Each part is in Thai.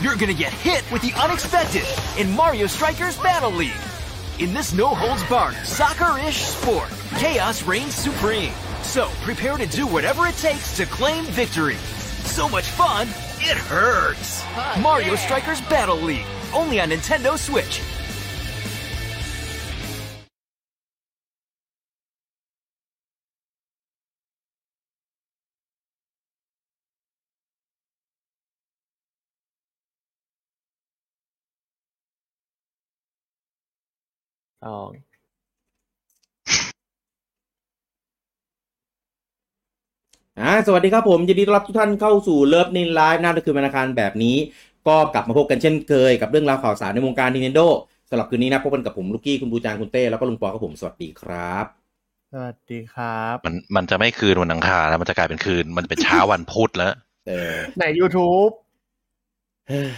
you're gonna get hit with the unexpected in Mario Strikers Battle League. In this no holds barred, soccer ish sport, chaos reigns supreme. So prepare to do whatever it takes to claim victory. So much fun, it hurts. Mario Strikers Battle League, only on Nintendo Switch. สองอ่าสวัสดีครับผมยินดีต้อนรับทุกท่านเข้าสู่เลิฟนินไลฟ์นั่นก็คือธนาคารแบบนี้ ก็กลับมาพบกันเช่นเคยกับเรื่องราวข่าวสารในวงการ Nintendo สำหรับคืนนี้นะพบกันกับผมลูกกี้คุณบูจางคุณเต้แล้วก็ลุงปอครับผมสวัสดีครับ สวัสดีครับ มันมันจะไม่คืนวันอังคารแล้วมันจะกลายเป็นคืน มันเป็นเช้าวันพุธแล้ว เออ ใน YouTube เฮ้ย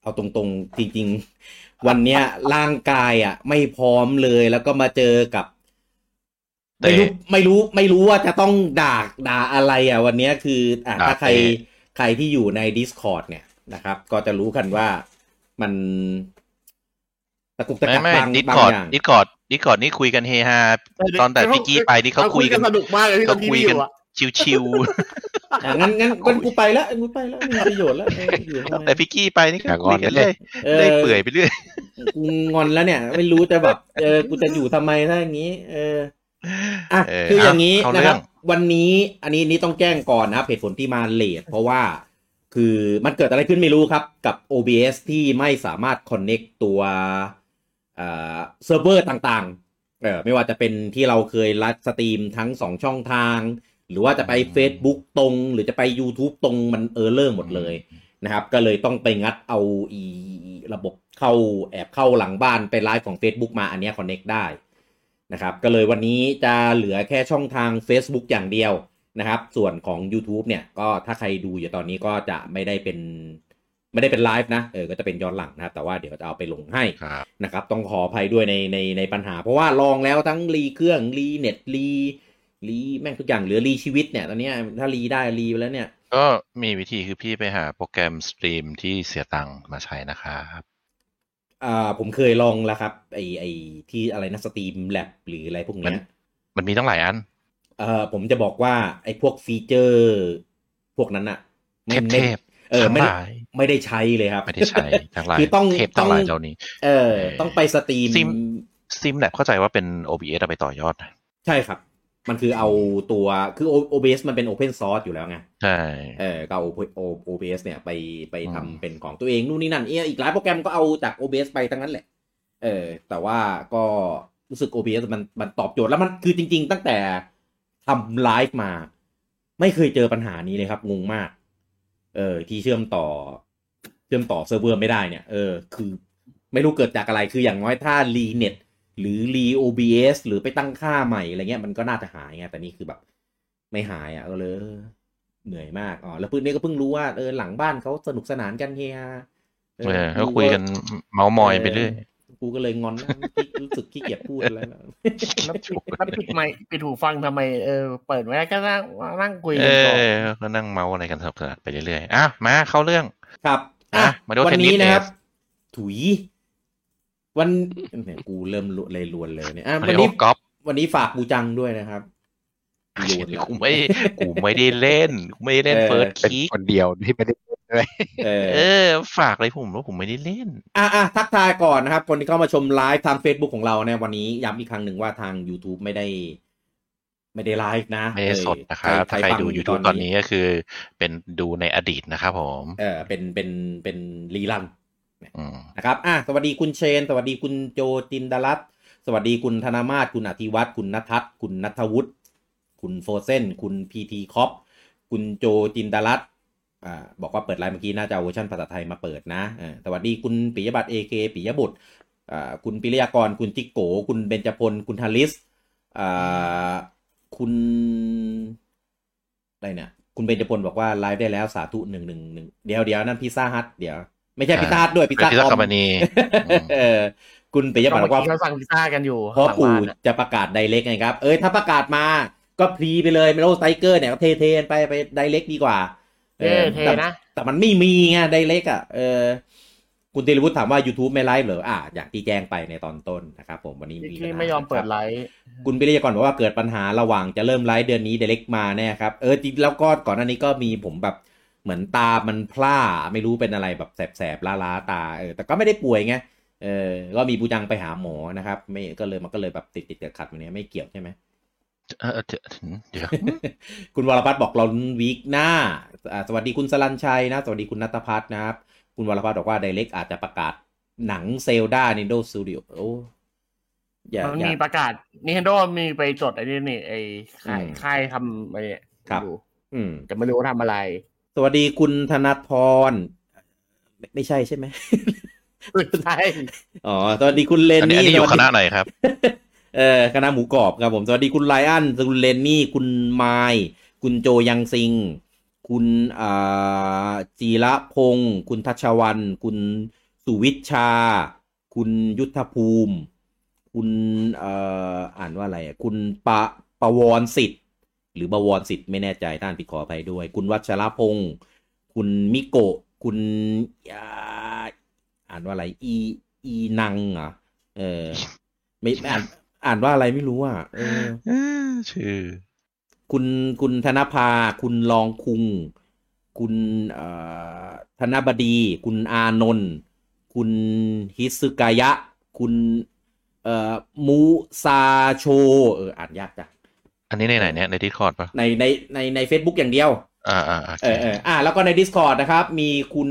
เอาตรงๆ จริง ๆ วันเนี้ยร่างกายอ่ะ ไม่พร้อมเลยแล้วก็มาเจอกับ เตะ ไม่รู้ไม่รู้ไม่รู้ว่าจะต้องด่าด่าอะไรอ่ะ วันเนี้ยคืออ่ะ ด่า ถ้าใคร เตะ ใครที่อยู่ใน Discord เนี่ยนะครับ ก็จะรู้กันว่ามันตะกุกตะ ไม่ กัก ไม่ บาง ดิส บา ค ง อร์ด อย่าง ดิสคอร์ดดิสคอร์ดนี่คุยกันเฮฮาตอนแต่พี่กี้ไปนี่เขาคุยกัน สนุกมากเลยที่ต เขา อนที่ คุย พี่อ กัน ยู่อะ ชิว อ่ะงั้นงั้นงั้นกูไปแล้วกูไปแล้วไม่มีประโยชน์แล้วเอออยู่ ๆ ทำ ตั้ง ไม แต่พี่กี้ไปนี่ก็ อยากง คุ อย น กัน เล่ เรื่อน ยเรื่อยเปื่อยไปเรื่อย กูงอนแล้วเนี่ย ไม่รู้จะแบบเออกูจะอยู่ทำไมถ้าอย่างนี้ เออ อ่ะ เ คืออย่างนี้ เเข้ นะค เรื่ รั อบ ง วันนี้อันนี้อันนี้ต้องแจ้งก่อนนะครับเหตุผลที่มาเลทเพราะว่าคือมันเกิดอะไรขึ้นไม่รู้ครับ กับ OBS ที่ไม่สามารถ Connect ตัวเอ่อเซิร์ฟเวอร์ต่างๆเออไม่ว่าจะเป็นที่เราเคยไลัดสตรีมทั้ง 2 ช่องทาง หรือว่าจะไป Facebook ตรง หรือจะไป YouTube ตรงมันเออร์เลอร์หมดเลยนะครับ ก็เลยต้องไปงัดเอาอีระบบเข้าแอบเข้าหลังบ้านไปไลฟ์ของ Facebook มาอันเนี้ย Connect ได้ นะครับก็เลยวันนี้จะเหลือแค่ช่องทาง Facebook อย่างเดียวนะครับ ส่วนของ YouTube เนี่ยก็ถ้าใครดูอยู่ตอนนี้ก็จะไม่ได้เป็นไม่ได้เป็นไลฟ์นะเออก็จะเป็นย้อนหลังนะครับ แต่ว่าเดี๋ยวจะเอาไปลงให้ ครับ นะครับ ต้องขออภัยด้วยในในในปัญหา เพราะว่าลองแล้วทั้งรีเครื่องรีเน็ตรีรีแม่งทุกอย่างเหลือรีชีวิตเนี่ยตอนเนี้ยถ้ารีได้รีไปแล้วเนี่ย ก็มีวิธีคือพี่ไปหาโปรแกรมสตรีมที่เสียตังค์มาใช้นะครับ อ่าผมเคยลองแล้วครับไอไอที่อะไรนะสตรีมแลบหรืออะไรพวก มัน เนี้ย มันมีตั้งหลายอัน เออผมจะบอกว่าไอ้พวกฟีเจอร์พวกนั้นอะไม่ไม่ เทพๆ เออไม่ ทั้ ได้ งหลาย ไม่ได้ใช้เลยครับ ไม่ได้ใช้ทั้งหลาย คือต้อง เทปทั้งหลายเหล่านี้ เออ ต้องไปสตรีม ซิม ซิมแลบเข้าใจว่าเป็น OBS เอาไปต่อยอดนะ ใช่ครับ มันคือเอาตัวคือ OBS มันเป็น Open Source อยู่แล้วไง ใช่ เออก็เอา O- OBS เนี่ยไปไป อืม ทำเป็นของตัวเองนู่นนี่นั่นเอออีกหลายโปรแกรมก็เอาจาก OBS ไปทั้งนั้นแหละ เออแต่ว่าก็รู้สึก OBS มันมันตอบโจทย์แล้วมันคือจริง ๆ ตั้งแต่ทำไลฟ์มา ไม่เคยเจอปัญหานี้เลยครับ งงมาก เออที่เชื่อมต่อ เชื่อมต่อเซิร์ฟเวอร์ไม่ได้เนี่ยเออคือไม่รู้เกิดจากอะไรคืออย่างน้อยถ้ารีเน็ตหรือรี OBS หรือไปตั้งค่าใหม่อะไรเงี้ยมันก็น่าจะหายไงแต่นี่คือแบบ ไม่หายอ่ะก็เลยเออเหนื่อยมากอ๋อแล้วเพิ่งนี่ก็เพิ่งรู้ว่าเออหลังบ้านเขาสนุกสนานกันเฮีย เออก็คุยกันเมาส์มอยไปเรื่อย กูก็เลยงอนนะ รู้สึกขี้เกียจพูดอะไร แล้ว แล้วปิดแล้วปิดไมค์ปิดหูฟังทำไมเออเปิดไว้ก็นั่งนั่งคุย เอ กันก่อน อก็นั่งเมาส์อะไรกันสนุกสนานไปเรื่อยๆ อ่ะ มาเข้าเรื่อง ครับ อ่ะมาดู วันี้ เทนนิส นะครับ เอ ถุย วันเนี่ยกูเริ่มลุเลยลวนเลยเนี่ยอ่ะ มาริ วัน โอ นี้ กอล์ฟ วันนี้ฝากบูจังด้วยนะครับโยนเลย กูไม่กูไม่ได้เล่นกูไม่ได้เล่น เออ เฟิร์ส เป็น คิก คนเดียวที่ไม่ได้ด้วย เอ เอ อ อ ฝากอะไรผมว่าผมไม่ได้เล่น อ่ะอ่ะทักทายก่อนนะครับ คนที่เข้ามาชมไลฟ์ทาง Facebook ของเราเนี่ยวันนี้ย้ำอีกครั้งหนึ่งว่าทาง YouTube ไม่ได้ ไม่ได้ไลฟ์นะ ไม่ได้สดนะครับ เอ ถ้า อ ใคร ฟัง ดู YouTube ตอนนี้ก็คือ เป็นดูในอดีตนะครับผม เออเป็นเป็นเป็นรีลัน อืม นะครับ อ่ะ สวัสดีคุณเชน สวัสดีคุณโจจินดารัตน์สวัสดีคุณธนามาศคุณอธิวัตรคุณนัทัศน์คุณนัทวุฒิคุณโฟเซน คุณพีทีคอปคุณโจจินดารัตน์อ่า บอกว่าเปิดไลน์เมื่อกี้น่าจะเอาเวอร์ชันภาษาไทยมาเปิดนะเออสวัสดีคุณปิยบัตรเอเคปิยบุตร อ่า คุณปิริยากร คุณจิกโก คุณเบญจพล คุณทาริส อ่า คุณอะไรเนี่ย คุณเบญจพลบอกว่าไลฟ์ได้แล้วสาธุหนึ่งหนึ่งหนึ่งเดี๋ยวเดี๋ยวนั่นพิซซ่าฮัทเดี๋ยว ไม่ใช่พิซซ่าฮัทด้วยพิซ เป็น ซ่า พิซซ่า ค ค อ อ ม มพานี เออคุณปิยบัตรบอกว่า เมื่อกี้เราสั่งพิซซ่ากันอยู่ เพราะ หลัง ปู่ บ้านอะ จะประกาศไดเล็กไงครับ เอ้ยถ้าประกาศมาก็พรีไปเลยเมโลสไตรเกอร์เนี่ยก็เทเทนไปไปไดเล็กดีกว่า เออเท่ แต่ นะ แต่มันไม่มีไงไดเล็กอ่ะเออคุณธีรวุฒิถามว่า YouTube ไม่ไลฟ์เหรออ่ะอย่างที่แจ้งไปในตอนต้นนะครับผมวันนี้ ที่ มี ที่ ปัญหา ไม่ยอมเปิดไลฟ์ คุณวิริยากรบอกว่าเกิดปัญหาระหว่างจะเริ่มไลฟ์เดือนนี้เดเล็กมาแน่ครับเออจริงแล้วก็ก่อนหน้านี้ก็มีผมแบบเหมือนตามันพร่าไม่รู้เป็นอะไรแบบแสบๆล้าๆตาเออแต่ก็ไม่ได้ป่วยไงเออก็มีปูจังไปหาหมอนะครับ ไม่ก็เลยมันก็เลยแบบติดติดๆขัดๆอย่างเนี้ยไม่เกี่ยวใช่ไหม เออเดี๋ยวเดี๋ยว คุณวรพัฒน์บอกเราลุ้นวีคหน้าอ่าสวัสดีคุณสลันชัยนะ สวัสดีคุณนัทพัฒน์นะครับ คุณวรพัฒน์บอกว่าไดเ c กอาจจะประกาศหนังเซลดา Nintendo Studio โอ้อย่า มัน อย่า มีประกาศ Nintendo มีไปจดไอ้นี่นี่ไอ้ค่าย อืม ค่ายทำไอ้เนี่ย ครับ อยู่ อืม แต่ไม่รู้ว่าทำอะไร สวัสดีคุณธนัทพรไม่ไม่ใช่ใช่ไหม ใช่ อ๋อ สวัสดีคุณเลน อันนี้ นี่ อันนี้อยู่ ส ค วัสดี ณะไหนครับ เออคณะหมูกรอบครับผม สวัสดีคุณไลอันคุณเลนนี่ คุณไมล์คุณโจยังซิง คุณอ่าจีระพงศ์คุณทัชวัน คุณสุวิชชา คุณยุทธภูมิ คุณเอ่ออ่านว่าอะไรอ่ะคุณปะปะวรสิทธิ์ หรือบวรสิทธิ์ไม่แน่ใจท่านผิดขออภัยด้วย คุณวัชรพงศ์คุณมิโกะคุณอ่าอ่านว่าอะไร อีอีนังเหรอ่ะเออไม่อ่านอ่านว่าอะไรไม่รู้อ่ะเออ เออชื่อ คุณคุณธนภา คุณรองคุง คุณเอ่อธนบดี คุณอานนท์คุณฮิซึกายะ คุณเอ่อมูซาโชเอออ่านยากจัง อันนี้ในไหนเนี่ยในดิสคอร์ดปะ ในในในใน Facebook อย่างเดียว อ่าอ่าโอเค เออเอออ่ะแล้วก็ใน Discord นะครับ มีคุณ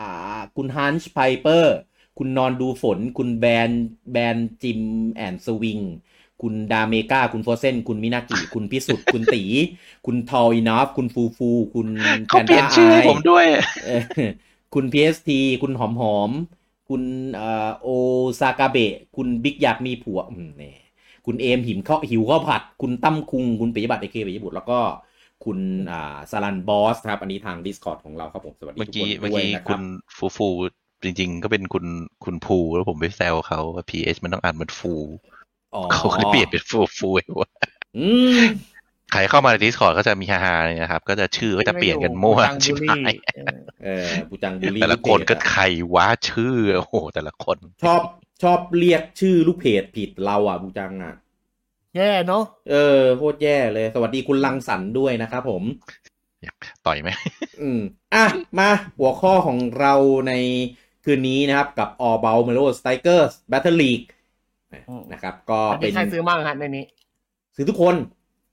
อ่า คุณฮันช์ไพเปอร์ คุณนอนดูฝน คุณแบน แบนจิมแอนสวิง คุณดาเมกา คุณโฟเซน คุณมินากิ คุณพิสุทธิ์ คุณตี คุณทอยนอฟ คุณฟูฟู คุณ เขาเปลี่ยนชื่อให้ผมด้วย เออคุณ PST คุณหอมหอม คุณเอ่อโอซากาเบะ คุณบิ๊กอยากมีผัวอืมเนี่ย คุณเอมหิมข้าวหิวข้าวผัด คุณตั้มคุง คุณปิยบัตรเอเคปิยบุตรแล้วก็คุณอ่าสลันบอสครับ อันนี้ทาง Discord ของเราครับผม สวัสดี เมื่อ ทุก กี้ คน เมื่อ ด้วย กี้ นะค คุ รับ ณฟูฟูจริงๆ ก็เป็นคุณคุณภูแล้วผมไปแซวเขาว่า PH มันต้องอ่านเหมันฟู อ๋อ เขาก็เลยเปลี่ยนเป็นฟูฟูไอ้วะ อืม ใครเข้ามาในดิสคอร์ดก็จะมีฮาๆเนี่ยนะครับ ก็จะชื่อก็จะเปลี่ยนกันมั่ว ทาง ชิ บุ บ รี หาย เออ เออบูจังบุรี แต่ละคนก็ ลูเพจอะ ใครวะชื่อโอ้โหแต่ละคน ชอบชอบเรียกชื่อลูกเพจผิดเราอ่ะบูจังอ่ะ แย่เนาะ เออโคตรแย่เลย สวัสดีคุณลังสรรค์ด้วยนะครับผม ต่อยไหม อืมอ่ะ มาหัวข้อของเราในคืนนี้นะครับ กับ All b o u t Melo Strikers Battle League นะครับ ก็ อัน เป็ นี้ น ใครซื้อมั่งฮะในนี้ ซื้อทุกคน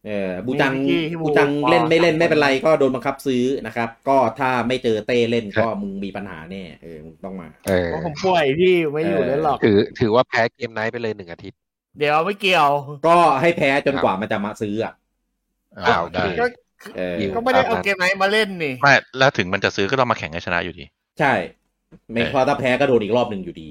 เออบูจัง มีที่ที่บู บูจังเล่นไม่เล่น ปอ ไม่เป็น ไรก็โดนบังคับซื้อนะครับ ก็ถ้าไม่เจอเต้เล่นก็มึงมีปัญหาแน่เออมึงต้องมา เออ เพราะผมป่วยพี่ไม่อยู่เล่นหรอก ถือถือว่าแพ้เกมไนท์ไปเลยหนึ่งอาทิตย์ เดี๋ยวไม่เกี่ยว ก็ให้แพ้จน ครับ กว่ามันจะมาซื้ออ่ะ อ้าวได้ ก็ เออ ยิง ก็ไม่ได้เอาเกมไหนมาเล่นนี่ ไม่แล้วถึงมันจะซื้อก็ต้องมาแข่งให้ชนะอยู่ดี ใช่ ไม่ เออ พอถ้าแพ้ก็โดนอีกรอบหนึ่งอยู่ดี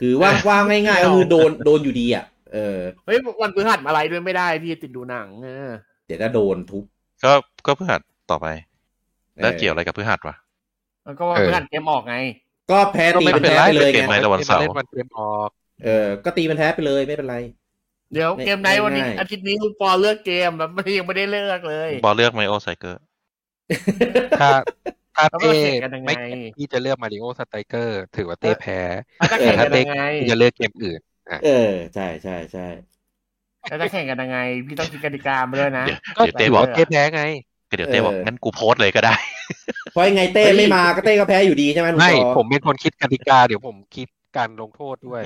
คือว่าว่าง่ายๆก็คือโดนโดนอยู่ดีอ่ะเออ เฮ้ยวันพฤหัสอะไรด้วยไม่ได้พี่ติดดูหนังเออ เดี๋ยวจะโดนทุบ ก็ก็พฤหัสต่อไป ออ แล้วเกี่ยวอะไรกับพฤหัสวะ แล้วก็วันพฤหัสเกมออกไง ก็แพ้ตีเป็นแพ้ไปเลย ก็ไม่เป็ไงนไรเกมไหน ระหว่างเสาร์ เล่นวันเกมออก เออก็ตีเป็นแพ้ไปเลยไม่เป็นไร เดี๋ยวเกมไหนวันนี้ ง่ายๆ อาทิตย์นี้คุณปอเลือกเกมแบบไม่ยังไม่ได้เลือกเลย บอลเลือกไมโอไซเกอร์ ถ้าถ้า แล้วก็ เต้ แข่งกันยังไง ไม่พี่จะเลือกมาริโอสไตรเกอร์ ถือว่าเต้แพ้ แล้วจะแข่งกันยังไง พี่จะเลือกเกมอื่น เออใช่ใช่ใช่ แล้วจะแข่งกันยังไง พี่ต้องคิดกติกามาด้วยนะ เดี๋ยว ก็ เดี๋ยวเต้ ถือบ อ ว่าก เต้แพ้ไง เดี๋ยวเต้บอกงั้นกูโพสต์เลยก็ได้ เพราะยังไงเต้ไม่มาก็เต้ก็แพ้อยู่ดีใช่ไหมลุง ไม่ ปอ ผมเป็นคนคิดกติกา เดี๋ยวผมคิดการลงโทษด้วย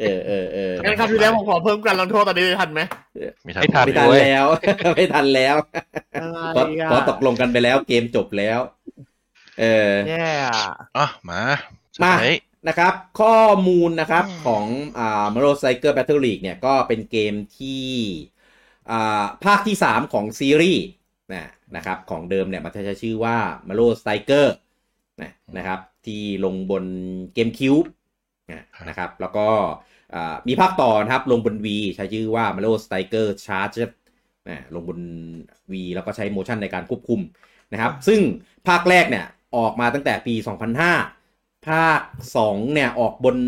เออเออเออ งั้นครับพี่แล้วผมขอเพิ่มการลงโทษตอนนี้ทันไหม มีทัน ไม่ทั ไม่ทันแล้ว ไม่ทันแล้ว อะไร เพราะ อ่ะ เพราะตกลงกันไปแล้วเกมจบแล้ว เออ แย่อะ อ่ะมา มา เฮ้ย นะครับ ข้อมูลนะครับของอ่า Marvel Striker Battle League เนี่ยก็เป็นเกมที่อ่าภาคที่ 3 ของซีรีส์นะนะครับของเดิมเนี่ยมันจะใช้ชื่อว่า Marvel Striker นะนะครับที่ลงบน GameCube นะนะครับ แล้วก็อ่ามีภาคต่อนะครับลงบน V ใช้ชื่อว่า Marvel Striker Charge นะลงบน V แล้วก็ใช้ motion ในการควบคุม นะครับ ซึ่งภาคแรกเนี่ยออกมาตั้งแต่ปี 2005 ภาค 2 เนี่ยออกบน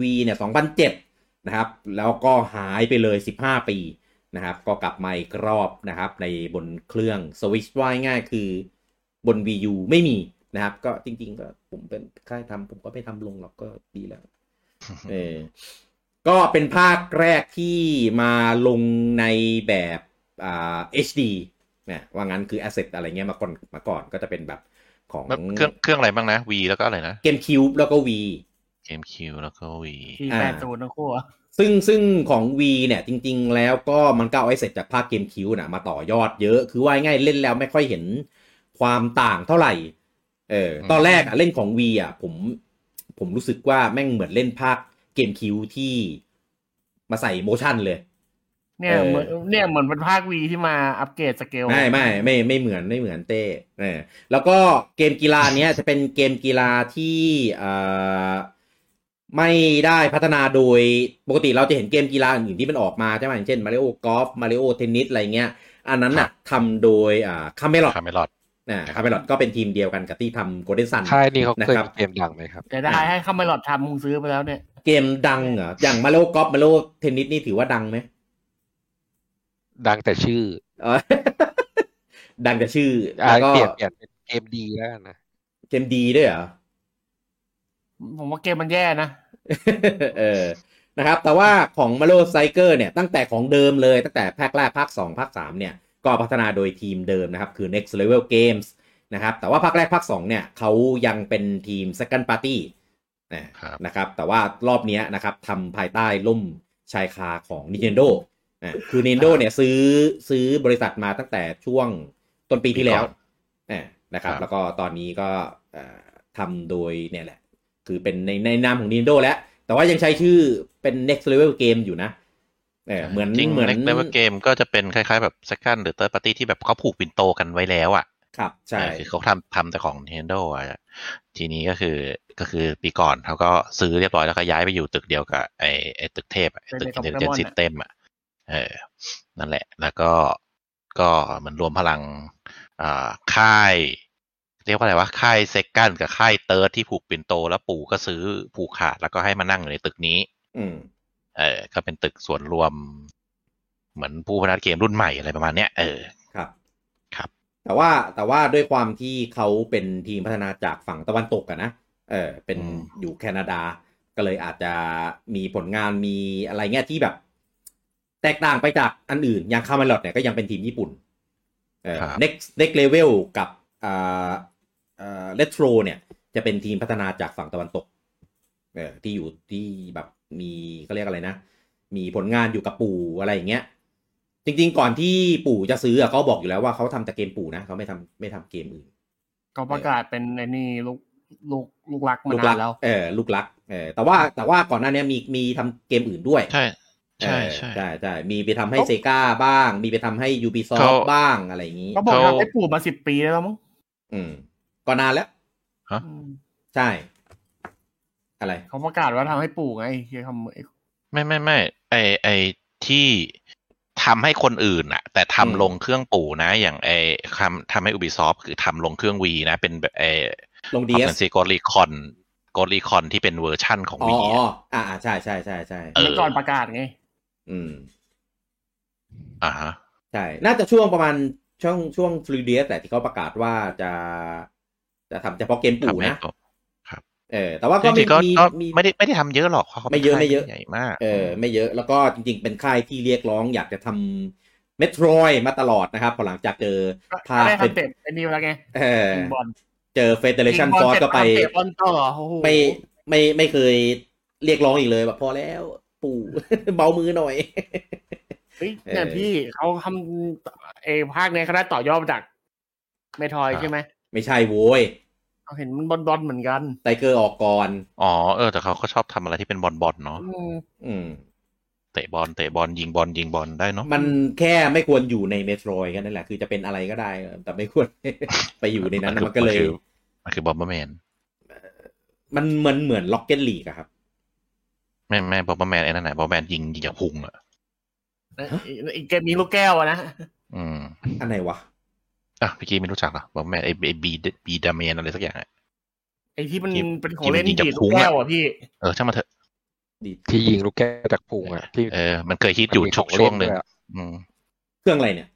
V เนี่ย 2007 นะครับ แล้วก็หายไปเลย 15 ปี นะครับ ก็กลับมาอีกรอบนะครับ ในบนเครื่อง Switch ว่าง่ายๆคือบน Wii U ไม่มีนะครับ ก็จริง ๆ ก็ผมเป็นค่ายทำผมก็ไม่ทำลงหรอกก็ดี แล้ว เออ ก็เป็นภาคแรกที่มาลงในแบบอ่า HD นะว่างั้นคือ Asset อะไรเงี้ยมาก่อนมาก่อนก็จะเป็นแบบของ แล้วเครื่องเครื่องอะไรบ้างนะวีแล้วก็อะไรนะ เกมคิวแล้วก็ V เกมคิวแล้วก็วี ทีแปดศูนย์ทั้งคู่อะ ซึ่งซึ่งของ V เนี่ยจริง ๆ แล้วก็มันก็เอาไอ้เสร็จจากภาคเกมคิวนะมาต่อยอดเยอะ คือว่าง่ายๆเล่นแล้วไม่ค่อยเห็นความต่างเท่าไหร่ เออตอนแรกอะเล่นของ V อ่ะผมผมรู้สึกว่าแม่งเหมือนเล่นภาคเกมคิวที่มาใส่โมชั่นเลย เนี่ยเหมือนเนี่ยเหมือนเป็นภาควีที่มาอัปเกรดสเกล ไม่ไม่ไม่ไม่เหมือนไม่เหมือนเต้เออแล้วก็เกมกีฬาเนี้ยจะเป็นเกมกีฬาที่เอ่อไม่ได้พัฒนาโดยปกติเราจะเห็นเกมกีฬาอื่นๆที่มันออกมาใช่ไหมอย่างเช่นมาริโอกอล์ฟมาริโอเทนนิสอะไรเงี้ย อันนั้นน่ะทำโดยอ่าคาเมลอด คาเมลอด นะคาเมลอดก็เป็นทีมเดียวกันกับที่ทำโกลเด้นซัน ค่ายนี้เขาเคย นะครับ มีเกมดังไหมครับ แต่ได้ให้คาเมลอดทำคงซื้อไปแล้วเนี่ย เกมดังเหรออย่างมาริโอกอล์ฟมาริโอเทนนิสนี่ถือว่าดังไหม ดังแต่ชื่อ เออ ดังแต่ชื่อ อ่ะ แล้วก็ เปลี่ยนเปลี่ยนเป็นเกมดีแล้วกันนะ เกมดีด้วยเหรอ ผมว่าเกมมันแย่นะ เออ นะครับ แต่ว่าของ Mario Striker เนี่ย ตั้งแต่ของเดิมเลย ตั้งแต่ภาคแรก ภาค 2 ภาค 3 เนี่ย ก็พัฒนาโดยทีมเดิมนะครับ คือ Next Level Games นะครับ แต่ว่าภาคแรก ภาค 2 เนี่ย เขายังเป็นทีม Second Party นะครับ นะครับ แต่ว่ารอบเนี้ยนะครับทำภายใต้ล่มชายคาของ Nintendo อ่ะคือ Nintendo เนี่ยซื้อซื้อบริษัทมาตั้งแต่ช่วงต้นปีที่แล้ว ปีก่อน อ่ะนะครับ ครับ แล้วก็ตอนนี้ก็เอ่อทำโดยเนี่ยแหละ คือเป็นในในนามของ Nintendo แล้ว แต่ว่ายังใช้ชื่อเป็น next level game อยู่นะเออเหมือน จริง เหมือน เล็กเลเวลเกมก็จะเป็นคล้ายๆ แบบ second หรือ third party ที่แบบเขาผูกปินโตกันไว้แล้วอ่ะ ครับ ใช่ เออคือเขาทำทำแต่ของ Nintendo อ่ะทีนี้ก็คือก็คือปีก่อนเขาก็ซื้อเรียบร้อยแล้วก็ย้ายไปอยู่ตึกเดียวกับไอ้ไอ้ตึกเทพอะไอ้ตึก เป็นข Intelligent อง Pokemon อะ System อ่ะเออนั่นแหละ แล้วก็ก็เหมือนรวมพลังอ่าค่าย เรียกว่าอะไรวะค่ายเซกันกับค่ายเติร์ดที่ผูกปินโต แล้วปู่ก็ซื้อผูกขาดแล้วก็ให้มานั่งอยู่ในตึกนี้ อืม เออก็เป็นตึกส่วนรวม เหมือนผู้พัฒนาเกมรุ่นใหม่อะไรประมาณเนี้ยเออ ครับ ครับ แต่ว่าแต่ว่าด้วยความที่เขาเป็นทีมพัฒนาจากฝั่งตะวันตกอะนะเออเป็น อืม อยู่แคนาดา ก็เลยอาจจะมีผลงานมีอะไรเงี้ยที่แบบ แตกต่างไปจากอันอื่น อย่างคาร์มลอดเนี่ยก็ยังเป็นทีมญี่ปุ่นเออ ครับ next next level กับอ่าอ่า retro เนี่ย จะเป็นทีมพัฒนาจากฝั่งตะวันตก เออที่อยู่ที่แบบมีเขาเรียกอะไรนะ มีผลงานอยู่กับปู่อะไรอย่างเงี้ย จริงๆ ก่อนที่ปู่จะซื้ออะเขาบอกอยู่แล้วว่าเขาทำแต่เกมปู่นะเขาไม่ทำไม่ทำเกมอื่น ก็ประกาศเป็นไอ้นี่ลูกลูกลูกรักมา ลูก นา รั นแล้ว เออลูกรักเออแต่ว่าแต่ว่าก่อนหน้าเนี้ยมีมีทำเกมอื่นด้วย ใช่ ใช่ เออ ใช่ ใช่ใช่มีไปทำให้ เขา เซกาบ้าง มีไปทำให้ยูบีซอฟ เขา บ้างอะไรอย่างนี้ ก็บอก เขา ทำให้ปู่มาสิบปีแล้วมั้ง อืมก็นานแล้ว อื อืม ใช่ อะไร เขาประกาศว่าทำให้ปู่ไงที่ทำไอ้ ไม่ไม่ไม่ไอไอที่ทำให้คนอื่นอะแต่ทำ อืม ลงเครื่องปู่นะ อย่างไอทำทำให้ Ubisoft คือทำลงเครื่องวีนะ เป็นแบบไอ ลงดี ทำ เอ เป็ ส นซีโกลีคอนโกลีคอนที่เป็นเวอร์ชั่นของ อ๋อ วี อ๋ออ่าอ่าใช่ใช่ใช่ใช่ เออ เมื่อก่อนประกาศไง อืม อ่าฮะ ใช่ น่าจะช่วงประมาณช่วงช่วง 3DS แหละที่เขาประกาศว่าจะ จะทำเฉพาะเกมปู่ ทำให้ นะ จบ เออ แต่ว่าก็ จริ ไม่ งๆมีก็ก็ มี ไม่ได้ไม่ได้ทำเยอะหรอกพราขาป็น ไม่เยอะ ค่า ไม่เยอะ ใหญ่มาก เออไม่เยอะแล้วก็จริงๆ เป็นค่ายที่เรียกร้องอยากจะทำเมโทรยมาตลอดนะครับ พอหลังจากเจอ ก็ ภาพ ได้ เป็น ทำเตะไอ้นี่แล้วไง เออ ยิงบอล เจอเฟเดเรชัน ยิง ฟ บ อ ล ร์ส เร็จ ก็ไป เตะบอลต่อโอ้โห ไม่ไม่ไม่เคยเรียกร้องอีกเลยแบบพอแล้วปู่ เบามือหน่อย เฮ้ยเนี่ย เออ พี่เขาทำเอภาคเนี้ยเขาได้ต่อยอดมาจากเมทอย อ่า ใช่ไหม ไม่ใช่โว้ย เขาเห็นมันบอลบอลเหมือนกัน ไตเกอร์ออกก่อน อ๋อเออแต่เขาก็ชอบทำอะไรที่เป็นบอลบอลๆเนาะ อืม อืม เตะบอลเตะบอลยิงบอลยิงบอลได้เนาะ มันแค่ไม่ควรอยู่ในเมโทรยแค่นั่นแหละ คือจะเป็นอะไรก็ได้ แต่ไม่ควร ไปอยู่ในนั้นนะมันก็เลย คือมันคือบอมเบอร์แมน มันเหมือนเหมือนล็อกเก็ตลีกอะครับ ไม่ไม่บอมเบอร์แมนไอ้นั่นไหนะบอมเบอร์แมนยิงยิงจากพุงอ่ะ อีกอีกเกมมีลูกแก้วอะนะ อืม อันไหนวะ อ่ะพี่กี้ไม่รู้จักเหรอบอมเบอร์แมนไอ้ไอ้บีบีดาเมนอะไรสักอย่างอะ ไอ้ที่มัน ที่ เป็นของเล่น ที่มันยิงจาก ดีด คุ้ ลูก งอะ แก้วอ่ะพี่ เออช่างมาเถอะ ที่ยิงลูกแก้วจากพุงอ่ะที่ เออมันเคยฮิตอยู่ช่วงช่วงหนึ่ง ด้วยอะ อืม เครื่องอะไรเนี่ย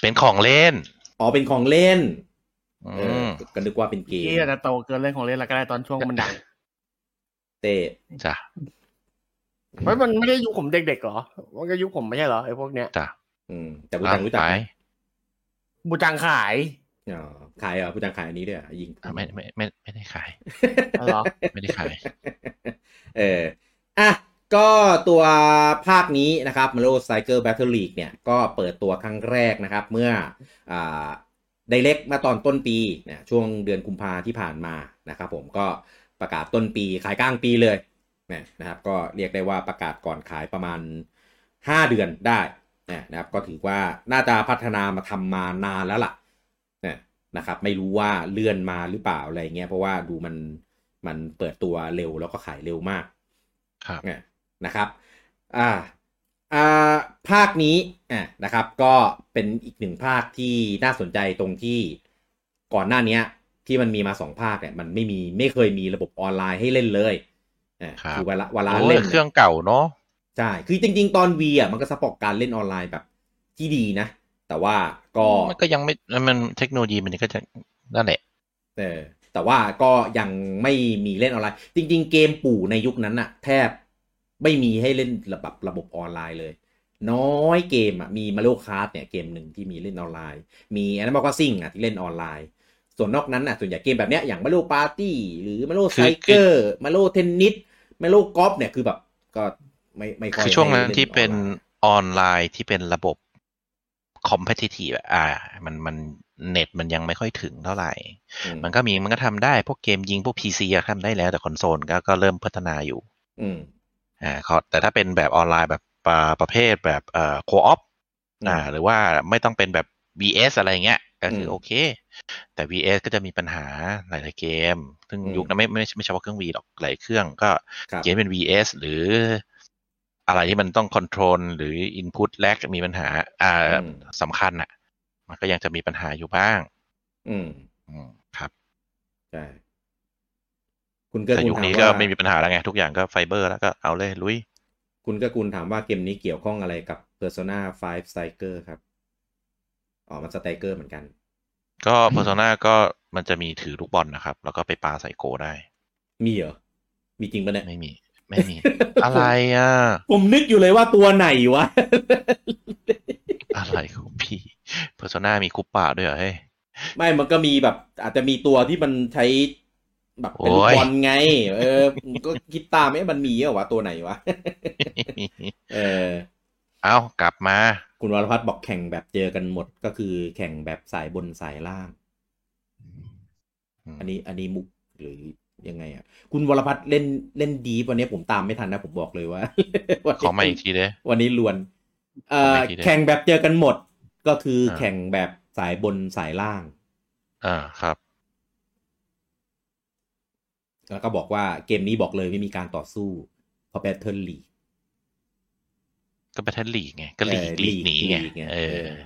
เป็นของเล่น อ๋อเป็นของเล่น อื เออ ม ก็นึกว่าเป็นเกม ที่จะโตเกินเรื่องของเล่นและก็ได้ตอนช่วงมันดัง เต้ จ้ะ เพราะมันไม่ได้ยุคผมเด็กๆเหรอมันก็ยุคผมไม่ใช่เหรอไอ้พวกเนี้ย จ้ะ อืมแต่ผู้จังรู้จัก ไป ไหม บูจังขาย อ๋อขายเหรอ่ะผู้จังขายอันนี้ด้วยเหรอยิง อ่ะไม่ไม่ไม่ไม่ได้ขาย อ๋อเหรอ ไม่ได้ขาย เออ อ่ะ ก็ตัวภาคนี้นะครับ Mario Striker Battle League เนี่ย ก็เปิดตัวครั้งแรกนะครับ เมื่ออ่าไดเล็กมาตอนต้นปีนะช่วงเดือนกุมภาที่ผ่านมานะครับผมก็ประกาศต้นปีขายกลางปีเลยนะนะครับ ก็เรียกได้ว่าประกาศก่อนขายประมาณ 5 เดือนได้นะนะครับ ก็ถือว่าน่าจะพัฒนามาทำมานานแล้วล่ะนะนะครับ ไม่รู้ว่าเลื่อนมาหรือเปล่าอะไรเงี้ยเพราะว่าดูมันมันเปิดตัวเร็วแล้วก็ขายเร็วมาก ครับ เนี่ยนะครับ อ่า อ่า ภาคนี้อ่ะนะครับ ก็เป็นอีกหนึ่งภาคที่น่าสนใจตรงที่ก่อนหน้าเนี้ย ที่มันมีมาสองภาคเนี่ยมันไม่มีไม่เคยมีระบบออนไลน์ให้เล่นเลยอ่ะ ครับ คือเวลาเวลา โอ้ย เล่น เครื่องเก่าเนาะ ใช่ คือจริง ๆ ตอนวีอ่ะมันก็สปอร์ตการเล่นออนไลน์แบบที่ดีนะ แต่ว่าก็ มันก็ยังไม่มันเทคโนโลยีมันก็จะนั่นแหละ เออแต่ว่าก็ยังไม่มีเล่นออนไลน์ จริง ๆ เกมปู่ในยุคนั้นอะแทบไม่มีให้เล่นระบบระบบออนไลน์เลย น้อยเกมอะมีมา r i โ k คาร์ดเนี่ยเกมหนึ่งที่มีเล่นออนไลน์ มีแอนด์มอคซิ่งอะที่เล่นออนไลน์ ส่วนนอกนั้นอะส่วนใหญ่เกมแบบเนี้ยอย่างมา r i โ k ปาร์ตี้หรือมา r i โ k คื ไซ อ เกอร์มา r i โ k เทนนิสมา r i โ k กอล์ฟเนี่ยคือแบบก็ไม่ไม่ค่อย คือช่วงนั้น ให้ล่ ที่เป็น ออไล ออนไลน์ที่เป็นระบบคอมเพติทีฟอ่า มันมันเน็ตมันยังไม่ค่อยถึงเท่าไหร่ มันก็มีมันก็ทำได้พวกเกมยิงพวก PC อะทำได้แล้วแต่คอนโซลก็ก็เริ่มพัฒนาอยู่อ่าเขาแต่ถ้าเป็นแบบออนไลน์แบบอ่าประเภทแบบเอ่อโคออฟอ่า หรือว่าไม่ต้องเป็นแบบ VS อะไรเงี้ยก็คือมอโอเค แต่ VS ก็จะมีปัญหาหลายๆเกม ซึ่ง อืม ยุคนั้นไม่ไม่ไม่เฉพาะเครื่อง V หรอกหลายเครื่องก็ ครับ เกมเป็น VS หรืออะไรที่มันต้องคอนโทรลหรือ Input lag มีปัญหา อ่า อืม สำคัญอ่ะ มันก็ยังจะมีปัญหาอยู่บ้าง อืม อืมครับ ใช่คุณเกื้อ แต่ กูล ยุคนี้ ถา ก็ ว่า ไม่มีปัญหาแล้วไง ทุกอย่างก็ไฟเบอร์แล้วก็เอาเลยลุย คุณกกุลถามว่าเกมนี้เกี่ยวข้องอะไรกับ Persona 5 Striker ครับ อ๋อ มันสไตรเกอร์เหมือนกัน ก็ Persona ก็มันจะมีถือลูกบอลนะครับ แล้วก็ไปปาใส่โกได้ มีเหรอ มีจริงปะเนี่ย ไม่มี ไม่ มี อะไรอ่ะ ผมนึกอยู่เลยว่าตัวไหนวะ อะไรของพี่ Persona มีคุปปะด้วยเหรอเฮ้ย ไม่ มันก็มีแบบ อาจจะมีตัวที่มันใช้แบบเป็นลูก โอ้ย บอลไง เออผมก็คิดตามไอ้มันมีเหรอวะ ตัวไหนวะ เออ เอากลับมา คุณวรพัฒน์บอกแข่งแบบเจอกันหมด ก็คือแข่งแบบสายบนสายล่าง อันนี้อันนี้มุกหรือยังไงอ่ะ คุณวรพัฒน์เล่นเล่นดีฟวันนี้ผมตามไม่ทันนะ ผมบอกเลยว่า วัน ข นี้ อมาอีกทีเด้ วันนี้ลวนเอ่ ขอ อ มาอีกทีเด้อ แข่งแบบเจอกันหมด ก็คืออา แข่งแบบสายบนสายล่าง อ่าครับ แล้วก็บอกว่าเกมนี้บอกเลยไม่มีการต่อสู้เพราะแบทเทิลลีก ก็ไปทันลีกไง ก็ลีกลีกหนีไงเอ เอ อ อ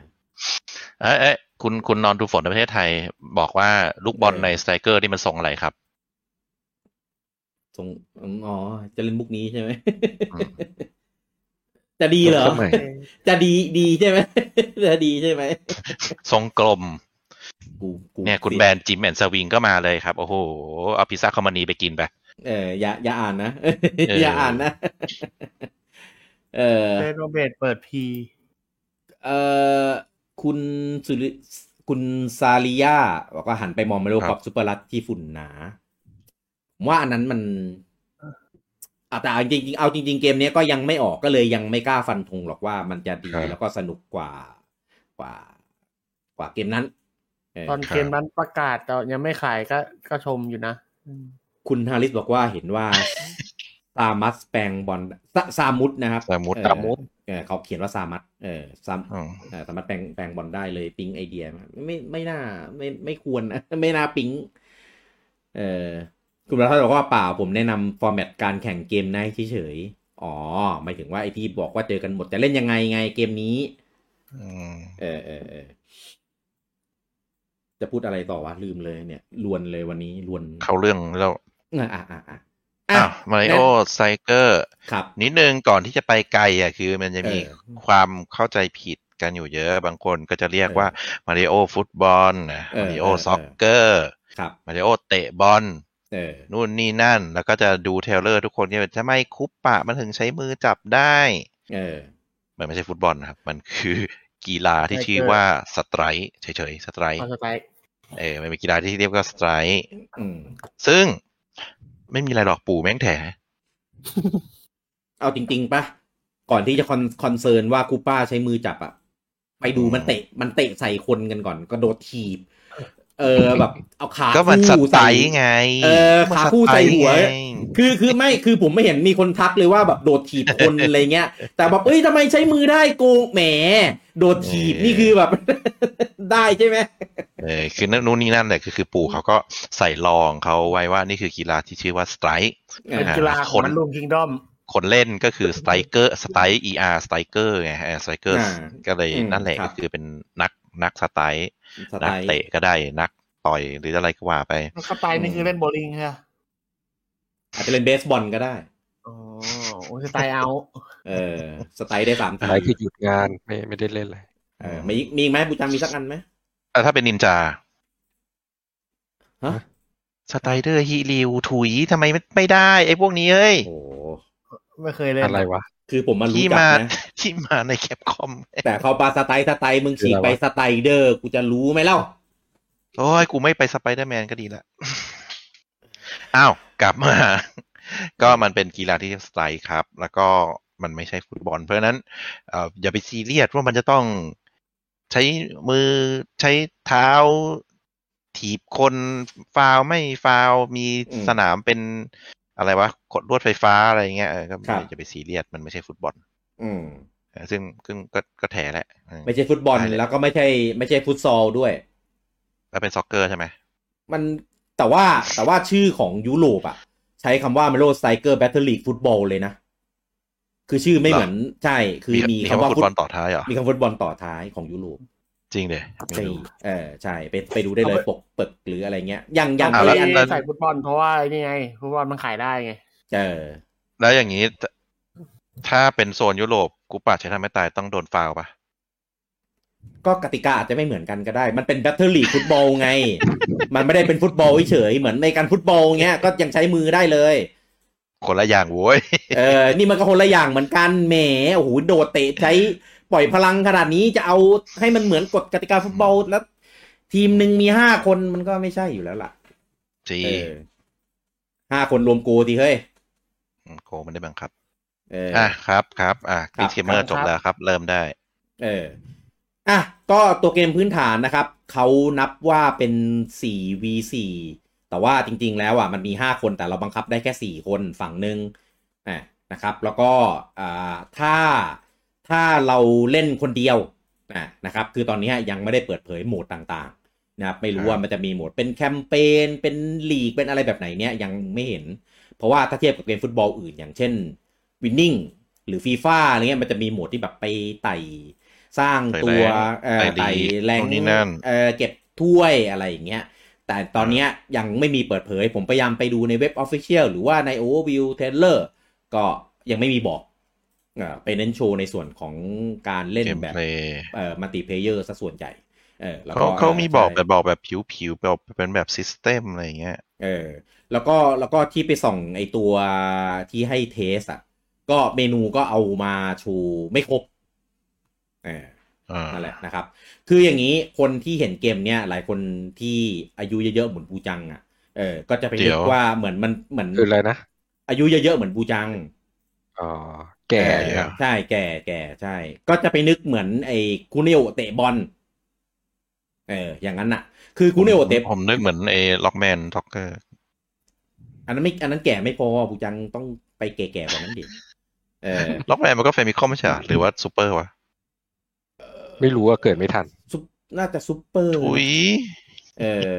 เอ้ยเอ้ยคุณคุณนอนดูฝนในประเทศไทย บอกว่าลูกบอลในสไตรเกอร์นี่มันทรงอะไรครับ ทรงอ๋อ จะเล่นมุกนี้ใช่ไหม อืม จะดีเหรอ สมัย จะดีดีใช่ไหม จะดีใช่ไหม ทรงกลม กูกู เนี่ยคุณ ติด แบรนด์จิมแอนด์สวิงก็มาเลยครับ โอ้โห เอาพิซซ่าคอมมานีไปกินไป เอออย่าอย่าอ่านนะ เออ อ อ ย่าอ่านนะ เออ เรโนเบทเปิดพี เออคุณสุริคุณซาลิยาบอกว่าหันไปมองมาโลก ครั อบ บซูเปอร์รัตที่ฝุ่นหนาผมว่าอันนั้นมันอ่ะแต่เอาจริงๆเอาจริง ๆ เกมเนี้ยก็ยังไม่ออกก็เลยยังไม่กล้าฟันธงหรอกว่ามันจะดี ครับ แล้วก็สนุกกว่ากว่า กว่าเกมนั้นเออ ตอนเกมนั้นประกาศแต่ยังไม่ขายก็ก็ชมอยู่นะอืม คุณฮาริสบอกว่าเห็นว่า ซามัสแปลงบอลซาซามุสนะครับ ซามุส เออ ซามุส เออเขาเขียนว่าซามัสเออซาม อืม เออสามารถแปลงแปลงบอลได้เลยปิ๊งไอเดียมาไม่ไม่น่าไม่ไม่ควรนะ ไม่น่าปิ๊งเออคุณประทัศน์บอกว่าเปล่าผมแนะนำฟอร์แมตการแข่งเกมไนท์เฉยๆอ๋อหมายถึงว่าไอที่บอกว่าเจอกันหมดจะเล่นยังไงไงเกมนี้ อืม เออเออเออจะพูดอะไรต่อวะลืมเลยเนี่ยลวนเลยวันนี้ลวน เข้าเรื่องแล้ว อ่ะอ่ะอ่ะอ่ะ อ่ะ อ้าวมาริโอไซเกอร์ ครับ นิดนึงก่อนที่จะไปไกลอ่ะคือมันจะมี เออ ความเข้าใจผิดกันอยู่เยอะ บางคนก็จะเรียกว่ามาริโอฟุตบอลนะ เออ มาริโอ เออ ซ็อกเกอร์ ครับ มาริโอเตะบอล เออ นู่นนี่นั่น แล้วก็จะดูเทรลเลอร์ทุกคนเนี่ยทำไมคุปปะมันถึงใช้มือจับได้ เออ มันไม่ใช่ฟุตบอลนะครับ มันคือกีฬาที่ชื่อว่าสไตรค์เฉยๆสไตรค์ เอาสไตล์ เออมันเป็นกีฬาที่เรียกว่าสไตรค์ อืม ซึ่งไม่มีอะไรหรอกปู่แม่งแถ เอาจริง ๆปะก่อนที่จะคอนคอนเซิร์นว่าคูป้าใช้มือจับอะไปดู อืม มันเตะมันเตะใส่คนกันก่อนก็โดดถีบ เอ อแบบ เอาขา ก็มันส คู่ ไต ใส่ ล์ไง เออ มัน ขา สไตล์ คู่ใส่หัว ไง คือคือไม่คือผมไม่เห็นมีคนทักเลยว่าแบบโดดถีบคน อะไรเงี้ ย แต่แบบเอ้ยทำไมใช้มือได้โกงแหม โดดถีบ เออ นี่คือแบบ ได้ใช่ไหม เออคือนั่นนู่นนี่นั่นแต่คือคือปู่เขาก็ใส่รองเขาไว้ว่านี่คือกีฬาที่ชื่อว่าสไตร์ เอ เป็น อ กีฬา อ่า ข ค อง น มันลุงคิงด้อม คนเล่นก็คือสไตรเกอร์สไตร์เออาร์สไตรเกอร์ไงสไตรเกอร์ า ก็เลย อืม นั่นแหละ ครั ก็ บ คือเป็นนักนักสไตร์ สไต นัก ล์ เตะก็ได้นักต่อยหรืออะไรก็ว่าไป สไตล์นี่คือเล่นโบว์ลิ่งใช่ไหม อาจจะเป็นเบสบอลก็ได้ อ๋อโอ้ยสไตล์เอา เออ สไตล์ได้สามที อะไรคือหยุดงานไม่ไม่ได้เล่นเลย เออมีมีอีกไหมบูจังมีสักอันไหม แต่ถ้าเป็นนินจา ฮะ สไตรเดอร์ฮิริวถุยทำไมไม่ได้ไอ้พวกนี้เอ้ย โอ้ ไม่เคยเล่น อะไรวะ คือผมมารู้ ที่ จัก มา นะ ที่มาในแคปคอม แต่เขาปาสไตล์สไตล์มึงฉีกไปสไตล์เดอร์กูจะรู้ไหมเล่า โอ้ย กูไม่ไปสไปเดอร์แมนก็ดีละ อ้าว กลับมา ก็มันเป็นกีฬาที่สไตล์ครับ แล้วก็มันไม่ใช่ฟุตบอล เพราะฉะนั้นเอ่ออย่าไปซีเรียสว่ามันจะต้องใช้มือใช้เท้า ถีบคนฟาวไม่ฟาวมี อืม สนามเป็นอะไรวะกดลวดไฟฟ้าอะไรเงี้ยเออก็ ครับ อย่าไปซีเรียสมันไม่ใช่ฟุตบอล อืม เออซึ่งซึ่งก็ก็แถแหละเออ ไม่ใช่ฟุตบอล ใช่เลย แล้วก็ไม่ใช่ ไม่ใช่ฟุตซอลด้วย แล้วเป็นซ็อกเกอร์ใช่ไหม มันแต่ว่าแต่ว่าชื่อของยุโรปอ่ะ ใช้คำว่า m e l o s t i k e r Battle League Football เลยนะ คือชื่อไม่เหมือนใช่ คือมี มี คำ คำ ว่า ว่าฟุตบอล ฟุต ต่อท้ายเหรอ มีคำว่าฟุตบอลต่อท้ายของยุโรป จริงเดยไม่ ใช่ รู้ เออใช่ไปไปดูได้เลยปกเปิดหรืออะไรเงี้ยยังยัง อ่ะ ไอ แล้ว อัน แล้ ไม่ ว ใส่ฟุตบอลเพราะว่านี่ไงฟุตบอลมันขายได้ไง เออ แล้วอย่างนี้ถถ้าเป็นโซนยุโรปกูป่าใช้ทำไม่ตายต้องโดนฟาวล์ปะ ก็กติกาอาจจะไม่เหมือนกันก็ได้ มันเป็นแบ t เทอร์ลีฟุตบอลไง มันไม่ได้เป็นฟุตบอลเฉยๆเหมือนในการฟุตบอลเงี้ย ก็ยังใช้มือได้เลย คนละอย่างโว้ย เออ นี่มันก็คนละอย่างเหมือนกัน แหม โอ้โห โดดเตะใช้ปล่อยพลังขนาดนี้จะเอาให้มันเหมือนกฎกติกาฟุตบอลแล้ว ทีมหนึ่งมีห้าคนมันก็ไม่ใช่อยู่แล้วล่ะ จี เออห้าคนรวมโกทีเฮ้ย โกมันได้บังคับ เออ อ่ะครับครับอ่ะ ครั ดิ บ สเคมเมอร์ ค จ รับ บแล้วครับ เริ่มได้ เออ อ่ะ ก็ตัวเกมพื้นฐานนะครับ เขานับว่าเป็น 4v4 แต่ว่าจริงๆ แล้วอ่ะ มันมี 5 คน แต่เราบังคับได้แค่ 4 คนฝั่งหนึ่งอ่ะนะครับ แล้วก็อ่าถ้า ถ้าเราเล่นคนเดียวอ่ะนะครับ คือตอนนี้ยังไม่ได้เปิดเผยโหมดต่างๆ นะครับ ไม่รู้ว่ามันจะมีโหมดเป็นแคมเปญ เป็นลีก เป็นอะไรแบบไหนเนี่ย ยังไม่เห็น เพราะว่าถ้าเทียบกับเกมฟุตบอลอื่น อย่างเช่นวินนิ่งหรือฟีฟ่าอะไรเงี้ยมันจะมีโหมดที่แบบไปไต่สร้างตัว ไต่ เอ่อ แรง ไต่แรง นู่นนี่นั่น เอ่อเก็บถ้วยอะไรอย่างเงี้ยแต่ตอนเนี้ยยังไม่มีเปิดเผย ผมพยายามไปดูในเว็บ Official หรือว่าใน Overview t a i l e r ก็ยังไม่มีบอกอ่าไปเน้นโชว์ในส่วนของการเล่น เกม แบบ เพลย์ เอ่อมัลติเพเยอร์ซะส่วนใหญ่เออแล้ว เขา ก็ เขามีบอกแบ ใช่ บบอกแบบผิวผิวๆแบบเป็นแบบซิสเต็มอะไรอย่างเงี้ย เออแล้วก็แล้วก็ที่ไปส่องไอตัวที่ให้เทสอ่ะ ก็เมนูก็เอามาชูไม่ครบเออ อ่า นั่นแหละนะครับ คืออย่างนี้คนที่เห็นเกมเนี้ยหลายคนที่อายุเยอะๆเหมือนบูจังอ่ะเออก็จะไปนึกว่าเหมือนมันเหมือน คืออะไรนะ อายุเยอะๆเหมือนบูจัง อ๋อแก่ แก่ เหรอ ใช่แก่แก่ใช่ ก็จะไปนึกเหมือนไอ้คูเนโอเตะบอลเอออย่างนั้นน่ะ คือคูเนโอเตะ ผมผมนึกเหมือนเอล็อกแมนท็อก เกอร์ อันนั้นไม่อันนั้นแก่ไม่พอบูจังต้องไปแก่ๆกว่านั้นดิเออ ล็อกแมนมันก็เฟมิคอมไม่ใช่เหรอหรือว่าซูเปอร์วะ ไม่รู้ว่าเกิดไม่ทัน ซุปน่าจะซุปเปอร์ อุ้ย เออ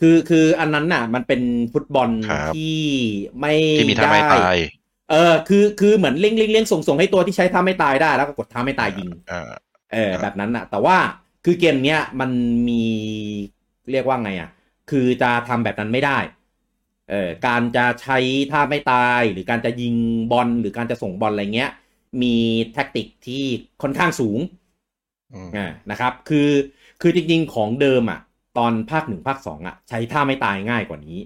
คือคืออันนั้นน่ะ มันเป็นฟุตบอล ครับ ที่ไม่ ที่มีท่าไม้ตาย เออ คือคือเหมือนเลี้ยงเลี้ยงเลี้ยงส่งส่งให้ตัวที่ใช้ท่าไม่ตายได้ แล้วก็กดท่าไม่ตายยิง อ่า เออ ครับ แบบนั้นอะแต่ว่าคือเกมเนี้ยมันมีเรียกว่าไงอะคือจะทำแบบนั้นไม่ได้ เอ เอ่อการจะใช้ท่าไม่ตาย หรือการจะยิงบอลหรือการจะส่งบอลอะไรเงี้ย มีแท็กติกที่ค่อนข้างสูง อืม อ่านะครับคือคือจริงๆของเดิมอ่ะ ตอนภาคหนึ่งภาคสองอ่ะ ใช้ท่าไม่ตายง่ายกว่านี้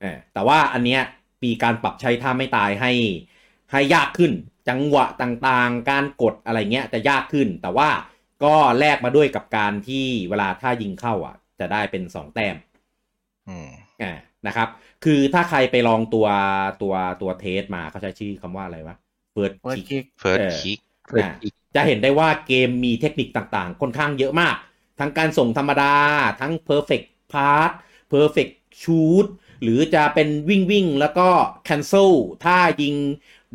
เออแต่ว่าอันเนี้ยมีการปรับใช้ท่าไม่ตายให้ให้ยากขึ้น จังหวะต่างๆ การกดอะไรเงี้ยจะยากขึ้น แต่ว่าก็แลกมาด้วยกับการที่เวลาท่ายิงเข้าอ่ะ จะได้เป็นสองแต้ม อืม อ่านะครับ คือถ้าใครไปลองตัวตัวตัวเทสมาเขาใช้ชื่อคำว่าอะไรวะเฟิร์ส เวิร์ด คิก คิก first เออ kick เปิด อ่ะ อีก จะเห็นได้ว่าเกมมีเทคนิคต่างๆ ค่อนข้างเยอะมาก ทั้งการส่งธรรมดา ทั้ง perfect pass perfect shoot หรือจะเป็นวิ่งวิ่งๆแล้วก็ cancel ถ้ายิง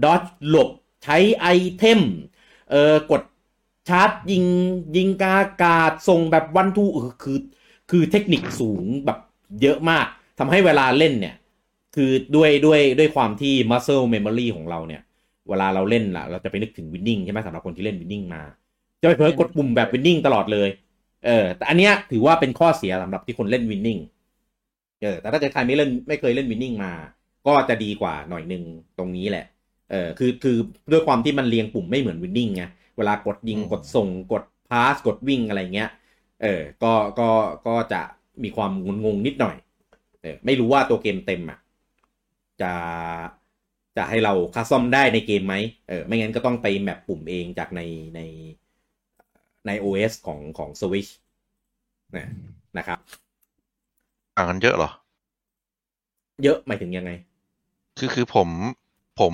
dodge หลบ ใช้ไอเทม เอ่อ กดชาร์จยิงยิงกาอากาศ ส่งแบบวันทูคือ คือเทคนิคสูงแบบเยอะมากทำให้เวลาเล่นเนี่ย คือด้วยด้วยด้วยความที่ muscle memory ของเราเนี่ย เวลาเราเล่นล่ะ เราจะไปนึกถึงวินนิ่งใช่ไหมสำหรับคนที่เล่นวินนิ่งมา จะไปเผลอกดปุ่มแบบวินนิ่งตลอดเลย เออ แต่อันเนี้ยถือว่าเป็นข้อเสียสำหรับที่คนเล่นวินนิ่ง เออ แต่ถ้าเกิดใครไม่เล่นไม่เคยเล่นวินนิ่งมา ก็จะดีกว่าหน่อยหนึ่งตรงนี้แหละ เออ คือคือด้วยความที่มันเรียงปุ่มไม่เหมือนวินนิ่งไง เวลากดยิง อืม กดส่งกดพาสกดวิ่งอะไรเงี้ย เออ ก็ก็ก็จะมีความงุนงงนิดหน่อย เออ ไม่รู้ว่าตัวเกมเต็มอ่ะ จะจะให้เราคัสซอมได้ในเกมไหมเออ ไม่งั้นก็ต้องไปแมปปุ่มเองจากในในใน OS ของของ Switch นะนะครับ ต่างกันเยอะเหรอ เยอะหมายถึงยังไง คือคือผมผม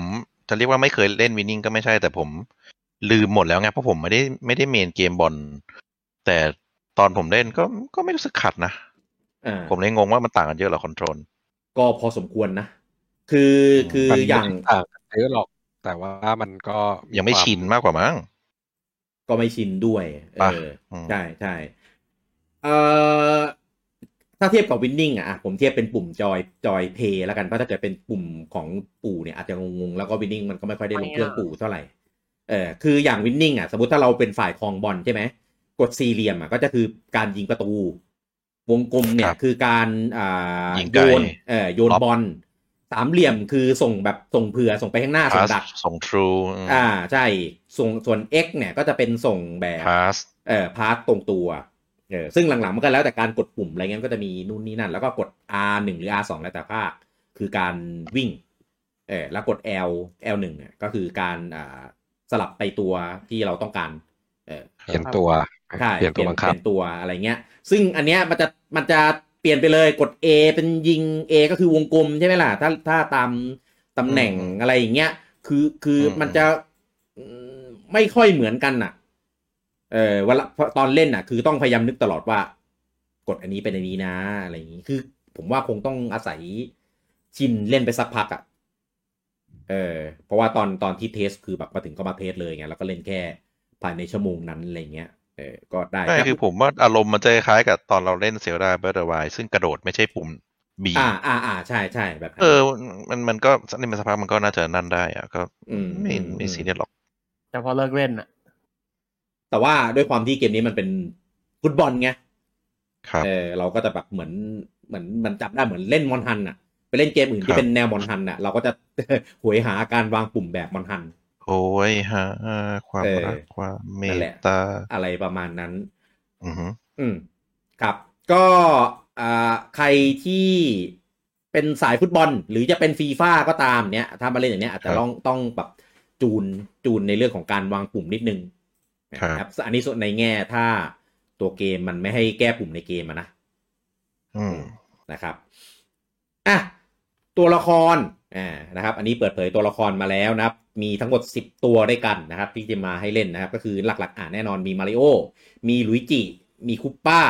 จะเรียกว่าไม่เคยเล่นวินนิ่งก็ไม่ใช่แต่ผมลืมหมดแล้วไงเพราะผมไม่ได้ไม่ได้เมนเกมบอลแต่ตอนผมเล่นก็ก็ไม่รู้สึกขัดนะ อ่า ผมเลยงงว่ามันต่างกันเยอะเหรอคอนโทรล ก็พอสมควรนะ คือคือ มัน อย่าง ไม่ต่างกันเยอะหรอก แต่ว่ามันก็ ยังไม่ ควา ชินมากกว่ามั้ง ก็ไม่ชินด้วย เอ ป่ะ อ อืม ใช่ใช่เอ่อถ้าเทียบกับวินนิ่งอ่ะ ผมเทียบเป็นปุ่มจอยจอยเพย์แล้วกัน เพราะถ้าเกิดเป็นปุ่มของปู่เนี่ยอาจจะงงๆ แล้วก็วินนิ่งมันก็ไม่ค่อยได้ลงเครื่องปู่เท่าไหร่ เออคืออย่างวินนิ่งอ่ะ สมมติถ้าเราเป็นฝ่ายครองบอลใช่ไหม กดสี่เหลี่ยมอ่ะก็จะคือการยิงประตู วงกลมเนี่ยครับ คือการอ่าย งไก โย ล นเออโยนบอลสามเหลี่ยมคือส่งแบบส่งเผื่อส่งไปข้างหน้าส่ พาง ส ดัก ส่งทรู อ่าใช่ส่วนส่วน X เนี่ยก็จะเป็นส่งแบบ พาส เอ่อพาร์ตตรงตัวเออซึ่งหลังๆมันก็แล้วแต่การกดปุ่มอะไรเงี้ยมันก็จะมีนู่นนี่นั่น แล้วก็กด R 1หรือ R 2แล้วแต่ภาคคือการวิ่งเออแล้วกด L L 1เนี่ยก็คือการอ่าสลับไปตัวที่เราต้องการเออ เปลี่ยนตัว ใช่ เปลี่ยนตัวบังคับ เปลี่ยนตัวอะไรเงี้ย ซึ่งอันเนี้ยมันจะมันจะเปลี่ยนไปเลยกด A เป็นยิง A ก็คือวงกลมใช่ไหมล่ะ ถ้าถ้าตามตำแหน่งอะไรอย่างเงี้ย คือคือมันจะอืมไม่ค่อยเหมือนกันน่ะ เออเวลาตอนเล่นน่ะ คือต้องพยายามนึกตลอดว่า กดอันนี้เป็นอันนี้นะอะไรอย่างงี้คือ ผมว่าคงต้องอาศัยชินเล่นไปสักพักอะ่ะ เออ เพราะว่าตอนตอนที่เทสคือแบบมาถึงก็มาเทสเลยไงแล้วก็เล่นแค่ภายในชั่วโมงนั้นอะไรเงี้ย เออ ก็ได้ ใช่ รับ คือผมว่าอารมณ์มันจะคล้ายกับตอนเราเล่นเซลดาเบอร์ดวายซึ่งกระโดดไม่ใช่ปุ่มบี อ่าอ่าอ่าใช่ใช่แบบนั้น เออมันมันก็นี่มันสภาพมันก็น่าจะนั่นได้อะก็ ม ไม่ อื ไม่ อื ซีเรียสหรอก แต่พอเลิกเล่นอ่ะ แต่ว่าด้วยความที่เกมนี้มันเป็นฟุตบอลไง ครับ เออเราก็จะแบบเหมือนเหมือนมันจับได้เหมือนเล่นมอนฮันอะไปเล่นเกมอื่น ครั ที่ บ เป็นแนวมอนฮันอะเราก็จะ หวยหาการวางปุ่มแบบมอนฮัน โอ้ยฮะความ เออ รักความเม นั่นแห ต ละ ตา อะไรประมาณนั้น อือฮึ อืมครับ ก็อ่าใครที่เป็นสายฟุตบอล หรือจะเป็นฟีฟ่าก็ตามเนี้ยถ้ามาเล่นอย่างเนี้ยอาจจะ ครับ ต้องต้องแบบจูนจูนในเรื่องของการวางปุ่มนิดนึง ครับ นะครับอันนี้ส่วนในแง่ถ้าตัวเกมมันไม่ให้แก้ปุ่มในเกมอะนะ อืม นะครับ อ่ะ ตัวละคร อ่า นะครับ อันนี้เปิดเผยตัวละครมาแล้วนะครับ มีทั้งหมด 10 ตัวด้วยกันนะครับ ที่จะมาให้เล่นนะครับ ก็คือหลักๆ อ่าแน่นอนมีมาริโอ มีลุยจิ มีคุปป้า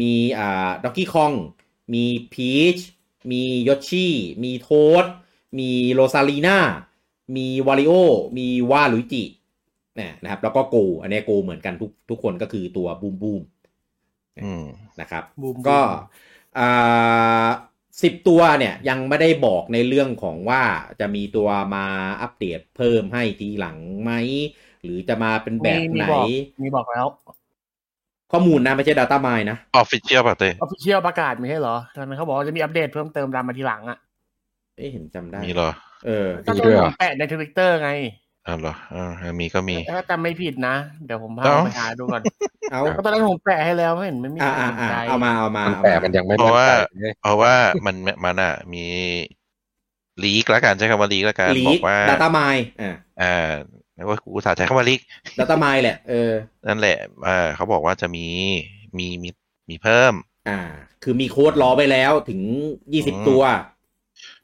มีอ่าด็อกกี้คอง มีพีช มียอชชิมีโทสมีโรซาลีนา มีวาริโอ มีว่าลุยจินะนะครับ แล้วก็โก อันเนี้ยโกเหมือนกันทุกทุกคนก็คือตัวบูมบูม อืม นะครับ บูม ก็สิบตัวเนี่ยยังไม่ได้บอกในเรื่องของว่าจะมีตัวมาอัปเดตเพิ่มให้ทีหลังไหม หรือจะมาเป็นแบบ มี ไหน บอก มีบอกแล้ว ข้อมูลนะไม่ใช่ Data m i n e นะ ออฟฟิเชียลป่ะเต้ ออฟฟิเชียลประกาศไม่ใช่เหรอตอนนั้นเขาบอกว่าจะมีอัปเดตเพิ่มเติมตามมาทีหลังอ่ะ เอ๊ะเห็นจำได้ มีเหรอ เออ ก็ ด้วยเหรอ แปะในทวิตเตอร์ไง อ้าวเหรอเออมีก็มี ถ้าจำไม่ผิดนะ เดี๋ยวผมพา เอ้า ไปหาดูก่อน เอา ก็ตอนนั้นผมแปะให้แล้วไม่เห็นไม่มี อ่า ใครสนอ่าอ่า ใจ เอามาเอามา มัน เอา แต่ มา มันยังไม่ เพราะว่า มั่นใจเนี่ย เพราะว่ามันมันอ่ะมีลีกแล้วกันใช้คำว่าลีกแล้วกัน ลี บอกว่า ดัตตาไมล์อ่า อ่าว่ากูอุตส่าห์ใช้คำว่าลีก ดัตตาไมล์แหละ เออ นั่นแหละเอ่อเขาบอกว่าจะมี มี มี มีเพิ่ม อ่า คือมีโค้ดรอไปแล้วถึงยี่สิบ อืม ตัว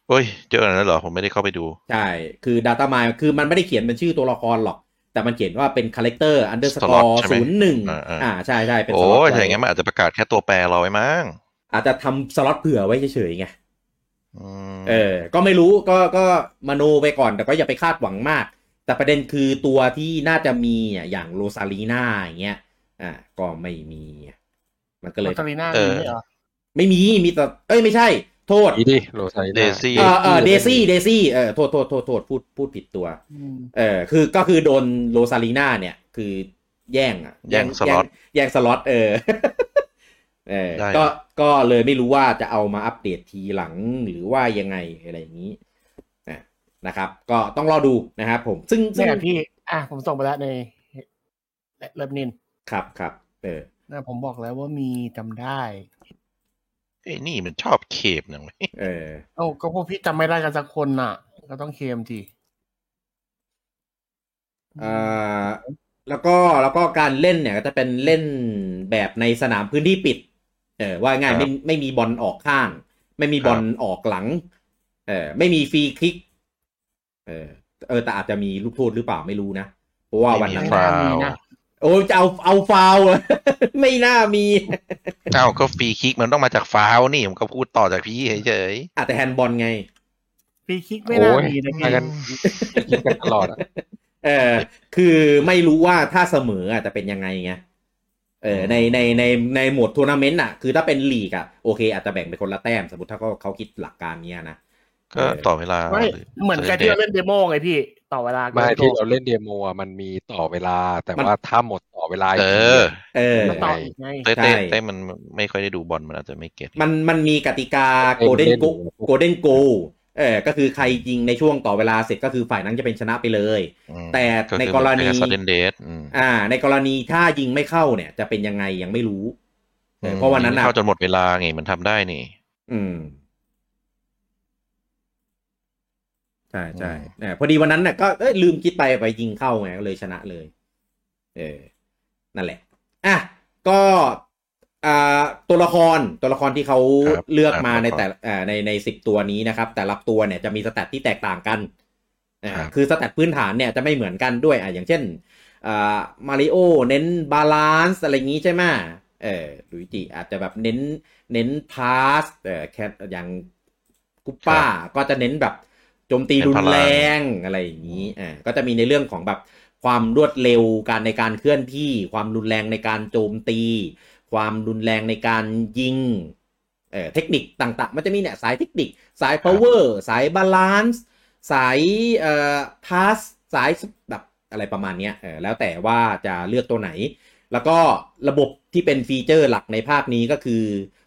โอ้ย เจอแล้วเหรอ ผมไม่ได้เข้าไปดู ใช่ คือ Data Mine คือมันไม่ได้เขียนเป็นชื่อตัวละครหรอก แต่มันเขียนว่าเป็น Character Underscore Slot ใช่ไหม ศูนย์หนึ่ง อ่าอ่า อ่า ใช่ใช่เป็น โอ้ slot ย ไว้ ถ้าอย่างงั้นมันอาจจะประกาศแค่ตัวแปรเราไว้มั้ง อาจจะทำสล็อตเผื่อไว้เฉยๆไง อืม เออ ก็ไม่รู้ ก็ ก็มโนไปก่อน แต่ก็อย่าไปคาดหวังมาก แต่ประเด็นคือตัวที่น่าจะมีอ่ะอย่างโรซาลีนาอย่างเงี้ย อ่า ก็ไม่มี มันก็เลย ตอรีน่ามีไหมเหรอ ไม่มี มีแต่ เอ้ย ไม่ใช่ โทษ อีดิโรไซ เด น่า ซี่ เออเออเดซี่ เดซี่ เออ โทษ โทษ โทษ โทษ พูด พูดผิดตัว อืม เออคือก็คือโดนโรซาลีนาเนี่ย คือแย่งอะ แย่งสล็อต แย่งสล็อตเอ อ เออ ได้ ก็ก็เลยไม่รู้ว่าจะเอามาอัปเดตทีหลังหรือว่ายังไงอะไรอย่างนี้นะนะครับ ก็ต้องรอดูนะครับผมซึ่งซึ่ง เนี่ยพี่ อ่ะผมส่งไปแล้วในเล็บนิน ครับครับเออ นะผมบอกแล้วว่ามีจำได้ ไอ้ยนี่มันชอบเคมหนังเว้ย เออ เอ้าก็พวกพี่จำไม่ได้กันสักคนน่ะ ก็ต้องเคมที อ่าแล้วก็แล้วก็การเล่นเนี่ยก็จะเป็นเล่นแบบในสนามพื้นที่ปิด เออว่าง่ายไม่ไม่มีบอลออกข้าง ไม่มีบอลออกหลัง เออไม่มีฟรีคิก เออเออแต่อาจจะมีลูกโทษหรือเปล่าไม่รู้นะ เพราะว่าวันนั้น ฟาวล์ โอ้ยจะเอาเอาฟาวล์ เหรอ ไม่น่ามี อ้าวก็ฟรีคิกมันต้องมาจากฟาวล์นี่ผมก็พูดต่อจากพี่เฉย อาจจะแฮนด์บอลไง ฟรีคิกไม่ โอ้ น่าย มีนะ มา พี่ กันคิดกันตลอดอะ เออคือไม่รู้ว่าถ้าเสมออาจจะเป็นยังไงไงเออในในในในหมวดทัวร์นาเมนต์อ่ะ คือถ้าเป็นลีกอ่ะโอเค อาจจะแบ่งเป็นคนละแต้ม สมมติถ้าเขาเขาคิดหลักการเนี้ยนะ ๆก็ต่อเวลา ไม่เหมือนกับที่เราเล่นเดโมไงพี่ ต่อเวลา ไมา เกิน ที่ โจท เรา ย์ เล่นเดโมอะมันมีต่อเวลา แต่ มัน ว่าถ้าหมดต่อเวลา เออ เออ มันต่ออีกไง เต้ ใช่ เต้เต้มันไม่ค่อยได้ดูบอลมันอาจจะไม่เก็ต มันมันมีกติกาโกลเด้นโกโกลเด้นโกเออก็คือใครยิงในช่วงต่อเวลาเสร็จก็คือฝ่ายนั้นจะเป็นชนะไปเลย อืม แต่ในกรณี ก็คือเดนเดส อ่า ในกรณีถ้ายิงไม่เข้าเนี่ย จะเป็นยังไงยังไม่รู้เออเพราะวันนั้นอ่ะ เข้าจนหมดเวลาไงมันทำได้นี่ อืมใช่ใช่เออพอดีวันนั้นน่ะก็เอ้ยลืมคิดไปไปยิงเข้าไงก็เลยชนะเลย เออ นั่นแหละ อ่ะ ก็อ่าตัวละครตัวละครที่เขา ครับ เลือกมา อ่า ในแต่ละอ่าในในสิบตัวนี้นะครับ แต่ละตัวเนี่ยจะมีสแตทที่แตกต่างกันอ่า ครับ คือสแตทพื้นฐานเนี่ยจะไม่เหมือนกันด้วยอ่ะอย่างเช่นอ่ามาริโอเน้นบาลานซ์อะไรอย่างงี้ใช่ไหมเออลุยจิอาจจะแบบเน้นเน้นพาสเออแค่อย่างกุปป้าก็จะเน้นแบบโจมตี ตีรุนแรงอะไรอย่างนี้ อ่า ก็จะมีในเรื่องของแบบความรวดเร็วการในการเคลื่อนที่ ความรุนแรงในการโจมตี ความรุนแรงในการยิง เอ่อ เทคนิคต่างๆ มันจะมีเนี่ยสายเทคนิค สาย power สาย balance สาย เอ่อ pass สายแบบอะไรประมาณเนี้ย เออ แล้วแต่ว่าจะเลือกตัวไหน แล้วก็ระบบที่เป็นฟีเจอร์หลักในภาคนี้ก็คือ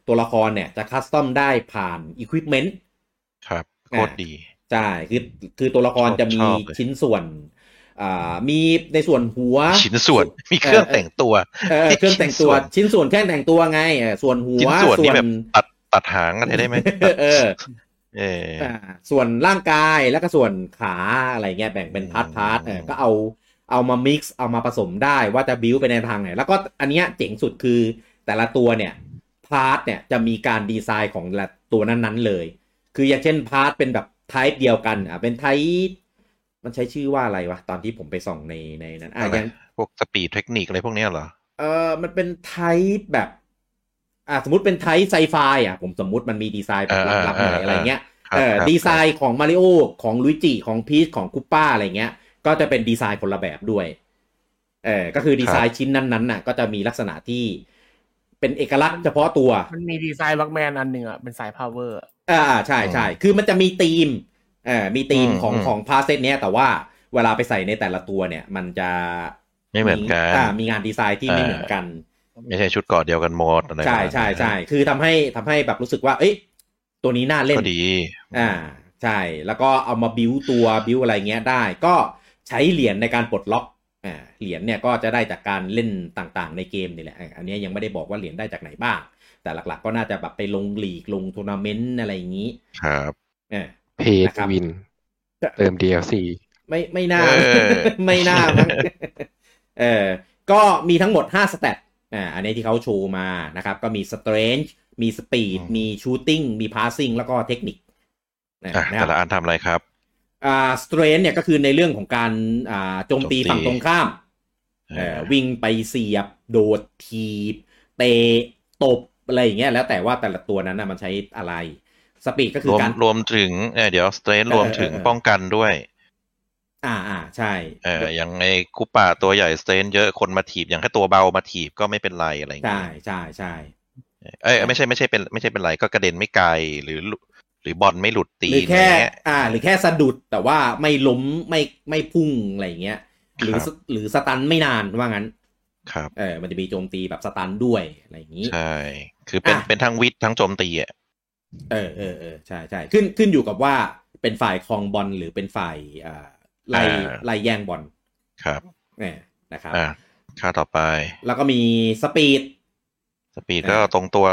ตัวละครเนี่ยจะคัสตอมได้ผ่าน equipment ครับโคตรดี ใช่ คือ คือตัวละคร ชอบ จะมี ชอบเลย ชิ้นส่วน อ่า มีในส่วนหัว ชิ้นส่วนมีเครื่องแต่งตัว เออเครื่องแต่งตัว ชิ้นส่วนแค่แต่งตัวไงเออส่วนหัว ชิ้นส่วนนี่แบบตัดตัดหางอะไรได้ไหม เออ เออ อ่าส่วนร่างกายแล้วก็ส่วนขาอะไรเงี้ยแบ่งเป็นพาร์ทพาร์ทเออก็เอาเอามา mix เอามาผสมได้ว่าจะบิวไปในทางไหน แล้วก็อันเนี้ยเจ๋งสุดคือแต่ละตัวเนี่ยพาร์ทเนี่ยจะมีการดีไซน์ของละตัวนั้นๆเลย คืออย่างเช่นพาร์ทเป็นแบบไทป์เดียวกันอ่ะเป็นไทป์มันใช้ชื่อว่าอะไรวะ ตอนที่ผมไปส่องในในนั้นอ่ะ อะไร อย่าง พวกสปีดเทคนิคอะไรพวกเนี้ยเหรอ เออมันเป็นไทป์แบบ อ่า สมมติเป็นไทป์ไซไฟอ่ะ ผมสมมุติมันมีดีไซน์แบบ เออ ลับๆหน่อย เออเอออ อะไรเงี้ย ครับ เออ ครับ ดีไซน์ของมาริโอของลุยจิของพีชของกุปป้าอะไรเงี้ย ก็จะเป็นดีไซน์คนละแบบด้วย เออ ก็คือดีไซน์ชิ้นนั้นๆน่ะ ก็จะมีลักษณะที่เป็นเอกลักษณ์เฉพาะตัว มันมีดีไซน์ล็อกแมนอันหนึ่งอ่ะ เป็นสายพาวเวอร์ อ่าใช่ใช่คือมันจะมีธีมเออมีธีม อืม ของ อืม ของพาสเซตเนี้ยแต่ว่าเวลาไปใส่ในแต่ละตัวเนี่ย มันจะ ไม่เหมือนกัน อ่า มีงานดีไซน์ที่ไม่ อ่า เหมือนกัน ไม่ใช่ชุดเกาะเดียวกันหมดอะไร ใช่ใช่ใช่ คือทำให้ทำให้แบบรู้สึกว่า เอ้ย ตัวนี้น่าเล่น ก็ดี อ่า ใช่ แล้วก็เอามาบิวตัวบิวอะไรเงี้ยได้ ก็ใช้เหรียญในการปลดล็อกอ่าเหรียญเนี่ยก็จะได้จากการเล่นต่างๆ ในเกมนี่แหละอ่ะอันเนี้ยยังไม่ได้บอกว่าเหรียญได้จากไหนบ้าง แต่หลักๆ ก็น่าจะแบบไปลงลีกลงทัวร์นาเมนต์อะไรอย่างนี้ ครับ อ่า เพย์ นะครับ วิน เติม DLC ไม่ไม่น่า เออ ไม่น่ามั้งเออก็มีทั้งหมด 5 สเตตอ่าอันนี้ที่เขาโชว์มานะครับ ก็มี Strange มี Speed อืม มี Shooting มี Passing แล้วก็เทคนิคนะ อ่ะ นะค แต่ รับ ละอันทำอะไรครับ อ่า Strange เนี่ยก็คือในเรื่องของการอ่าโจมตี โจมตี ฝั่งตรงข้าม เอ เอ่อ อ วิ่งไปเสียบ โดดทีบ เตะตบ อะไรอย่างเงี้ยแล้วแต่ว่าแต่ละตัวนั้นนะมันใช้อะไร Speed ก็คื ร อ วม การ รวมถึงเอ่อเดี๋ยวสเตรนรวมถึง เออเออ ป้องกันด้วย อ่าอ่าใช่ เอออย่างไอ้คุปปะตัวใหญ่สเตรนเยอะคนมาถีบอย่างแค่ตัวเบามาถีบก็ไม่เป็นไรอะไรอย่าง ใช่ เงี้ย ใช่ใช่ เอ้ยไม่ใช่ไม่ใช่เป็นไม่ใช่เป็นไรก็กระเด็นไม่ไกลหรือหลุหรือบอลไม่หลุดตี หรื น อแค่ อะไรเงี้ย อ่า หรือแค่สะดุดแต่ว่าไม่ล้มไม่ไม่พุ่งอะไรอย่างเงี้ย หรือ ครับ สหรือสตันไม่นานว่างั้น ครับ เออ มันจะมีโจมตีแบบสตันด้วยอะไรอย่างนี้ ใช่ คือเป็น อ่ะ เป็นทั้งวิทย์ทั้งโจมตีอ่ะ เออเออเออใช่ใช่ขึ้นขึ้นอยู่กับว่าเป็นฝ่ายคลองบอลหรือเป็นฝ่ายอ่าไล่ อ่า ไล่แย่งบอล ครับ เนี่ยนะครับ อ่ะค่าต่อไป แล้วก็มีสปีด สปีด อ่ะ ก็ตรงตัว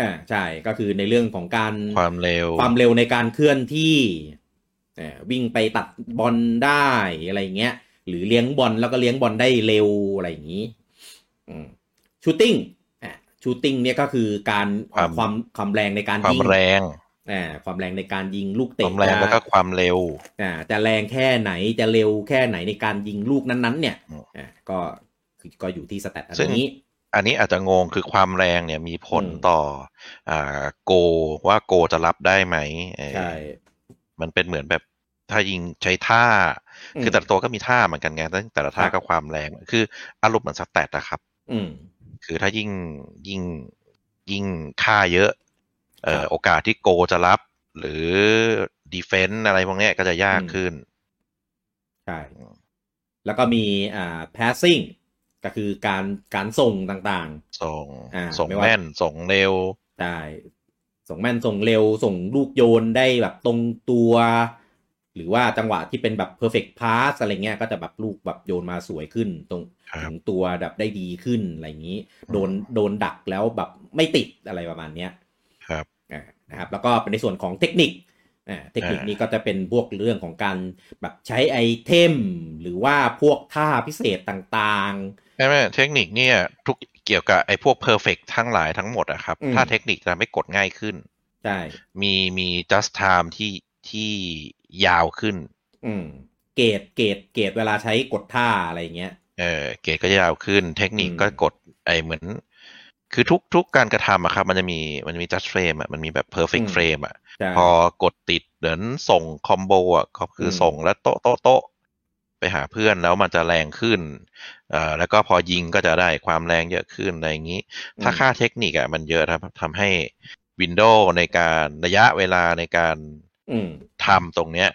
อ่าใช่ก็คือในเรื่องของการ ความเร็ว ความเร็วในการเคลื่อนที่เอ่อวิ่งไปตัดบอลได้อะไรอย่างเงี้ย หรือเลี้ยงบอลแล้วก็เลี้ยงบอลได้เร็วอะไรอย่างนี้ชูตติ้งชูตติ้งเนี่ยก็คือการ ความ ความความแรงในการ ความ ยิง แรง อ่าความแรงในการยิงลูก ค เตะ วามแรงแล้วก็ความเร็ว อ่าจะแรงแค่ไหนจะเร็วแค่ไหนในการยิงลูกนั้นๆ เนี่ย อืม อ่าก็คือก็อยู่ที่สแตทอัน ซึ่ง นี้ อันนี้อาจจะงงคือความแรงเนี่ยมีผล อืม ต่ออ่าโกลว่าโกลจะรับได้ไหมเออ ใช่ มันเป็นเหมือนแบบถ้ายิงใช้ท่า คือแต่ละตัวก็มีท่าเหมือนกันไงแต่แต่ละท่าก็ความแรง คืออารมณ์เหมือนสแตทนะครับ อืม คือถ้ายิ่งยิ่งยิ่งค่าเยอะ เอ่ ค อ รับ โอกาสที่โกจะรับ หรือดีเฟนต์อะไรพวกเนี้ยก็จะยาก อืม ขึ้น ใช่ แล้วก็มีอ่า passing ก็คือการการส่งต่าง ส่ง อ่า ส่ง ไม่ว่า แม่น ส่งเร็ว ๆ ได้ ส่งแม่นส่งเร็ว ส่งลูกโยนได้แบบตรงตัว หรือว่าจังหวะที่เป็นแบบ perfect pass อะไรเงี้ย ก็จะแบบลูกแบบโยนมาสวยขึ้น ตรง ครับ ถึงตัวแบบได้ดีขึ้นอะไรอย่างนี้ อืม โดนโดนดักแล้วแบบไม่ติดอะไรประมาณเนี้ย ครับ อ่านะครับแล้วก็เป็นในส่วนของเทคนิคอ่าเทคนิค อ่านี้ นี้ก็จะเป็นพวกเรื่องของการแบบใช้ไอเทม หรือว่าพวกท่าพิเศษต่าง ใช่ไหมเทคนิคเนี่ยทุกเกี่ยวกับไอ้พวกเพอร์เฟกทั้งหลายทั้งหมดอะครับ อืม ถ้าเทคนิคจะทำให้กดง่ายขึ้น ๆ ใช่ มีมี just time ที่ที่ยาวขึ้น อืมเกรดเกรดเกรดเวลาใช้กดท่าอะไรเงี้ย เออเกรดก็จะยาวขึ้น เทคนิค อืม ก็กดไอเหมือน คือทุกทุกการกระทำอะครับ มันจะมีมันมี just frame อะมันมีแบบ perfect frame อะ ใช่ พอกดติดเหมือนส่งคอมโบอ่ะก็คืออ ม ส่งแล้วโต๊ะโต๊ะโต๊ะไปหาเพื่อนแล้วมันจะแรงขึ้นเอ่อแล้วก็พอยิงก็จะได้ความแรงเยอะขึ้นอะไรอย่างนี้ ถ้าค่าเทคนิคอ่ะมันเยอะทำทำให้วินโดว์ในการระยะเวลาในการ อืม ทำตรงเนี้ย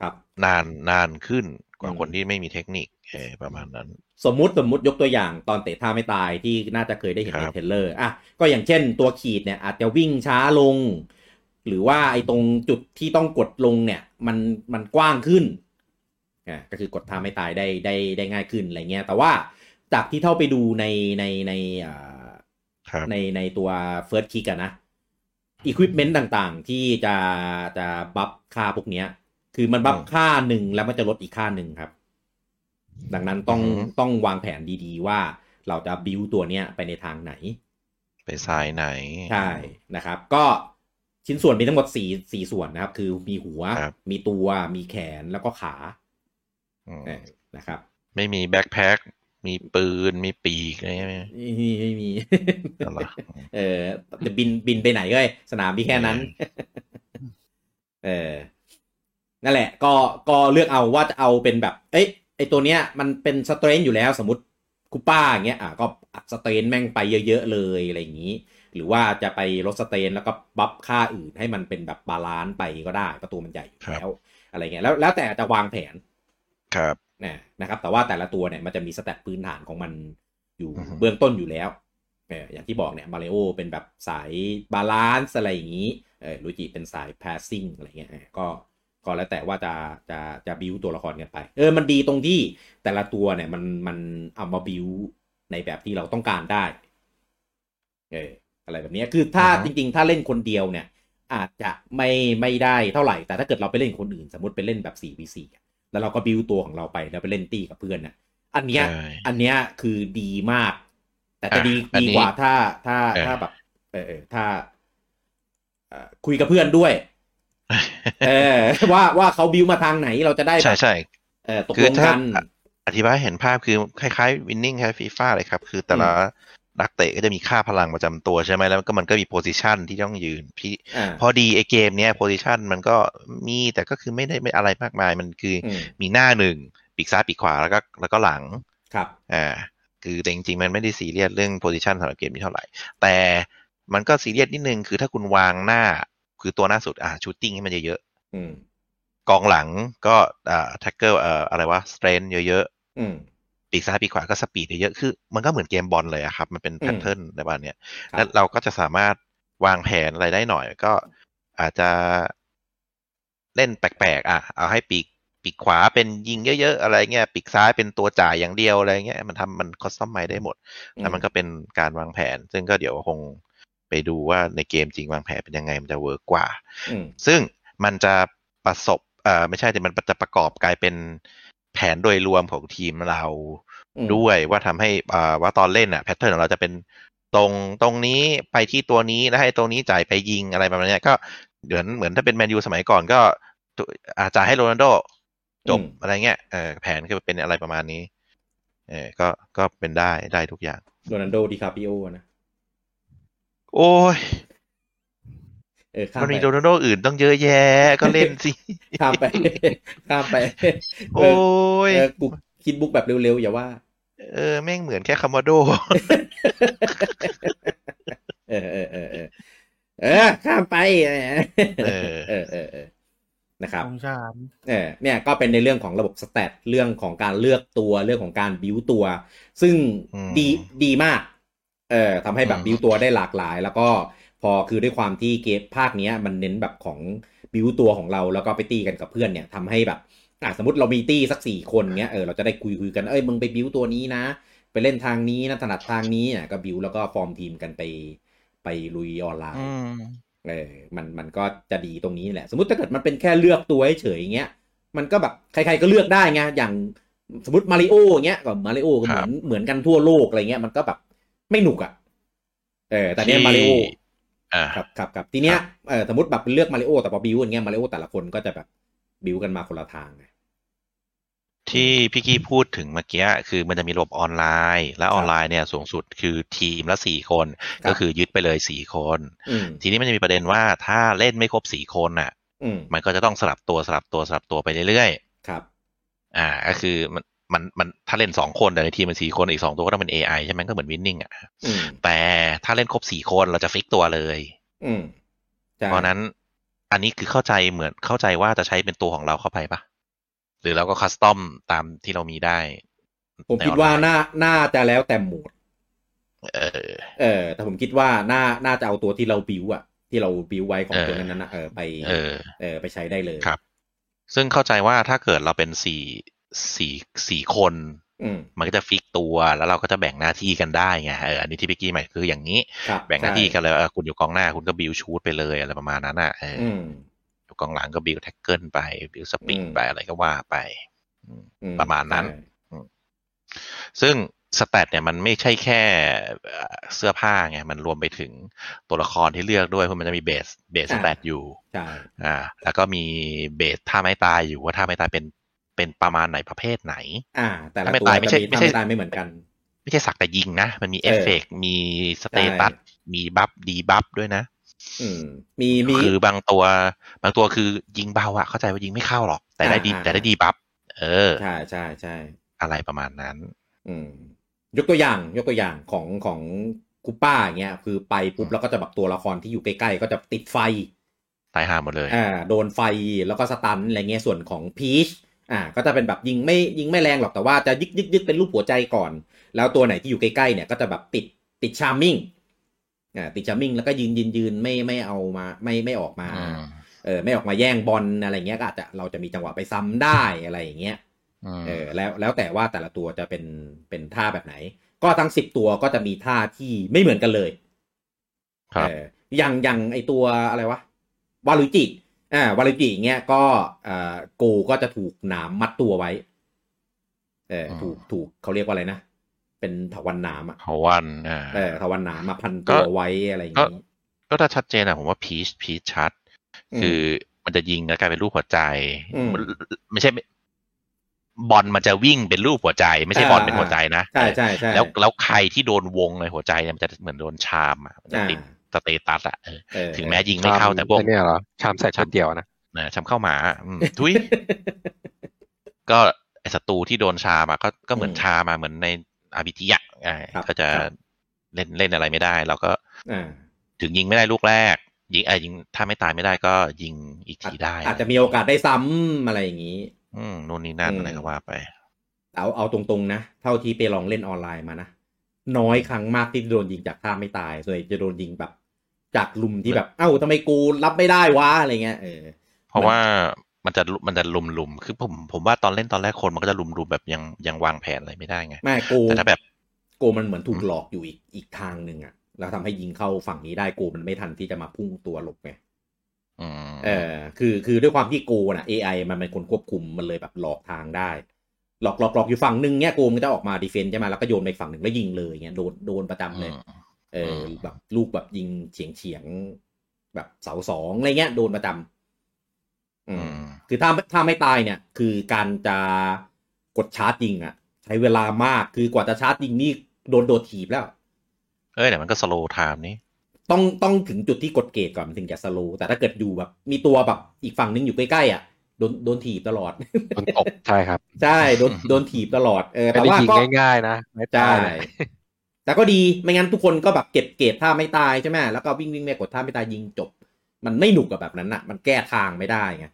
ครับ นานนานขึ้นกว่า อืม คนที่ไม่มีเทคนิคเออประมาณนั้น สมมุติสมมุติยกตัวอย่างตอนเตะท่าไม่ตายที่น่าจะเคยได้เห็นใน ครับ เทรลเลอร์อ่ะก็อย่างเช่นตัวขีดเนี่ยอาจจะวิ่งช้าลง หรือว่าไอ้ตรงจุดที่ต้องกดลงเนี่ย มันมันกว้างขึ้นอ่ะก็คือกดท่าไม่ตายได้ได้ได้ง่ายขึ้นอะไรเงี้ย แต่ว่าจากที่เท่าไปดูในในในอ่า ครับ ในในตัว First Kick อะนะ Equipment ต่างๆ ที่จะจะบัฟค่าพวกเนี้ย คือมันบัฟ อืม ค่าหนึ่งแล้วมันจะลดอีกค่าหนึ่งครับ ดังนั้นต้อง อือหือ ต้องวางแผนดีๆ ว่าเราจะบิวตัวเนี้ยไปในทางไหน ไปสายไหน ใช่นะครับ ก็ชิ้นส่วนมีทั้งหมดสี่สี่ส่วนนะครับ คือมีหัว ครับ มีตัวมีแขนแล้วก็ขา อืม เออนะครับ ไม่มีแบ็คแพ็คมีปืนมีปีกอะไร ไหม ไม่มีไม่มี อะไร เออจะบินบินไปไหนก็ได้สนามมีแค่นั้น เออนั่นแหละ ก็ก็เลือกเอาว่าจะเอาเป็นแบบ เอ้ยไอตัวเนี้ย มันเป็นสเตรนอยู่แล้วสมมติคูป้าอย่างเงี้ยอ่ะก็อัดสเตรนแม่งไปเยอะ ๆ เลยอะไรอย่างนี้ หรือว่าจะไปลดสเตรนแล้วก็บัฟค่าอื่นให้มันเป็นแบบบาลานซ์ไปก็ได้ประตูมันใหญ่อยู่แล้ว อะไรเงี้ยแล้วแล้วแต่จะวางแผน ครับ นะนะครับแต่ว่าแต่ละตัวเนี่ยมันจะมีสแตทพื้นฐานของมันอยู่ อือฮึ เบื้องต้นอยู่แล้วเอออย่างที่บอกเนี่ยมาริโอเป็นแบบสายบาลานซ์อะไรอย่างนี้ เออลุจิเป็นสาย passing อะไรเงี้ยฮะก็ก็แล้วแต่ว่าจะจะจะบิวตัวละครกันไป เออมันดีตรงที่แต่ละตัวเนี่ยมันมันเอามาบิวในแบบที่เราต้องการได้เอออะไรแบบเนี้ยคือถ้าจอ่าฮะ ริง ๆ ถ้าเล่นคนเดียวเนี่ย อาจจะไม่ไม่ได้เท่าไหร่ แต่ถ้าเกิดเราไปเล่นคนอื่น สมมติไปเล่นแบบ 4v4 อะแล้วเราก็บิวตัวของเราไปแล้วไปเล่นตีกับเพื่อนนะอันเนี้ย ใช่ อันเนี้ยคือดีมาก แต่จะ อ่ะ ดี อัน ดี นี้ กว่าถ้าถ้า เออ ถ้าแบบเออเออถ้าเอ่อคุยกับเพื่อนด้วย เออ ว่าว่าเขาบิวมาทางไหนเราจะได้แบบ ใช่ใช่ เออตก คื ล อง ถ้า กัน ออธิบายให้เห็นภาพคือคล้ายๆวินนิ่งคล้ายฟีฟ่าเลยครับ คือแต่ละนักเตะก็จะมีค่าพลังประจำตัวใช่ไหมแล้วก็มันก็มีโพสิชันที่ต้องยืนพี่ อ่า พอดีไอเกมเนี้ยโพสิชันมันก็มีแต่ก็คือไม่ได้ไม่อะไรมากมาย มันคืออ อืม มีหน้าหนึ่งปีกซ้ายปีกขวาแล้วก็แล้วก็หลัง ครับ อ่าคือแต่จริงๆ มันไม่ได้ซีเรียสเรื่องโพ i ิชันสำหรับเกมนี้เท่าไหร่ แต่มันก็ซีเรียสนิดนึง คือถ้าคุณวางหน้า คือตัวหน้าสุดอ่าชูตติ้งให้มันเยอะ อืม ๆ กองหลังก็อ่าแท็กเกิลเอ่ออะไรวะสเตรนเยอะ อืม ๆ ปีกซ้ายปีกขวาก็สปีดเยอะๆคือมันก็เหมือนเกมบอลเลยอะครับ มันเป็น อืม แพทเทิร์นในบ้านเนี้ย ครับ แล้วเราก็จะสามารถวางแผนอะไรได้หน่อย ก็อาจจะเล่นแปลกๆ อ่ะ เอาให้ปีกปีกขวาเป็นยิงเยอะๆ อะไรเงี้ยปีกซ้ายเป็นตัวจ่ายอย่างเดียวอะไรเงี้ยมันทำมันคอสตอมไมได้หมด แต่มันก็เป็นการวางแผน ซึ่งก็เดี๋ยวคงไปดูว่าในเกมจริงวางแผนเป็นยังไงมันจะเวิร์กกว่า อืม ซึ่งมันจะประสบเอ่อไม่ใช่แต่มันจะประกอบกลายเป็นแผนโดยรวมของทีมเรา อืม ด้วยว่าทำให้เอ่อว่าตอนเล่นอ่ะแพทเทิร์นของเราจะเป็นตรงตรงนี้ไปที่ตัวนี้แล้วให้ตัวนี้จ่ายไปยิงอะไรประมาณเนี้ยก็เหมือนเหมือนถ้าเป็นแมนยูสมัยก่อนก็ตัวอาจ่ายให้โรนัลโดจบอะไรเงี้ยเออแผนคือเป็นอะไรประมาณนี้เออก็ก็เป็นได้ได้ทุกอย่าง โรนัลโดดิคาปิโอนะ โอ้ย เออข้าม มัน ไป มีโรนัลโดอื่นต้องเยอะแยะ ก็เล่นสิ ข้ามไป ข้ามไป โอ้ย เออกูคิดบุ๊กแบบเร็วๆอย่าว่า เออ แม่งเหมือนแค่คาร์มาโด เออเออเออเออเออข้ามไปเออ เออ เออเออเออนะครับ สงสาร เออเนี่ยก็เป็นในเรื่องของระบบสแตทเรื่องของการเลือกตัวเรื่องของการบิวตัว ซึ่ง อืม ดีดีมากเออทำให้แบบ อืม บิวตัวได้หลากหลาย แล้วก็พอคือด้วยความที่เกมภาคเนี้ย มันเน้นแบบของบิวตัวของเราแล้วก็ไปตีกันกับเพื่อนเนี่ยทำให้แบบอ่ะสมมติเรามีตีสักสี่คนเนี้ยเออเราจะได้คุยคุยกันเอ้ยมึงไปบิวตัวนี้นะ ไปเล่นทางนี้นะถนัดทางนี้อ่ะก็บิวแล้วก็ฟอร์มทีมกันไปไปลุยออนไลน์ เออ มัน มันก็จะดีตรงนี้แหละ สมมติถ้าเกิดมันเป็นแค่เลือกตัวเฉยๆอย่างเงี้ย มันก็แบบใครๆก็เลือกได้ไง อย่างสมมติมาริโออย่างเงี้ยก็มาริโอก็เหมือนเหมือนกันทั่วโลกอะไรเงี้ย มันก็แบบไม่หนุกอะ่ะ เออ แต่เนี้ยมา ริโอ อ่า ครับครับครับทีเนี้ยเออสมมติแบบเลือกมาริโอแต่พอบิวอย่างเงี้ยมาริโอแต่ละคนก็จะแบบบิวกันมาคนละทางไง ที่พี่กี้พูดถึงเมื่อกี้คือมันจะมีระบบออนไลน์ และออนไลน์เนี่ยสูงสุดคือทีมละสี่คน ครับ ก็คือยึดไปเลยสี่คน อืม ทีนี้มันจะมีประเด็นว่าถ้าเล่นไม่ครบสี่คนน่ะ อืม มันก็จะต้องสลับตัวสลับตัวสลับตัวไปเรื่อย ครับ ๆ อ่า ก็คือมันมันมันถ้าเล่นสองคนแต่ในทีมมันสี่คนอีกสองตัวก็ต้องเป็น AI ใช่ไหมก็เหมือนวินนิ่งอ่ะ อืม แต่ถ้าเล่นครบสี่คนเราจะฟิกตัวเลย อืมใช่ เพราะฉะนั้นอันนี้คือเข้าใจเหมือนเข้าใจว่าจะใช้เป็นตัวของเราเข้าไปปะหรือเราก็คัสตอมตามที่เรามีได้ ผม ใน คิด ออนไล ว่า น์ น่าน่าจะแล้วแต่โหมด เออ เออแต่ผมคิดว่าน่าน่าจะเอาตัวที่เราบิวอะที่เราบิวไว้ของ เออ ตัวนั้นๆนะเออไป เออ เออไปใช้ได้เลย ครับ ซึ่งเข้าใจว่าถ้าเกิดเราเป็นสี่สี่สี่คน อืม มันก็จะฟิกตัวแล้วเราก็จะแบ่งหน้าที่กันได้ไงเอออันนี้ที่พี่กี้หมายคืออย่างนี้ ครับ แบ่งหน้าที่กัน ใช่ เลยเออคุณอยู่กองหน้าคุณก็บิวชูดไปเลยอะไรประมาณนั้นอ่ะเอออ อืม อยู่กองหลังก็บิวแท็กเกิลไปบิวสปิน อืม ไปอะไรก็ว่าไป อื ประมาณนั้น ใช่ ซึ่งสแตทเนี่ยมันไม่ใช่แค่เอ่อเสื้อผ้าไง มันรวมไปถึงตัวละครที่เลือกด้วย เพราะมันจะมีเบสเบสสแตทอยู่ ใช่ อ่าแล้วก็มีเบสท่าไม้ตายอยู่ว่าท่าไม้ตายเป็นเป็นประมาณไหนประเภทไหน อ่า แต่ละ ถ้าไม่ ตัว ตายไม่ใช่ จะ ไม่ใช่ ถ้าตายไม่เหมือนกัน ไม่ใช่สักแต่ยิงนะ มันมี เอ เอ อ ฟเฟกต์มีสเตตัส ใช่ มีบัฟดีบัฟด้วยนะ อืม มีมี คือบางตัวบางตัวคือยิงเบาอะเข้าใจว่ายิงไม่เข้าหรอก แต่ได้ดี อ่า แต่ได้ดีบัฟเออ ใช่ใช่ใช่ อะไรประมาณนั้น อืม ยกตัวอย่างยกตัวอย่างของของคูป้าอย่างเงี้ยคือไปปุ๊บแล้วก็จะแบบตัวละครที่อยู่ใกล้ๆก็จะติดไฟ ตายห่าหมดเลย อ่าโดนไฟแล้วก็สตันอะไรเงี้ยส่วนของพีชอ่าก็จะเป็นแบบยิงไม่ยิงไม่แรงหรอกแต่ว่าจะยึกยึกยึกเป็นรูปหัวใจก่อน แล้วตัวไหนที่อยู่ใกล้ๆเนี่ยก็จะแบบติดติดชาร์มมิ่ง อ่าติดจัมมิ่งแล้วก็ยืนยืนยืนไม่ไม่เอามาไม่ไม่ออกมา อืม เออไม่ออกมาแย่งบอลอะไรเงี้ยก็อาจจะเราจะมีจังหวะไปซ้ำได้อะไรอย่างเงี้ย อืม เออแล้วแล้วแต่ว่าแต่ละตัวจะเป็นเป็นท่าแบบไหน ก็ทั้งสิบตัวก็จะมีท่าที่ไม่เหมือนกันเลย ครับ เอออย่างอย่างไอตัวอะไรวะวาลุจิอ่าวาลุจิอย่างเงี้ยก็เอ่อกูก็จะถูกหนามมัดตัวไว้เออถูกถูกเขาเรียกว่าอะไรนะ เป็นถาวรหนามอะ เขาวันอ่า เออถาวรหนามมาพัน ก็ ตัวไว้อะไรอย่าง ก็ งี้ ก็ถ้าชัดเจนอะผมว่าพีชพีชชัด อืม คือมันจะยิงแล้วกลายเป็นรูปหัวใจ อืม ไม่ใช่ บอลมันจะวิ่งเป็นรูปหัวใจ ไม่ใช่ อ่า บอลเป็นหัวใจนะ ใช่ใช่ใช่ แล้วแล้วใครที่โดนวงในหัวใจเนี่ยมันจะเหมือนโดนชามอะมันจะติดสเตตัสอะเออ เออ ถึงแม้ยิงไม่เข้า ช แต่พวก ไอ้เนี่ยเหรอชามใส่ ชา ชาม มเดียวนะ นะชามเข้าหมา อืมทุย ก็ไอ้ศัตรูที่โดนชามาก็ก็เหมือน อืม ชามาเหมือนในอาบิจิยะอ่า ครับ ก็จะ ครับ เล่นเล่นอะไรไม่ได้ เราก็ อ่า ถึงยิงไม่ได้ลูกแรก ยิงไอ้ยยิงถ้าไม่ตายไม่ได้ก็ยิงอีกทีได้ อาจจะมีโอกาสได้ซ้ำอะไรอย่างงี้ อืมนู่นนี่นั่น อืม อะไรก็ว่าไป เอาเอาตรงๆนะ เท่าที่ไปลองเล่นออนไลน์มานะ น้อยครั้งมากที่โดนยิงจากท่าไม่ตายส่วนใหญ่จะโดนยิงแบบ จากลุมที่แบบ เอ้าทำไมกูรับไม่ได้วะอะไรเงี้ยเออ เพราะว่ามันจะมันจะลุมลุมๆคือผมผมว่าตอนเล่นตอนแรกคนมันก็จะลุมลุมๆแบบยังยังวางแผนอะไรไม่ได้ไง แม่กู แต่ถ้าแบบ กูมันเหมือนถูกหลอกอยู่อีกอีกทางหนึ่งอะแล้วทำให้ยิงเข้าฝั่งนี้ได้กูมันไม่ทันที่จะมาพุ่งตัวหลบไง อืม เออคือคือด้วยความที่กูน่ะ AI มันเป็นคนควบคุมมันเลยแบบหลอกทางได้ หลอกหลอกหลอกอยู่ฝั่งหนึ่งเนี้ยกูมันก็จะออกมาดีเฟนต์ใช่ไหมแล้วก็โยนไปฝั่งหนึ่งแล้วยิงเลยเงี้ยโดนโดนประจำเลย อืม เออ ม แบบลูกแบบยิงเฉียงเฉียงๆแบบเสาสองอะไรเงี้ยโดนประจำอื อื ม ม คือถ้าถ้าไม่ตายเนี่ย คือการจะกดชาร์จยิงอะใช้เวลามากคือกว่าจะชาร์จยิงนี่โดนโดดถีบแล้ว เอ้ยแต่มันก็สโลว์ไทม์นี่ ต้องต้องถึงจุดที่กดเกตก่อนมันถึงจะสโลว์แต่ถ้าเกิดอยู่แบบ มีตัวแบบอีกฝั่งนึงอยู่ใกล้ๆอะโดนโดนถีบตลอด คนตก ใช่ครับ ใช่โดนโดนถีบตลอดเออ ไม่ แต่ ได้ ว่า ยิง ก็ ง่ายๆนะไม่ ใช่ ตาย แต่ก็ดีไม่งั้นทุกคนก็แบบเก็บเกรดท่าไม่ตายใช่ไหมแล้วก็วิ่งวิ่งไม่กดท่าไม่ตายยิงจบ มันไม่หนุกกับแบบนั้นอ่ะ มันแก้ทางไม่ได้ไง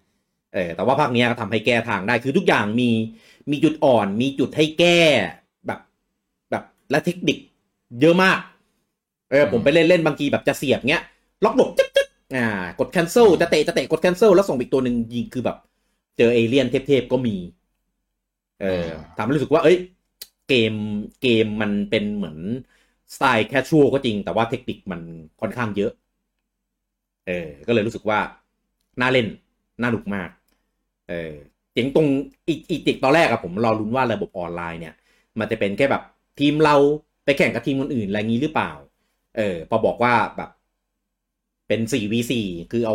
เออแต่ว่าภาคเนี้ยก็ทำให้แก้ทางได้คือทุกอย่างมีมีจุดอ่อน มีจุดให้แก้แบบแบบและเทคนิคเยอะมากเออผมไปเล่นเล่นบางทีแบบจะเสียบเงี้ย ล็อกหลบจึ๊กจึ๊กอ่ากด cancel จะเตะจะเตะกด cancel แล้วส่งไปอีกตัวหนึ่งยิงคือแบบ เจอเอเลี่ยนเทพๆก็มี เออทำให้รู้สึกว่า เอ้ย เกมเกมมันเป็นเหมือนสไตล์แคชชวลก็จริง แต่ว่าเทคนิคมันค่อนข้างเยอะ เออ ก็เลยรู้สึกว่า น่าเล่น น่าหนุกมาก เออเจ๋งตรงอีกอีกติกตอนแรกอะผมรอลุ้นว่าระบบออนไลน์เนี่ย มันจะเป็นแค่แบบทีมเราไปแข่งกับทีมคนอื่นอะไรงี้หรือเปล่า เออ พอบอกว่าแบบเป็นสี่วีสี่คือเอา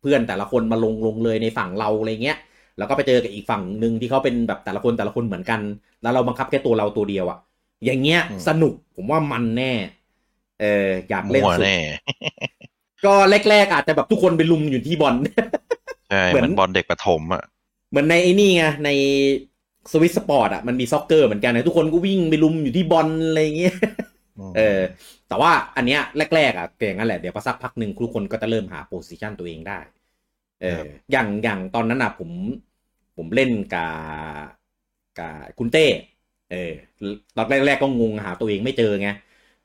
เพื่อนแต่ละคนมาลงลงเลยในฝั่งเราอะไรเงี้ย แล้วก็ไปเจอกับอีกฝั่งหนึ่งที่เขาเป็นแบบแต่ละคนแต่ละคนเหมือนกัน แล้วเราบังคับแค่ตัวเราตัวเดียวอะอย่างเงี้ยสนุกผมว่ามันแน่ เอออยากเล่น มั่ว สุด แน่ ก็แรกๆอาจจะแบบทุกคนไปลุมอยู่ที่บอล ใช่ เหมือน เหมือนบอลเด็กประถมอ่ะ เหมือนในไอ้นี่ไงในสวิตสปอร์ตอ่ะมันมีซ็อกเกอร์เหมือนกันนะทุกคนก็วิ่งไปลุมอยู่ที่บอลอะไรอย่างเงี้ย เออ แต่ว่าอันเนี้ยแรกๆอ่ะเป็นอย่างนั้นแหละ เดี๋ยวพอสักพักหนึ่งทุกคนก็จะเริ่มหาโพสิชันตัวเองได้ เอ ครั อบ อย่างอย่างตอนนั้นอ่ะผมผมเล่นกับกับคุณเต้ เออ ตอนแรกๆก็งงหาตัวเองไม่เจอไง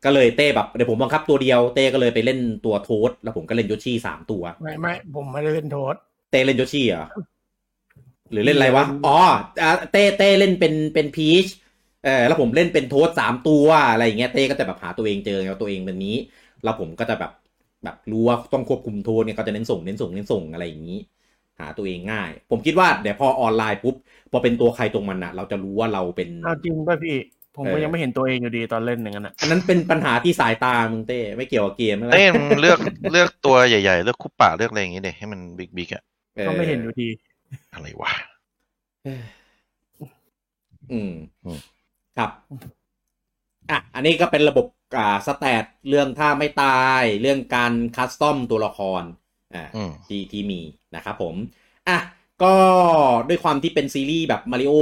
ก็เลยเต้แบบเดี๋ยวผมบังคับตัวเดียวเต้ก็เลยไปเล่นตัวโทสแล้วผมก็เล่นโยชิสามตัว ไม่ไม่ผมไม่ได้เล่นโทษ เต้เล่นโยชิเหรอ หรือเล่นอะไรวะ อ๋ออ่าเต้เต้เล่นเป็นเป็นพีช เออแล้วผมเล่นเป็นโทสสามตัวอะไรอย่างเงี้ยเต้ก็จะแบบหาตัวเองเจอไงว่าตัวเองเป็นนี้ แล้วผมก็จะแบบแบบรู้ว่าต้องควบคุมโทสเนี่ยก็จะเน้นส่งเน้นส่งเน้นส่งอะไรอย่างนี้ หาตัวเองง่าย ผมคิดว่าเดี๋ยวพอออนไลน์ปุ๊บพอเป็นตัวใครตรงมันอะเราจะรู้ว่าเราเป็น เอาจริงป่ะพี่ ผมก็ เออ ยังไม่เห็นตัวเองอยู่ดีตอนเล่นอย่างนั้นอ่ะ อันนั้นเป็นปัญหาที่สายตามึงเต้ไม่เกี่ยวกับเกมอะไร เอ้ยมึงเลือกเลือกตัวใหญ่ๆ เลือกคู่ป่าเลือกอะไรอย่างงี้เด็ให้มันบิ๊กบิ๊กๆอะ ออ ก็ไม่เห็นอยู่ดี อะไรวะ อืม อืม ครับอ่ะอันนี้ก็เป็นระบบอ่าสแตทเรื่องท่าไม่ตาย เรื่องการคัสตอมตัวละครอ่า อืม ที่ที่มีนะครับผม อ่ะ ก็ด้วยความที่เป็นซีรีส์แบบมาริโอ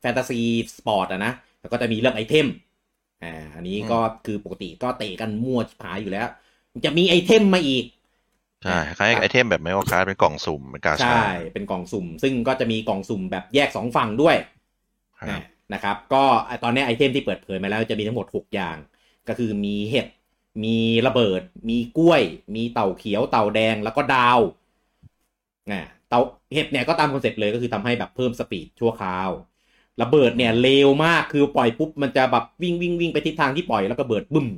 แฟนตาซีสปอร์ตอะนะ แล้วก็จะมีเรื่องไอเทม อ่า อันนี้ก็คือปกติก็เตะกันมั่วชิบหายอยู่แล้ว จะมีไอเทมมาอีก ใช่คล้ายๆไอเทมแบบไมโอคาร์ดเป็นกล่องสุ่มเป็นกาชา ใช่ เป็นกล่องสุ่ม ซึ่งก็จะมีกล่องสุ่มแบบแยกสองฝั่งด้วย ครับ นะครับ ก็ตอนนี้ไอเทมที่เปิดเผยมาแล้วจะมีทั้งหมด 6 อย่าง ก็คือมีเห็ด มีระเบิด มีกล้วย มีเต่าเขียวเต่าแดงแล้วก็ดาวนะเต่าเห็บเนี่ยก็ตามคอนเซ็ปต์เลยก็คือทำให้แบบเพิ่มสปีดชั่วคราว ระเบิดเนี่ยเร็วมากคือปล่อยปุ๊บมันจะแบบวิ่งวิ่งวิ่งไปทิศทางที่ปล่อยแล้วก็เบิดบึ้ม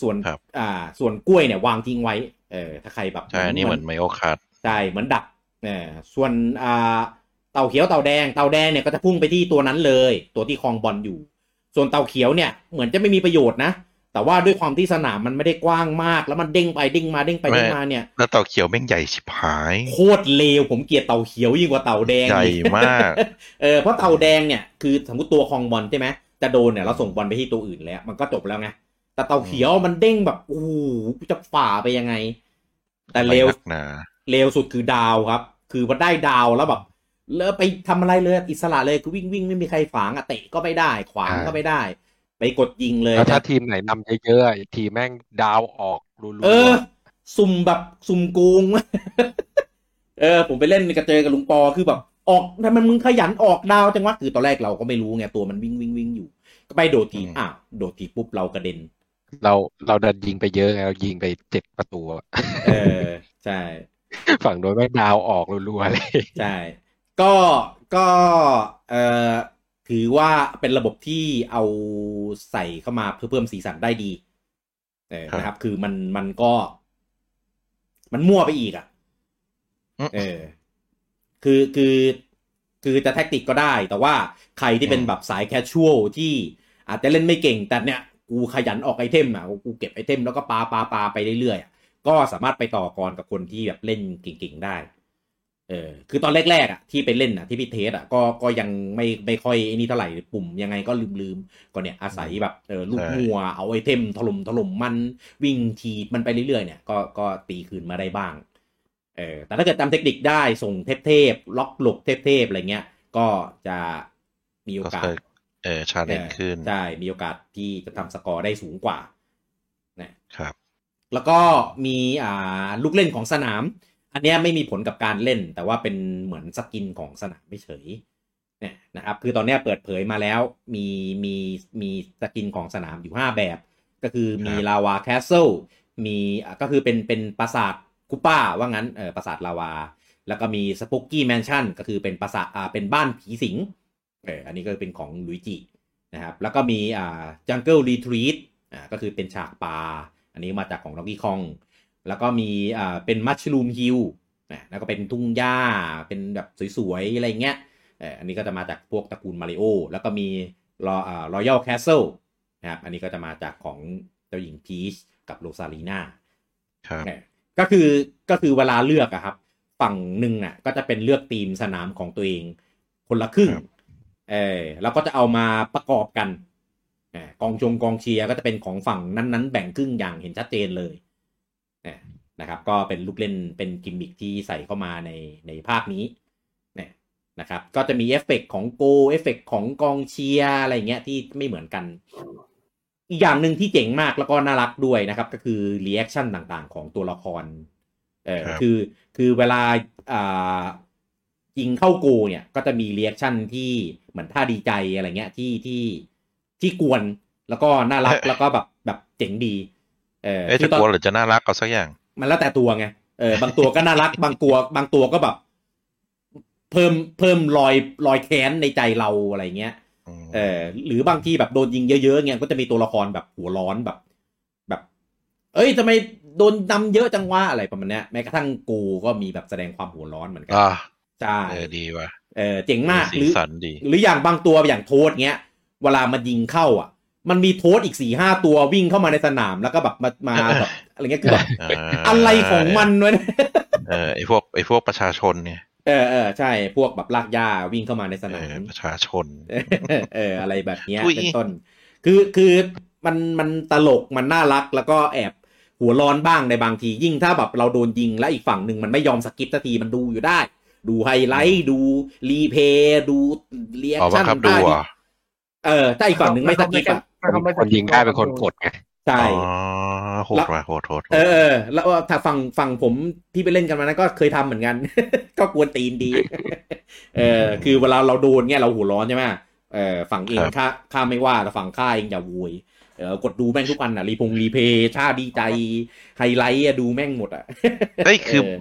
ส่วน ครับ อ่า ส่วนกล้วยเนี่ยวางทิ้งไว้ เออถ้าใครแบบ ใช่อันนี้เหมือนไมโอคาร์ด ใช่เหมือนดักเออส่วนอ่าเต่าเขียวเต่าแดงเต่าแดงเนี่ยก็จะพุ่งไปที่ตัวนั้นเลย ตัวที่คลองบอลอยู่ ส่วนเต่าเขียวเนี่ยเหมือนจะไม่มีประโยชน์นะ แต่ว่าด้วยความที่สนามมันไม่ได้กว้างมาก แล้วมันเด้งไปเด้งมาเด้งไปเด้งมาเนี่ย แล้วเต่าเขียวแม่งใหญ่ชิบหาย โคตรเลวผมเกลียดเต่าเขียวยิ่งกว่าเต่าแดง ใหญ่ อี มาก เออเพราะเต่าแดงเนี่ยคือสมมติตัวคลองบอลใช่ไหมจะโดนเนี่ยเราส่งบอลไปที่ตัวอื่นแล้ว มันก็จบแล้วไงแต่เต่าเขียวมันเด้งแบบโอ้โหจะฝ่าไปยังไง แต่เลว นักหนา เร็วสุดคือดาวครับ คือมันได้ดาวแล้วแบบแล้วไปทำอะไรเลยอิสระเลยคือวิ่งวิ่งไม่มีใครขวางอะเตะก็ไม่ได้ ขวางก็ไม่ได้ ไปกดยิงเลย แล้วถ้าทีมไหนนำเยอะๆอ่ะทีมแม่งดาวออกรูๆ เออ สุ่มแบบสุ่มโกง เออ ผมไปเล่นกระเจอกับลุงปอคือแบบ ออกทำไมมึงขยันออกดาวจังวะคือตอนแรกเราก็ไม่รู้ไงตัวมันวิ่งวิ่งวิ่งอยู่ ก็ไปโดดที อืม อ้าวโดดทีปุ๊บเรากระเด็น เราเราดันยิงไปเยอะไงเรายิงไปเจ็ดประตูอ่ะ เออ ใช่ ฝั่งโดนแม่งดาวออกรัวๆเลย ใช่ ก็ก็เอ่อถือว่าเป็นระบบที่เอาใส่เข้ามาเพื่อเพิ่มสีสันได้ดีเออ ครับ นะครับ คือมันมันก็ มันมั่วไปอีกอ่ะ อืม เออ คือคือคือจะแท็กติกก็ได้ แต่ว่าใครที่เป็น อืม แบบสายแคชชวลที่อาจจะเล่นไม่เก่ง แต่เนี่ย กูขยันออกไอเทมอ่ะ กูเก็บไอเทมแล้วก็ปาปาปาไปเรื่อยๆอะ ก็สามารถไปต่อกรกับคนที่แบบเล่นเก่งๆได้ เออ คือตอนแรกๆอ่ะที่ไปเล่นอ่ะที่พี่เทสอ่ะก็ก็ยังไม่ไม่ค่อยไอ้นี่เท่าไหร่ปุ่มยังไงก็ลืมๆ ก็เนี่ยอาศัยแบบเออลูก ใช่ มัวเอาไอเทมถล่มถล่มมันวิ่งทีบมันไปเรื่อยๆเนี่ยก็ก็ตีคืนมาได้บ้าง เออแต่ถ้าเกิดจำเทคนิคได้ส่งเทพๆล็อกหลบเทพๆอะไรเงี้ย ก็จะมีโอ ก็ กาส เคยเออชาเลนขึ้น ใช่ มีโอกาสที่จะทำสกอร์ได้สูงกว่านะ ครับ แล้วก็มีอ่าลูกเล่นของสนาม อันเนี้ยไม่มีผลกับการเล่น แต่ว่าเป็นเหมือนสกินของสนามไม่เฉยเนี่ยนะครับ คือตอนเนี้ยเปิดเผยมาแล้วมีมีมีสกินของสนามอยู่ 5 แบบ ก็คือมี ครับ ลาวาแคสเซิลมีอ่ะก็คือเป็นเป็นปราสาทคุป้าว่างั้นเออปราสาทลาวา แล้วก็มีสปุกกี้แมนชั่นก็คือเป็นปราสาทอ่าเป็นบ้านผีสิงเอออันนี้ก็เป็นของลุยจิ นะครับแล้วก็มีอ่าจังเกิลรีทรีตอ่าก็คือเป็นฉากป่าอันนี้มาจากของล็อกกี้คอง แล้วก็มีอ่าเป็นมัชลูมฮิลนะแล้วก็เป็นทุ่งหญ้าเป็นแบบสวยๆ อะไรเงี้ยเอ่ออันนี้ก็จะมาจากพวกตระกูลมาริโอแล้วก็มีรออ่ารอยัลแคสเซิลนะครับอันนี้ก็จะมาจากของเจ้าหญิงพีชกับโรซาลีนา ครับ เออก็คือก็คือเวลาเลือกอะครับ ฝั่งหนึ่งอะก็จะเป็นเลือกทีมสนามของตัวเอง คนละครึ่ง ครับ เออแล้วก็จะเอามาประกอบกันเออกองชงกองเชียร์ก็จะเป็นของฝั่งนั้นๆ แบ่งครึ่งอย่างเห็นชัดเจนเลยเออนะครับ ก็เป็นลูกเล่นเป็นกิมมิคที่ใส่เข้ามาในในภาคนี้เนี่ยนะครับ ก็จะมีเอฟเฟกต์ของโกเอฟเฟกต์ของกองเชียร์อะไรเงี้ยที่ไม่เหมือนกัน อีกอย่างหนึ่งที่เจ๋งมากแล้วก็น่ารักด้วยนะครับ ก็คือรีแอคชั่นต่างๆ ของตัวละครเออ ครับ คือคือเวลาอ่ายิงเข้าโกเนี่ยก็จะมีรีแอคชั่นที่เหมือนท่าดีใจอะไรเงี้ยที่ที่ที่กวนแล้วก็น่ารักแล้วก็แบบแบบเจ๋งดีเออ เอ๊ะ คื จะ อตอน กลัวหรือจะน่ารักเอาสักอย่าง มันแล้วแต่ตัวไง เอ อบางตัวก็น่ารัก บางตัวบางตัวก็แบบ เพิ่มเพิ่มรอยรอยแค้นในใจเราอะไรเงี้ย อืม เออหรือบางทีแบบโดนยิงเยอะๆเงี้ยก็จะมีตัวละครแบบหัวร้อนแบบ แบบ เอ้ยทำไมโดนนำเยอะจังวะอะไรประมาณเนี้ยแม้กระทั่งกูก็มีแบบแสดงความหัวร้อนเหมือนกั อ่า ใช่ เออดีว่ะ เออเจ๋งมาก สี หรือ สันดี หรืออย่างบางตัวอย่างโทษเงี้ย เวลามันยิงเข้าอ่ะ มันมีโทษอีกสี่ห้าตัววิ่งเข้ามาในสนามแล้วก็แบบมามาแบบอะไรเงี้ยคือแบบ า อะไรของมันวะเนี่ย เออไอพวกไอพวกประชาชนเนี่ย เออเออใช่ พวกแบบลากหญ้าวิ่งเข้ามาในเอนสาม อประชาชน เออเอออะไรแบบเนี้ย อุ๊ย เป็นต้น คือคือมันมันตลกมันน่ารักแล้วก็แอบหัวร้อนบ้างในบางที ยิ่งถ้าแบบเราโดนยิงและอีกฝั่งหนึ่งมันไม่ยอมสกิปสักทีมันดูอยู่ได้ ดูไฮไลท์ดูรีเพย์ดูเรียก อ๋อบัง ชั่น คับดูอ่ะ เออถ้าอีกฝั่งหนึ่งไม่สกิปอ่ะ เขาไม่ คนยิงได้เป็นคนกดไง ใช่ อ๋อโหดว่ะโหดโหดโหด เออเออแล้วถ้าฝั่งฝั่งผมที่ไปเล่นกันมานั้นก็เคยทำเหมือน กัน ก็กวนตีนดี เออคือเวลาเราโดนเนี่ยเราหัวร้อนใช่ไหมเออฝั่งเองข้าข้าไม่ว่าแต่ฝั่งข้าเองอย่าโวยเ เออกดดูแม่งทุกอันอ่ะ รีพงรีเพย์ชาดีใจไฮไลท์อะดูแม่งหมดอ่ะ เฮ้ยคือ เออ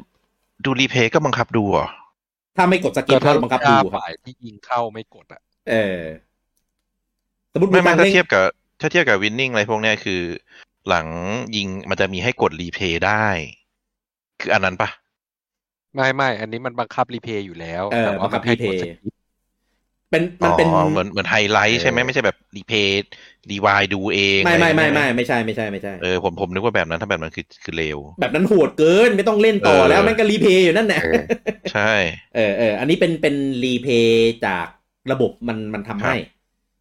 ดูรีเพย์ก็บังคับดูเหรอ ถ้าไม่กดสกิปก็บังคับดูครับ ฝ่ายที่ยิงเข้าไม่กดอ่ะ เออสมมติ ไม่ไม่ ง ถ้า ล่น เทียบกับถ้าเทียบกับวินนิ่งอะไรพวกเนี้ยคือ หลังยิงมันจะมีให้กดรีเพย์ได้ คืออันนั้นปะ ไม่ไม่ อันนี้มันบังคับรีเพย์อยู่แล้ว เออ แต่ว่า บังคับรีเพย์ ให้กดสกิป เป็นมันเป็น อ๋อเหมือนเหมือนไฮไล เอ ท์ อ ใช่ไหมไม่ใช่แบบรีเพย์รีวายดูเอง ไม่ไม่ไม่ไม่ อะรอย่างเงี้ย ไม่ใช่ไม่ใช่ไม่ใช่ เออผมผมนึกว่าแบบนั้นถ้าแบบนั้นคือคือเลว แบบนั้นโหดเกินไม่ต้องเล่นต่อ เออ แล้วแม่งก็รีเพย์อยู่นั่นแหละ เออ ใช่ เออเอออันนี้เป็นเป็นรีเพย์จากระบบมันมันทำให้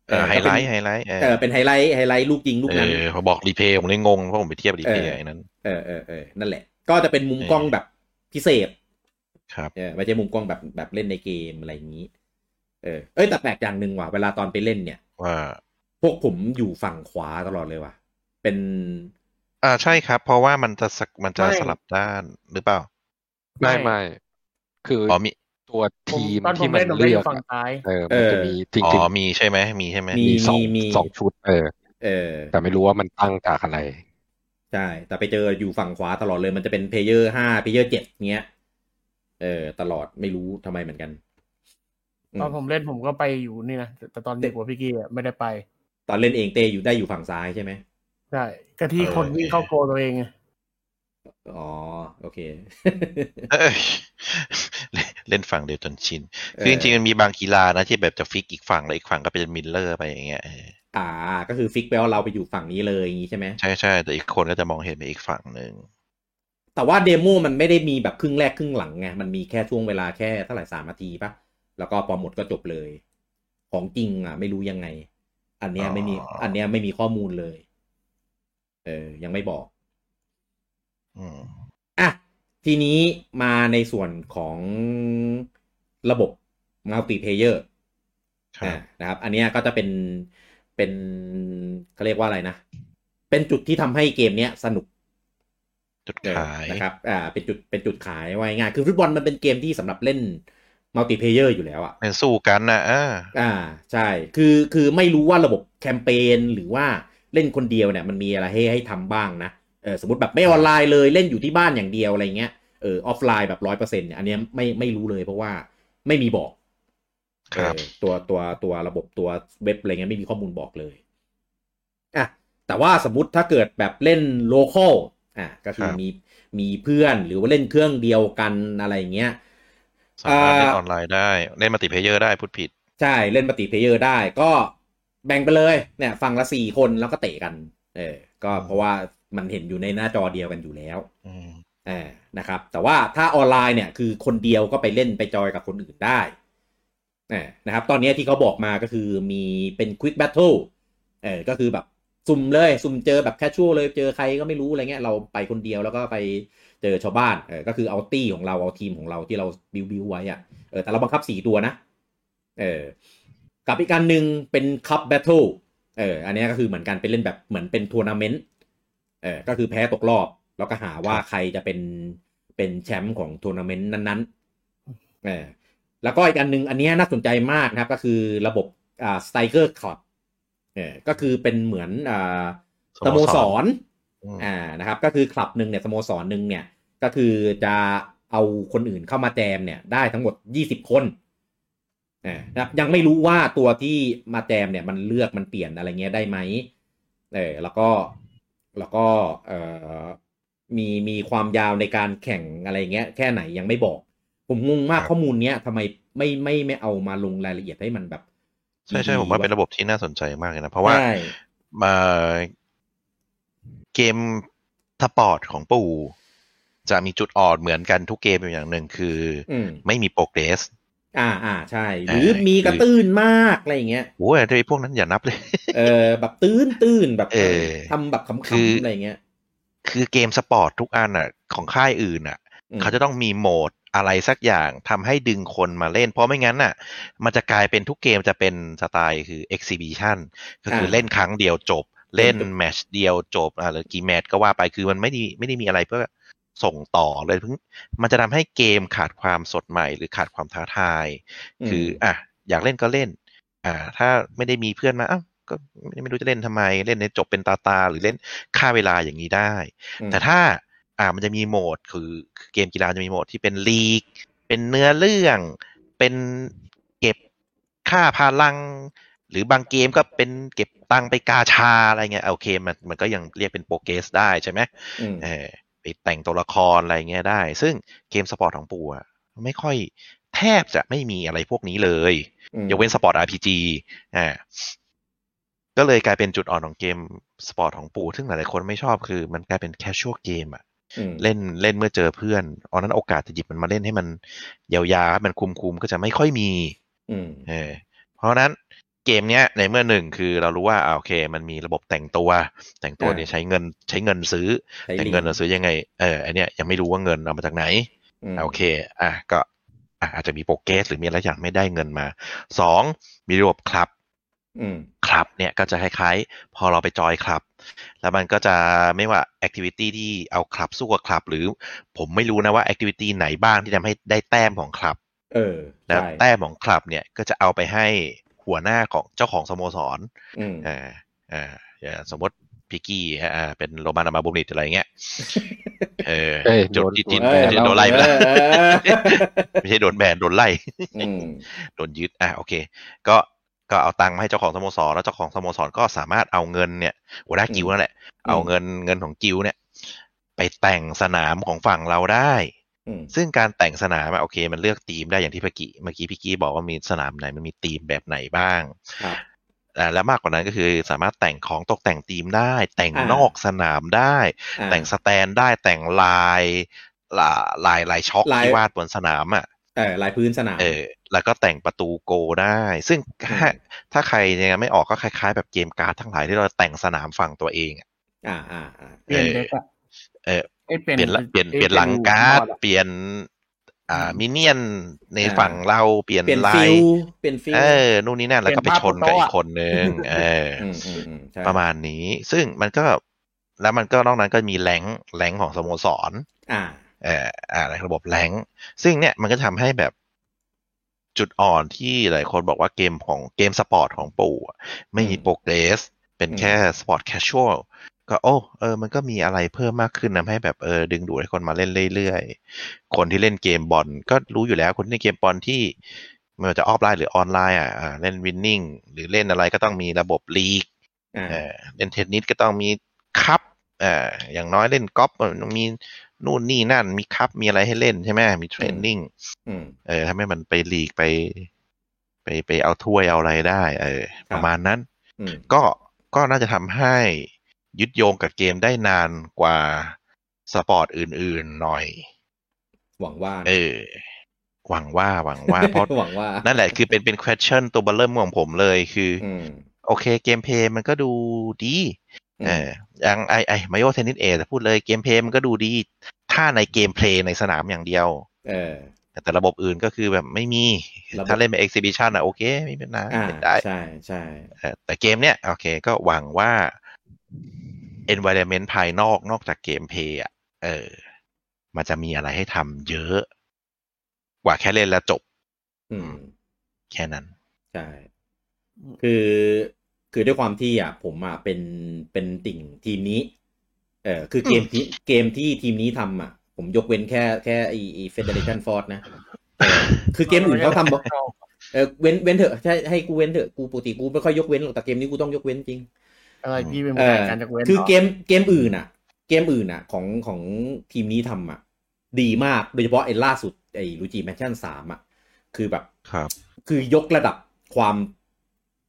เออไฮไลท์ไฮไลท์เออ เออเป็นไฮไลท์ไฮไลท์ลูกยิงลูก เอ นั้น อพอบอกรีเพย์ผมเลยงงเพราะผมไปเทียบรีเพย์ เออ ไอ้นั้น เออเออเออนั่นแหละ ก็จะเป็นมุมกล้องแบบพิเศษ ครับ เออไม่ใช่มุมกล้องแบบแบบเล่นในเกมอะไรอย่างนี้ เออ เอ้ยแต่แปลกอย่างหนึ่งว่ะเวลาตอนไปเล่นเนี่ย ว่า พวกผมอยู่ฝั่งขวาตลอดเลยว่ะ เป็น อ่าใช่ครับ เพราะว่ามันจะสักมันจะ ไม่ สลับด้านหรือเปล่า ไม่ไม่ คืออ อ๋อมี ตัว ผม ทีม ตอนผ ที่ ม มัน เล่นผมเล่นอเลือก ยู่ฝั่ง อะ ซ้าย เออมันจะ เออ มีจริง อ๋ จริง อมีใช่ไหมมีใช่ไหม มี มีสอง มี สองชุด เออ เออ แต่ไม่รู้ว่ามันตั้งจากอะไร ใช่แต่ไปเจออยู่ฝั่งขวาตลอดเลย มันจะเป็นเพลเยอร์ห้าเพลเยอร์เจ็ดเงี้ย เออ ตลอดไม่รู้ทำไมเหมือนกันอืม ตอนผมเล่นผมก็ไปอยู่นี่นะแต่แต่ตอนเด็กกว่าพี่กี้อะไม่ได้ไป ตอนเล่นเองเตอยู่ได้อยู่ฝั่งซ้ายใช่ไหม ใช่ก็ที่คนวิ่งเข้าโกลตัวเองไง อ๋อ โอเค เอ้ย เล่นเล่นฝั่งเดียวจนชิน เออ คือจริงๆมันมีบางกีฬานะที่แบบจะฟิกอีกฝั่งแล้วอีกฝั่งก็เป็นมิลเลอร์ไปอย่างเงี้ยเออ อ่า ก็คือฟิกแปลว่าเราไปอยู่ฝั่งนี้เลยอย่างนี้ใช่ไหม ใช่ใช่แต่อีกคนก็จะมองเห็นไปอีกฝั่งหนึ่ง แต่ว่าเดโมมันไม่ได้มีแบบครึ่งแรกครึ่งหลังไง มันมีแค่ช่วงเวลาแค่เท่าไหร่สามนาทีปะแล้วก็พอหมดก็จบเลย ของจริงอ่ะ ไม่รู้ยังไง อันเนี้ยไม่มี อันเนี้ยไม่มีข้อมูลเลย เออ ยังไม่บอก อืม อ่ะ ทีนี้มาในส่วนของระบบมัลติเพเยอร์ ครับ อ่านะครับ อันเนี้ยก็จะเป็นเป็นเขาเรียกว่าอะไรนะ เป็นจุดที่ทำให้เกมเนี้ยสนุก จุดขาย เออนะครับ อ่า เป็นจุดเป็นจุดขายไว้ง่ายคือฟุตบอลมันเป็นเกมที่สำหรับเล่นมัลติเพเยอร์อยู่แล้วอ่ะ เป็นสู้กันนะอ่า อ่าใช่คือคือไม่รู้ว่าระบบแคมเปญหรือว่าเล่นคนเดียวเนี่ยมันมีอะไรให้ให้ทำบ้างนะเออสมมติแบบไม่ออนไลน์เลยเล่นอยู่ที่บ้านอย่างเดียวอะไรเงี้ยเออออฟไลน์แบบร้อยเปอร์เซ็นต์เนี่ยอันเนี้ยไม่ไม่รู้เลยเพราะว่าไม่มีบอก ครับ เออตัวตัวตัวระบบตัวเว็บอะไรเงี้ยไม่มีข้อมูลบอกเลยอ่ะแต่ว่าสมมติถ้าเกิดแบบเล่นโลคอลอ่ะก็คือ ครับ มีมีเพื่อนหรือว่าเล่นเครื่องเดียวกันอะไรเงี้ย สามารถเล่น อ่า ออนไลน์ได้ เล่นมัลติเพลเยอร์ได้พูดผิด ใช่เล่นมัลติเพลเยอร์ได้ก็แบ่งไปเลยเนี่ยฝั่งละสี่คนแล้วก็เตะกัน เออ ก็เพราะว่ามันเห็นอยู่ในหน้าจอเดียวกันอยู่แล้ว อืม เออนะครับ แต่ว่าถ้าออนไลน์เนี่ยคือคนเดียวก็ไปเล่นไปจอยกับคนอื่นได้เออนะครับ ตอนนี้ที่เขาบอกมาก็คือมีเป็นควิกแบทเทิลเออก็คือแบบสุ่มเลย สุ่มเจอแบบแคชชวลเลยเจอใครก็ไม่รู้อะไรเงี้ยเราไปคนเดียวแล้วก็ไปเจอชาวบ้านเออก็คือเอาตี้ของเราเอาทีมของเราที่เราบิวบิวไว้อะเออแต่เราบังคับสี่ตัวนะ เออกับอีกการหนึ่งเป็นคัพแบทเทิลเออ อันเนี้ยก็คือเหมือนกันไปเล่นแบบเหมือนเป็นทัวร์นาเมนต์ เออ ก็คือแพ้ตกรอบ แล้วก็หาว่าใครจะเป็นเป็นแชมป์ของทัวร์นาเมนต์นั้นๆ เออ แล้วก็อีกอันหนึ่งอันเนี้ยน่าสนใจมากนะครับ ก็คือระบบอ่าสไตเกอร์คลับ เออ ก็คือเป็นเหมือนอ่าสโมสร อืม อ่านะครับก็คือคลับหนึ่งเนี่ยสโมสรหนึ่งเนี่ยก็คือจะเอาคนอื่นเข้ามาแจมเนี่ยได้ทั้งหมด 20 คนอ่านะครับยังไม่รู้ว่าตัวที่มาแจมเนี่ยมันเลือกมันเปลี่ยนอะไรเงี้ยได้ไหมเออแล้วก็แล้วก็เอ่อมีมีความยาวในการแข่งอะไรเงี้ยแค่ไหนยังไม่บอก ผมงงมากข้อมูลเนี้ยทำไมไม่ไม่ไม่เอามาลงรายละเอียดให้มันแบบ ใช่ใช่ผมว่าเป็นระบบที่น่าสนใจมากเลยนะ เพราะว่า ใช่ มาเกมสปอร์ตของปู่จะมีจุดอ่อนเหมือนกันทุกเกมอยู่อย่างหนึ่งคืออ อืม ไม่มีโปรเกรส อ่าอ่าใช่ หรือมีกระตื้นมากอะไรอย่างเงี้ย โอ้ยไอ้พวกนั้นอย่านับเลย เออแบบตื้นตื้นแบบ เออ ทำแบบข คื ำ อ ๆ อ อะไรเงี้ย คือเกมสปอร์ตทุกอันอ่ะ ของค่ายอื่นอ่ะ อืม เขาจะต้องมีโหมดอะไรสักอย่างทำให้ดึงคนมาเล่น เพราะไม่งั้นน่ะ มันจะกลายเป็นทุกเกมจะเป็นสไตล์คือ exhibition ก็คืออา เล่นครั้งเดียวจบ เล่น เล่นจบ แมตชเดียวจบอ่าหรือกี่แมตชก็ว่าไปคือมันไม่ได้ไม่ได้มีอะไรเพื่อส่งต่อเลยเพิ่งมันจะทำให้เกมขาดความสดใหม่หรือขาดความท้าทาย คืออ่ะอยากเล่นก็เล่น อ่า ถ้าไม่ได้มีเพื่อนมาอ้าว ก็ไม่รู้จะเล่นทำไมเล่นในจบเป็นตาตา หรือเล่นค่าเวลาอย่างนี้ได้ อืม แต่ถ้าอ่ามันจะมีโหมดคือคือเกมกีฬาจะมีโหมดที่เป็นลีก เป็นเนื้อเรื่อง เป็นเก็บค่าพลัง หรือบางเกมก็เป็นเก็บตังค์ไปกาชาอะไรเงี้ยโอเคมันมันก็ยังเรียกเป็นโปรเกรสได้ใช่ไหม อืม เออไปแต่งตัวละครอะไรเงี้ยได้ ซึ่งเกมสปอร์ตของปู่อะไม่ค่อยแทบจะไม่มีอะไรพวกนี้เลยยกเว้นสปอร์ต RPG อ่าก็เลยกลายเป็นจุดอ่อนของเกมสปอร์ตของปู่ซึ่งหลายๆคนไม่ชอบคือมันกลายเป็นแคชชวลเกมอะ อืม เล่นเล่นเมื่อเจอเพื่อนอ๋อนั้นโอกาสจะหยิบมันมาเล่นให้มันยาวๆให้มันคุมๆก็จะไม่ค่อยมี อืม เออเพราะฉะนั้นเกมเนี้ยในเมื่อหนึ่งคือเรารู้ว่าอ่าโอเค มันมีระบบแต่งตัว แต่งตัว อ่า เนี่ยใช้เงินใช้เงินซื้อ ใช้ แต่ ลิง เงินเราซื้อยังไง เออไอนเนี้ยยังไม่รู้ว่าเงินเอามาจากไหน อืม อ่ะโอเค อ่ะก็อ่ะอาจจะมีโปรเกสหรือมีอะไรอย่างไม่ได้เงินมาสองมีระบบคลับ อืม คลับเนี่ยก็จะคล้ายๆ พอเราไปจอยคลับ แล้วมันก็จะไม่ว่าแอคทิวิตี้ที่เอาคลับสู้กับคลับ หรือผมไม่รู้นะว่าแอคทิวิตี้ไหนบ้างที่ทำให้ได้แต้มของคลับ เออ แล้ว ใช่ แต้มของคลับเนี่ยก็จะเอาไปให้หัวหน้าของเจ้าของสโมสร อืม อ่าอ่าอ่าสมมติพิกกี้อ่าเป็นโรมานอามาบุนิตอะไรอย่างเงี้ยเออ เอ้ย จุด โดน ที่ที่ โดนแบน ที่โดนไล่ไปแล้ว เออเออ ไม่ใช่โดนแบนโดนไล่ อืม โดนยึดอ่ะโอเค ก็ก็เอาตังค์มาให้เจ้าของสโมสรแล้วเจ้าของสโมสรก็สามารถเอาเงินเนี่ยหัวหน้ากิวนั่นแหละเอาเงินเงินของกิวเนี่ย ไปแต่งสนามของฝั่งเราได้ อืม ซึ่งการแต่งสนามอะโอเค มันเลือกธีมได้อย่างที่พี่กี้เมื่อกี้พี่กี้บอกว่ามีสนามไหนมันมีธีมแบบไหนบ้าง ครับ อ่าและมากกว่านั้นก็คือสามารถแต่งของตกแต่งทีมได้ แต่ง อ่าน น อกสนามได้ อ่า แต่งสแตนได้แต่งลายลาลายลายช็อก ลาย ที่วาดบนสนามอ่ะ เออลายพื้นสนาม เออแล้วก็แต่งประตูโกได้ ซึ่งถ้า อืม ถ้าใครยังไม่ออกก็คล้ายๆ แบบเกมการ์ดทั้งหลายที่เราแต่งสนามฝั่งตัวเองอะ อ่าอ่าอ่า เปลี่ยนเลยอะ เออ ไอ้ เปลี่ยนละเปลี่ยน ไอ้ เปลี่ยนหลังการ์ด ไอ้ เปลี่ยนอ่ามินเนี่ยนใน อ่า ฝั่งเราเปลี่ยน เปลี่ยน ลา ฟิ ย ลเปลี่ยนฟิล เออนู่นนี่นั่นแล้วก็ไปชนกับอีกคนนึงเออ มอืมอืมใช่ ประมาณนี้ซึ่งมันก็แล้วมันก็นอกนั้นก็มีแหลงแหลงของสโมสร อ่า เอ่ออ่าในระบบแหลงซึ่งเนี่ยมันก็ทำให้แบบจุดอ่อนที่หลายคนบอกว่าเกมของเกมสปอร์ตของปู่อะไม่มี อืม โปรเกรส เป็น อืม แค่สปอร์ตแคชชวลก็โอ้เออ มันก็มีอะไรเพิ่มมากขึ้นทำให้แบบเออดึงดูดให้คนมาเล่นเรื่อยๆ คนที่เล่นเกมบอลก็รู้อยู่แล้วคนที่เล่นเกมบอลที่ไม่ว่าจะออฟไลน์หรือออนไลน์อ่ะอ่าเล่นวินนิ่งหรือเล่นอะไรก็ต้องมีระบบลีก อ่า เออเล่นเทนนิสก็ต้องมีคัพเอ่ออย่างน้อยเล่นกอล์ฟเออต้องมีนู่นนี่นั่น มีคัพมีอะไรให้เล่นใช่ไหมมีเทรนนิ่ง อืม เออทำให้มันไปลีกไป ไปไปเอาถ้วยเอาอะไรได้ เออ ครับ ประมาณนั้น อืม ก็ก็น่าจะทำให้ยึดโยงกับเกมได้นานกว่าสปอร์ตอื่นๆหน่อย หวังว่า เออ หวังว่าหวังว่า เพราะ หวังว่า นั่นแหละคือเป็นเป็น question ตัวเบัลเริ่มของผมเลยคือ อืม โอเคเกมเพลย์มันก็ดูดี อืม เอออย่างไอไอมาโยเทนนิสเอแต่พูดเลยเกมเพลย์มันก็ดูดีถ้าในเกมเพลย์ในสนามอย่างเดียว เออ แต่ระบบอื่นก็คือแบบไม่มี ระบบ ถ้าเล่นเป็นเอ็กซิบิชันอะโอเคไม่เป็นไร อ่า เล่นได้ ใช่ใช่ เออแต่เกมเนี้ยโอเคก็หวังว่า environment ภายนอกนอกจากเกมเพลย์อะเออ มันจะมีอะไรให้ทำเยอะ กว่าแค่เล่นแล้วจบ อืม แค่นั้น ใช่ คือ คือด้วยความที่อ่ะ ผมอ่ะเป็น เป็นติ่งทีมนี้ เออคือเกมที่ เกมที่ทีมนี้ทำอ่ะ ผมยกเว้นแค่ แค่ไอไอเฟเดเรชันฟอร์ดนะเออคือเกมอื่นเขาทำ เออเว้นเว้นเถอะใช่ให้กูเว้นเถอะกูปกติกูไม่ค่อยยกเว้นหรอกแต่เกมนี้กูต้องยกเว้นจริง อะไรพี่เป็น เอ ผู้ อ การจากเว้น คือเก หร มเกมอื่นอ่ะ เกมอื่นอ่ะ ของของทีมนี้ทำอ่ะ ดีมากโดยเฉพาะไอ้ล่าสุดไอ้ลูจิแมนชั่นสามอ่ะ คือแบบ ครับ คือยกระดับความ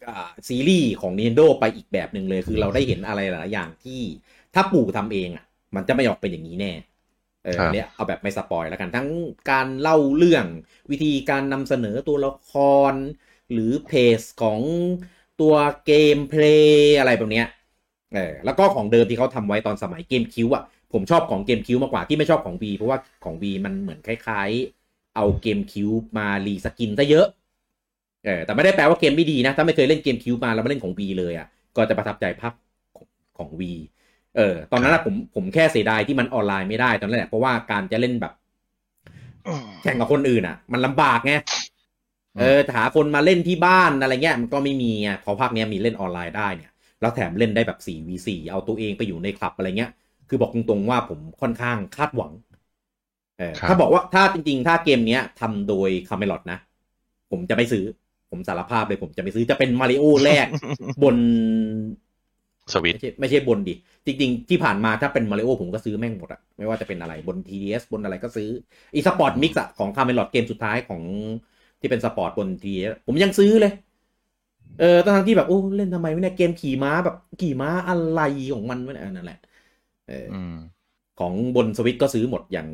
อ่าซีรีส์ของ Nintendo ไปอีกแบบหนึ่งเลย คือเราได้เห็นอะไรหลายๆอย่างที่ถ้าปู่ทำเองอ่ะ มันจะไม่ออกเป็นอย่างนี้แน่ เออ ครับ เนี่ยเอาแบบไม่สปอยแล้วกันทั้งการเล่าเรื่องวิธีการนำเสนอตัวละคร หรือเพจของตัวเกมเพลย์อะไรแบบเนี้ยเออแล้วก็ของเดิมที่เขาทำไว้ตอนสมัยเกมคิวอ่ะ ผมชอบของเกมคิวมากกว่าที่ไม่ชอบของ V เพราะว่าของ V มันเหมือนคล้ายๆ เอาเกมคิวมารีสกินซะเยอะ เออแต่ไม่ได้แปลว่าเกมไม่ดีนะ ถ้าไม่เคยเล่นเกมคิวมาแล้วมาเล่นของ V เลยอ่ะ ก็จะประทับใจภาพของของ V เออ ตอนนั้นอะผมผมแค่เสียดายที่มันออนไลน์ไม่ได้ตอนนั้นแหละเพราะว่าการจะเล่นแบบ แข่งกับคนอื่นอ่ะ มันลำบากไง เออหาคนมาเล่นที่บ้านอะไรเงี้ยมันก็ไม่มีไงพอภาคเนี้ยมีเล่นออนไลน์ได้เนี่ยแล้วแถมเล่นได้แบบ 4v4 เอาตัวเองไปอยู่ในคลับอะไรเงี้ย คือบอกตรงๆว่าผมค่อนข้างคาดหวังเออ ครับ ถ้าบอกว่าถ้าจริงๆ ถ้าเกมเนี้ยทำโดยคาเมลอดนะ ผมจะไม่ซื้อ ผมสารภาพเลยผมจะไม่ซื้อจะเป็นมาริโอแร ก บน สวิตช์ ไม่ใช่ไม่ใช่บนดิ จริง ๆ ที่ผ่านมาถ้าเป็นมาริโอผมก็ซื้อแม่งหมดอะไม่ว่าจะเป็นอะไรบน TDS บนอะไรก็ซื้ออีสปอร์ตมิกซ์อะของคาร์เมลอดเกมสุดท้ายของที่เป็นสปอร์ตบน TDS ผมยังซื้อเลย เออตอนทั้งที่แบบ โอ้ เล่นทำไมวะเนี่ยเกมขี่ม้าแบบขี่ม้าอะไรของมันวะเนี่ยเออนั่นแหละเออ อืม ของบนสวิตก็ซื้อหมดอย่าง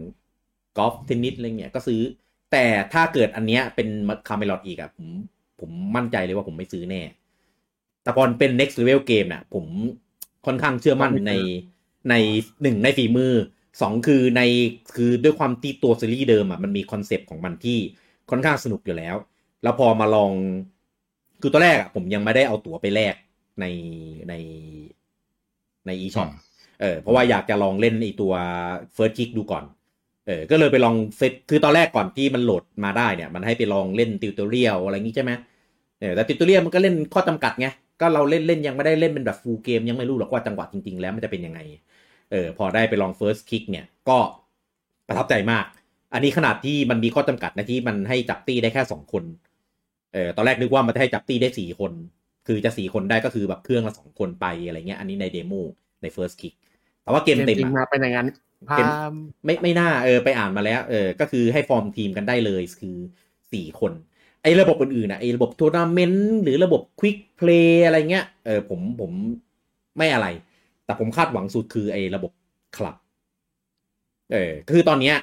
กอล์ฟเทนนิสอะไรเงี้ยก็ซื้อ แต่ถ้าเกิดอันเนี้ยเป็นคาเมลอดอีกอะผมผมมั่นใจเลยว่าผมไม่ซื้อแน่ แต่พอเป็น next level game น่ะ ผมค่อนข้างเชื่อมั่นในในหนึ่งในฝีมือสองคือในคือด้วยความที่ตัวซีรีส์เดิมอะมันมีคอนเซปต์ของมันที่ค่อนข้างสนุกอยู่แล้ว แล้วพอมาลอง คือตอนแรกอะผมยังไม่ได้เอาตั๋วไปแลกในในใน e-shop อืม เออเพราะว่าอยากจะลองเล่นไอตัว First Kick ดูก่อน เออ ก็เลยไปลองเซตคือตอนแรกก่อนที่มันโหลดมาได้เนี่ย มันให้ไปลองเล่นติวตอเรียลอะไรงี้ใช่ไหมเออแต่ติวตอเรียลมันก็เล่นข้อจำกัดไง ก็เราเล่นเล่นยังไม่ได้เล่นเป็นแบบฟูลเกมยังไม่รู้หรอกว่าจังหวะจริง ๆ แล้วมันจะเป็นยังไง เออ พอได้ไปลอง First Kick เนี่ยก็ประทับใจมาก อันนี้ขนาดที่มันมีข้อจำกัดนะที่มันให้จับตี้ได้แค่สองคน เออตอนแรกนึกว่ามันจะให้จับตี้ได้สี่คน คือจะสี่คนได้ก็คือแบบเครื่องละสองคนไปอะไรเงี้ย อันนี้ในเดโมใน First Kick แต่ว่าเกมเต็ม จริง อะ มาเป็นอย่างนั้นพา เกม ไม่ไม่น่าเออไปอ่านมาแล้วเออก็คือให้ฟอร์มทีมกันได้เลยคือสี่คน ไอ้ระบบอื่นๆนะไอ้ระบบทัวร์นาเมนต์หรือระบบควิกเพลย์อะไรเงี้ยเออผมผมไม่อะไร แต่ผมคาดหวังสุดคือไอ้ระบบคลับเออคือตอนเนี้ย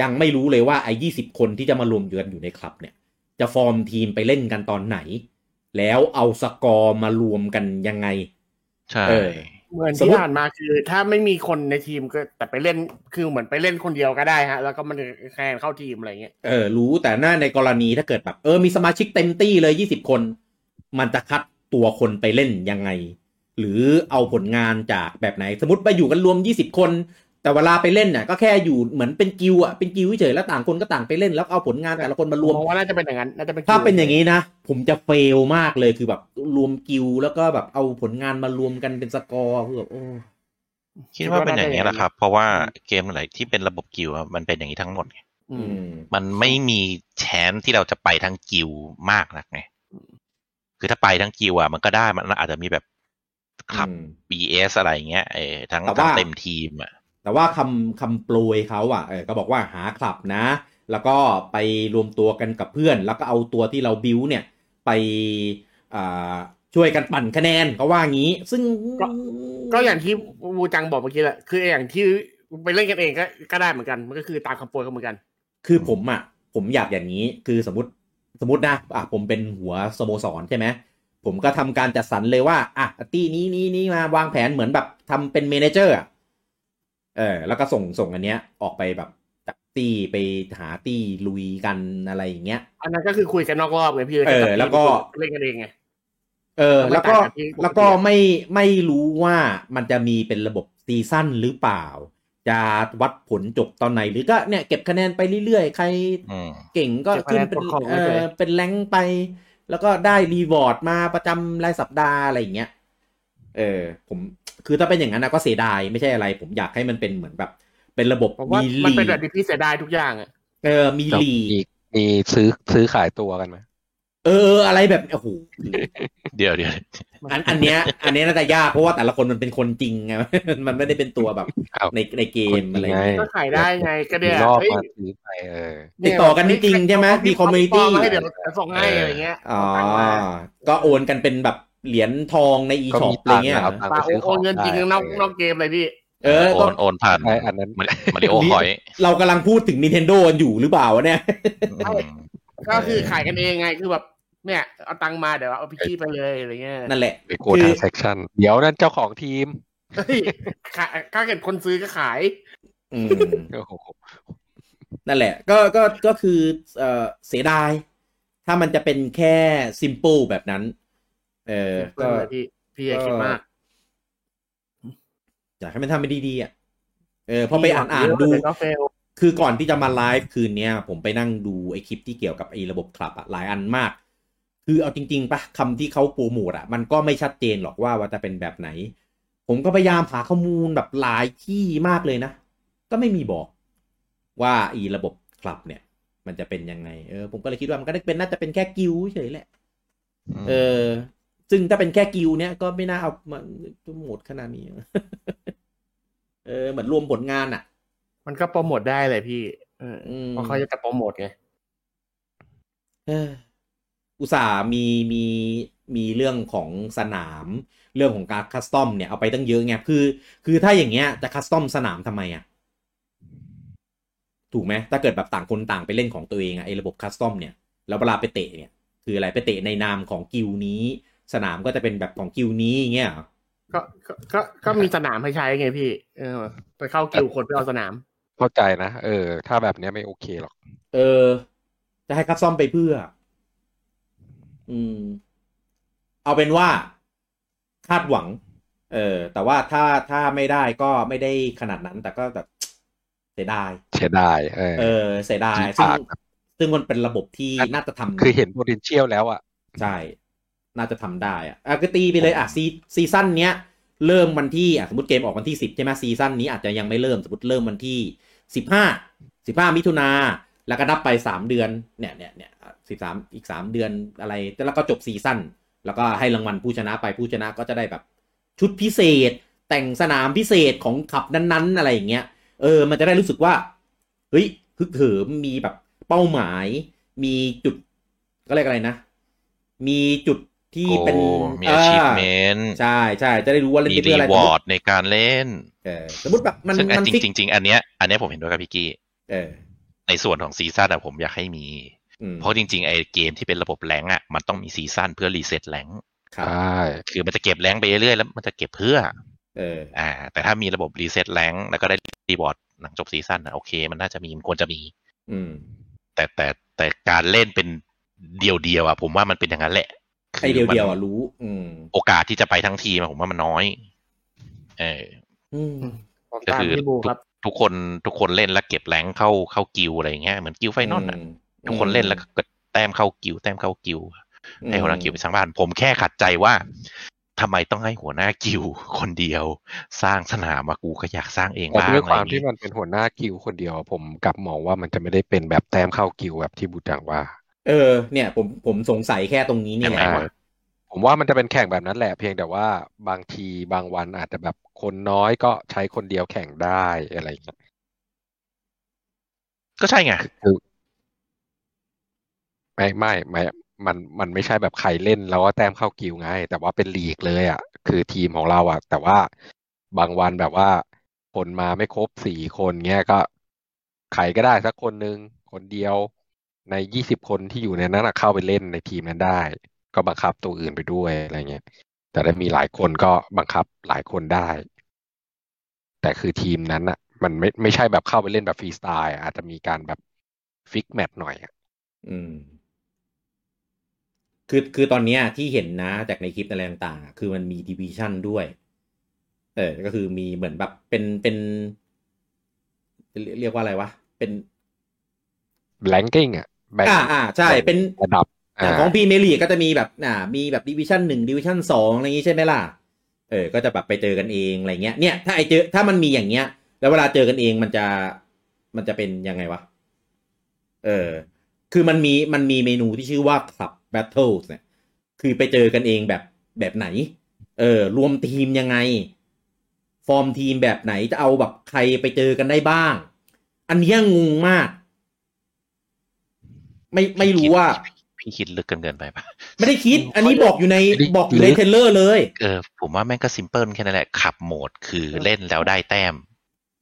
ยังไม่รู้เลยว่าไอ้ยี่สิบคนที่จะมารวมเยือนอยู่ในคลับเนี่ย จะฟอร์มทีมไปเล่นกันตอนไหน แล้วเอาสกอร์มารวมกันยังไง ใช่ เออ เหมือน สม ที่ มุติ ผ่านมาคือ ถ้าไม่มีคนในทีมก็แต่ไปเล่นคือเหมือนไปเล่นคนเดียวก็ได้ฮะ แล้วก็มันคะแนนเข้าทีมอะไรเงี้ย เออรู้แต่หน้าในกรณีถ้าเกิดแบบเออมีสมาชิกเต็มตี้เลยยี่สิบคน มันจะคัดตัวคนไปเล่นยังไง หรือเอาผลงานจากแบบไหน สมมติไปอยู่กันรวมยี่สิบคน แต่เวลาไปเล่นเนี่ยก็แค่อยู่เหมือนเป็นกิวอ่ะเป็นกิวเฉยๆแล้วต่างคนก็ต่างไปเล่นแล้วเอาผลงานแต่ละคนมารวม ผมว่าน่าจะเป็นอย่างนั้นน่าจะเป็น ถ้าเป็นอย่างนี้นะ ผมจะเฟลมากเลยคือแบบรวมกิวแล้วก็แบบเอาผลงานมารวมกันเป็นสกอร์คือแบบโอ้ คิดว่าเป็นอย่างนี้แหละครับ เพราะว่าเกมไหนที่เป็นระบบกิวอะมันเป็นอย่างนี้ทั้งหมดไง อื อื ม ม มันไม่มีแชนที่เราจะไปทั้งกิวมากนักไงคือถ้าไปทั้งกิวอ่ะมันก็ได้มันอาจจะมีแบบขับ อืม BS อะไรอย่างเงี้ยเออทั้ง แต่ ทั้ง ว่า เต็มทีมอ่ะ แต่ว่าคำคำโปรยเขาอ่ะเออก็บอกว่าหาคลับนะ แล้วก็ไปรวมตัวกันกับเพื่อน แล้วก็เอาตัวที่เราบิวเนี่ย ไปอ่าช่วยกันปั่นคะแนนเขาว่างี้ ซึ่ง ก็อย่างที่วูจังบอกเมื่อกี้แหละคืออย่างที่ไปเล่นกันเองก็ก็ได้เหมือนกันมันก็คือตามคำโปรยกันเหมือนกัน คือผมอ่ะ ผมอยากอย่างนี้คือสมมติสมมตินะอ่ะผมเป็นหัวสโมสรใช่ไหมผมก็ทำการจัดสรรเลยว่าอ่ะตีนี้นี้นี้มาวางแผนเหมือนแบบทำเป็นเมเนเจอร์อะเออ แล้วก็ส่งส่งอันเนี้ย ออกไปแบบจากตีไปหาตีลุยกันอะไรอย่างเงี้ย อันนั้นก็คือคุยกันนอกรอบไงพี่ เออแล้วก็ เล่นกันเองไง เออ ก็ไม่ แล้วก็ ต่างจากที่ปกติ แล้วก็ไม่ไม่รู้ว่ามันจะมีเป็นระบบซีซั่นหรือเปล่า จะวัดผลจบตอนไหนหรือก็เนี่ยเก็บคะแนนไปเรื่อยๆ ใคร อืม เก่งก็ขึ้นเป็น เก็บคะแนนประคองไว้ เอ เลย อเป็นแรงค์ไป แล้วก็ได้รีวอร์ดมาประจำรายสัปดาห์อะไรอย่างเงี้ยเออผมคือถ้าเป็นอย่างนั้นนะก็เสียดายไม่ใช่อะไร ผมอยากให้มันเป็นเหมือนแบบ เป็นระบบ ผมว่ามัน ลี เป็นแบบที่พี่เสียดายทุกอย่างอ่ะ เออมี แล้ว ลี มีมีซื้อซื้อขายตัวกันไหม เอออะไรแบบโอ้โห เดี๋ยวเดี๋ยว อันอันเนี้ ยอันเนี้ยน่าจะยากเพราะว่าแต่ละคนมันเป็นคนจริงไง มันไม่ได้เป็นตัวแบบ เอา ในในเกมอะไร คน เงี้ย ก็ขายได้ไงก็ มี เนี่ย รอบ เฮ้ย มาซื้อไปเออ ติดต่อกันจริงๆใช่ไหมมีคอมมูนิตี้ เาให้เดี๋ยวจะส่งให้อะไรเงี้ย อ๋อก็โอนกันเป็นแบบเหรียญทองในอีช็อปอะไรก็มีเงี้ย ตังค์นะครับ ปากโอนเงินจริงนอกนอกเกมเลยพี่ เออ โอ ก็ นโอนผ่าน ใช่อันนั้น มาริมา ริโอหอย เรากำลังพูดถึง Nintendo กันอยู่หรือเปล่าวะเนี่ย ใช่ อืม ก็คือขายกันเองไงคือแบบเนี่ยเอาตังค์มาเดี๋ยวเอาพิกี้ไปเลยอะไรเงี้ย นั่นแหละ ไปโกทางเซ็กชันเดี๋ยวนั้นเจ้าของทีม เฮ้ยขายถ้าเกิดคนซื้อก็ขาย อืม โอ้โห นั่นแหละ ก็ก็ก็คือเออเสียดาย ถ้ามันจะเป็นแค่ simple แบบนั้น เออก็ พี่พี่อย่าคิดมาก อยากให้มันทำไปดีๆอ่ะ เออพอไปอ่านอ่านดู เดี๋ยวก็ fail คือก่อนที่จะมาไลฟ์คืนเนี้ยผมไปนั่งดูไอคลิปที่เกี่ยวกับไอระบบคลับอะหลายอันมาก คือเอาจริง ๆปะคำที่เขาโปรโมทอะมันก็ไม่ชัดเจนหรอกว่าว่าจะเป็นแบบไหน ผมก็พยายามหาข้อมูลแบบหลายที่มากเลยนะ ก็ไม่มีบอกว่าไอีระบบคลับเนี่ย มันจะเป็นยังไงเออผมก็เลยคิดว่ามันก็ได้เป็นน่าจะเป็นแค่กิวเฉยๆแหละ เออ ซึ่งถ้าเป็นแค่กิวเนี่ยก็ไม่น่าเอามาโปรโมทขนาดนี้ เออ เหมือนรวมผลงานอ่ะ มันก็โปรโมทได้เลยพี่เออ อืม เพราะเขาจะแต่โปรโมทไง เอออุตส่าห์มีมีมีเรื่องของสนาม เรื่องของการคัสตอมเนี่ยเอาไปตั้งเยอะไงคือ คือถ้าอย่างเงี้ยจะคัสตอมสนามทำไมอ่ะ ถูกไหมถ้าเกิดแบบต่างคนต่างไปเล่นของตัวเองอะไอ้ระบบคัสตอมเนี่ย แล้วเวลาไปเตะเนี่ย คืออะไรไปเตะในนามของกิวนี้ สนามก็จะเป็นแบบของกิวนี้อย่างเงี้ยเหรอ ก็ก็ก็ก็มีสนามให้ใช้ไงพี่ เออ ไปเข้ากิวคนไปเอาสนาม เข้าใจนะ เออ ถ้าแบบเนี้ยไม่โอเคหรอก เออ จะให้คับซ่อมไปเพื่อ อืม เอาเป็นว่า คาดหวัง เออ แต่ว่าถ้าถ้าไม่ได้ก็ไม่ได้ขนาดนั้น แต่ก็แบบเสียดาย เสียดายเออ เออ เสียดาย ลำบาก ซึ่ง ครับ ซึ่งมันเป็นระบบที่น่าจะทำ คือเห็น potential แล้วอ่ะ ใช่ น่าจะทำได้อะอ่ะก็ตีไปเลยอ่ะซีซีซั่นเนี้ย เริ่มวันที่อ่ะสมมติเกมออกวันที่สิบใช่ไหมซีซั่นนี้อาจจะยังไม่เริ่ม สมมติเริ่มวันที่สิบห้าสิบห้ามิถุนาแล้วก็นับไปสามเดือนเนี่ยเนี่ยเนี่ยสิบสามอีกสามเดือนอะไร แล้วก็จบซีซั่นแล้วก็ให้รางวัลผู้ชนะไปผู้ชนะก็จะได้แบบ ชุดพิเศษ แต่งสนามพิเศษของขับนั้นๆ อะไรอย่างเงี้ยเออ มันจะได้รู้สึกว่าเฮ้ยฮึกเหิมมีแบบเป้าหมาย มีจุดก็เรียกอะไรนะ มีจุดที่เป็น โอ้มี เออ achievement ใช่ ใช่ จะได้รู้ว่าเล่น มี ไปเพื่อ รี อะไร วอร์ดในการเล่น เออสมมติแบบมัน ซึ่งอั มัน น จ ฟิก ริงจริง ๆ อันเนี้ยอันเนี้ยผมเห็นด้วยกับพี่กี้ เออ ในส่วนของซีซั่นอะผมอยากให้มี อืม เพราะจริง ๆ ไอเกมที่เป็นระบบแรงค์อะมันต้องมีซีซั่นเพื่อรีเซ็ตแรงค์ ครับ ใช่ คือมันจะเก็บแรงค์ไปเรื่อยๆแล้วมันจะเก็บเพื่อ เออ อ่า แต่ถ้ามีระบบรีเซ็ตแรงค์แล้วก็ได้รีวอร์ดหลังจบซีซั่นอะโอเค มันน่าจะมีมันควรจะมี อืม แต่แต่แต่การเล่นเป็นเดียวเดียวๆอะผมว่ามันเป็นอย่างนั้นแหละคื ไอเดียว มัน เดียวๆอ่ะรู้ อืม โอกาสที่จะไปทั้งทีมอะผมว่ามันน้อยเออ อืม ผม ก็ ตาม คือ พี่บูครับ ทุกคนทุกคนเล่นแล้วเก็บแรงค์เข้าเข้ากิวอะไรอย่างเงี้ยเหมือนกิวไฟนอลน่ะ ม ทุกคนเล่นแล้วก็กดแต้มเข้ากิวแต้มเข้ากิว อืม ให้หัวหน้ากิวไปสร้างบ้าน ผมแค่ขัดใจว่าทำไมต้องให้หัวหน้ากิวคนเดียว สร้างสนามมากูก็อยากสร้างเองบ้าแต่ง ด้วย อะ ค ไรอ วาย่ามง ที่ เงี้ย มันเป็นหัวหน้ากิวคนเดียวอะผมกลับมองว่ามันจะไม่ได้เป็นแบบแต้มเข้ากิวแบบที่บูจังว่า เออ เนี่ย ผมผมสงสัยแค่ตรงนี้เนี่ย ยังไง แหละ วะ ผมว่ามันจะเป็นแข่งแบบนั้นแหละเพียงแต่ว่าบางทีบางวันอาจจะแบบคนน้อยก็ใช้คนเดียวแข่งได้อะไรอย่างเงี้ย ก็ใช่ไง คือไม่ไม่ไม่มันมันไม่ใช่แบบใครเล่นแล้วก็แต้มเข้ากิวไง แต่ว่าเป็นลีกเลยอ่ะคือทีมของเราอ่ะ แต่ว่าบางวันแบบว่า คนมาไม่ครบสี่คนเงี้ยก็ใครก็ได้สักคนนึงคนเดียวในยี่สิบคนที่อยู่ในนั้นอะเข้าไปเล่นในทีมนั้นได้ ก็บังคับตัวอื่นไปด้วยอะไรเงี้ย แต่ถ้ามีหลายคนก็บังคับหลายคนได้ แต่คือทีมนั้นอ่ะ มันไม่ไม่ใช่แบบเข้าไปเล่นแบบฟรีสไตล์อะอาจจะมีการแบบฟิกแมตช์หน่อยอะ อืม คือคือตอนเนี้ยที่เห็นนะจากในคลิปอะไรต่างๆอ่ะคือมันมีดิวิชั่นด้วย เออ ก็คือมีเหมือนแบบเป็นเป็น เรียกว่าอะไรวะ เป็น แลนกิ้งอ่ะแบ่ง อ่าอ่าใช่เป็น ระดับ อ่าของพรีเมยร์ลีกก็จะมีแบบอ่ามีแบบดิวิชั่นหนึ่งดิวิชั่นสองอะไรอย่างงี้ใช่ไหมล่ะ เออ ก็จะแบบไปเจอกันเองอะไรเงี้ย เนี่ย ถ้าไอเจอถ้ามันมีอย่างเงี้ย แล้วเวลาเจอกันเองมันจะมันจะเป็นยังไงวะ เออ คือมันมีมันมีเมนูที่ชื่อว่า Club Battles เนี่ย คือไปเจอกันเองแบบแบบไหน เออ รวมทีมยังไง ฟอร์มทีมแบบไหนจะเอาแบบใครไปเจอกันได้บ้าง อันเนี้ยงงมาก ไม่ไม่รู้ว่า พี่คิดลึกเกินเกินไปปะ ไม่ได้คิด อันนี้บอกอยู่ในบอกอยู่ในเทรลเลอร์เลย เออผมว่าแม่งก็ซิมเพิลแค่นั้นแหละขับโหมดคือเล่นแล้วได้แต้ม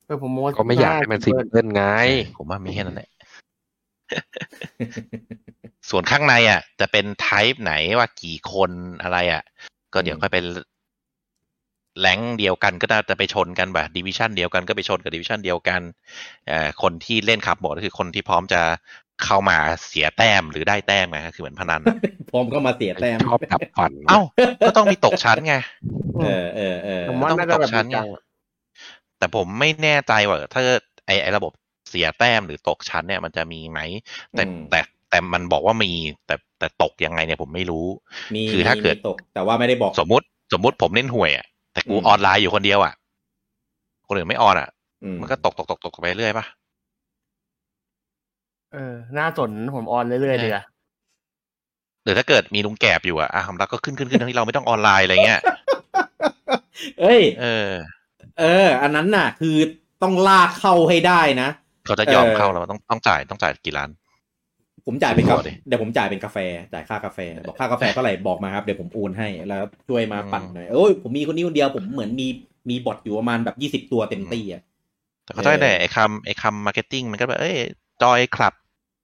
เออผมโมว่า ก็ไม่อยากให้มันซิมเพิลไง เออผมว่ามีแค่นั้นแหละ ส่วนข้างในอ่ะ จะเป็นไทป์ไหนว่ากี่คนอะไรอ่ะ ก็เดี๋ยว อืม ค่อยเป็นแรงเดียวกันก็น่าจะไปชนกันแบบดิวิชันเดียวกันก็ไปชนกับดิวิชันเดียวกันเอ่อคนที่เล่นขับหมดก็คือคนที่พร้อมจะเข้ามาเสียแต้มหรือได้แต้มไงก็คือเหมือนพนันอะ พร้อมก็มาเสียแต้ม ชอบดับฟัน เอ้าก็ต้องมีตกชั้นไง เออเออเออ ผมว่าน่าจะแบบ ต้องตกชั้น จริงจังอะ แต่ผมไม่แน่ใจว่า ถ้าไอไอระบบ เสียแต้มหรือตกชั้นเนี่ยมันจะมีไหมแต่ อืม แต่แต่มันบอกว่ามีแต่แต่ตกยังไงเนี่ยผมไม่รู้ มี คือถ้าเกิด มีตก แต่ว่าไม่ได้บอก สมมติสมมติผมเล่นหวยอ่ะแต่กู อืม ออนไลน์อยู่คนเดียวอ่ะคนอื่นไม่ออนอ่ะ อื มันก็ตกตกตกตกไปเรื่อยป่ะ เออน่าสนผมออนเรื่อยๆเลยอะ หรือถ้าเกิดมีลุงแกบอยู่อ่ะอ่ะของเราก็ขึ้นขึ้นขึ้นทั้งที่เราไม่ต้องออนไลน์อะไรเงี้ย เอ้ย เออ เออ อันนั้นน่ะ คือต้องลากเข้าให้ได้นะ เขาจะยอม เออ เข้าแล้วมันต้องต้องจ่ายต้องจ่ายกี่ล้าน ผมจ่ายเป็นกา ขอดิ เดี๋ยวผมจ่ายเป็นกาแฟ จ่ายค่ากาแฟ บอกค่ากาแฟเท่าไหร่บอกมาครับ เดี๋ยวผมโอนให้ แล้วช่วยมาปั่นหน่อย โอ้ย ผมมีคนนี้คนเดียว ผมเหมือนมีมีบอทอยู่ประมาณแบบยี่สิบ20 ตัวเต็มตีอ่ะ แต่เขาได้ เอ แต่ อ ไอ้คำไอ้คำมาร์เก็ตติ้งมันก็แบบเอ้ยจอยคลับ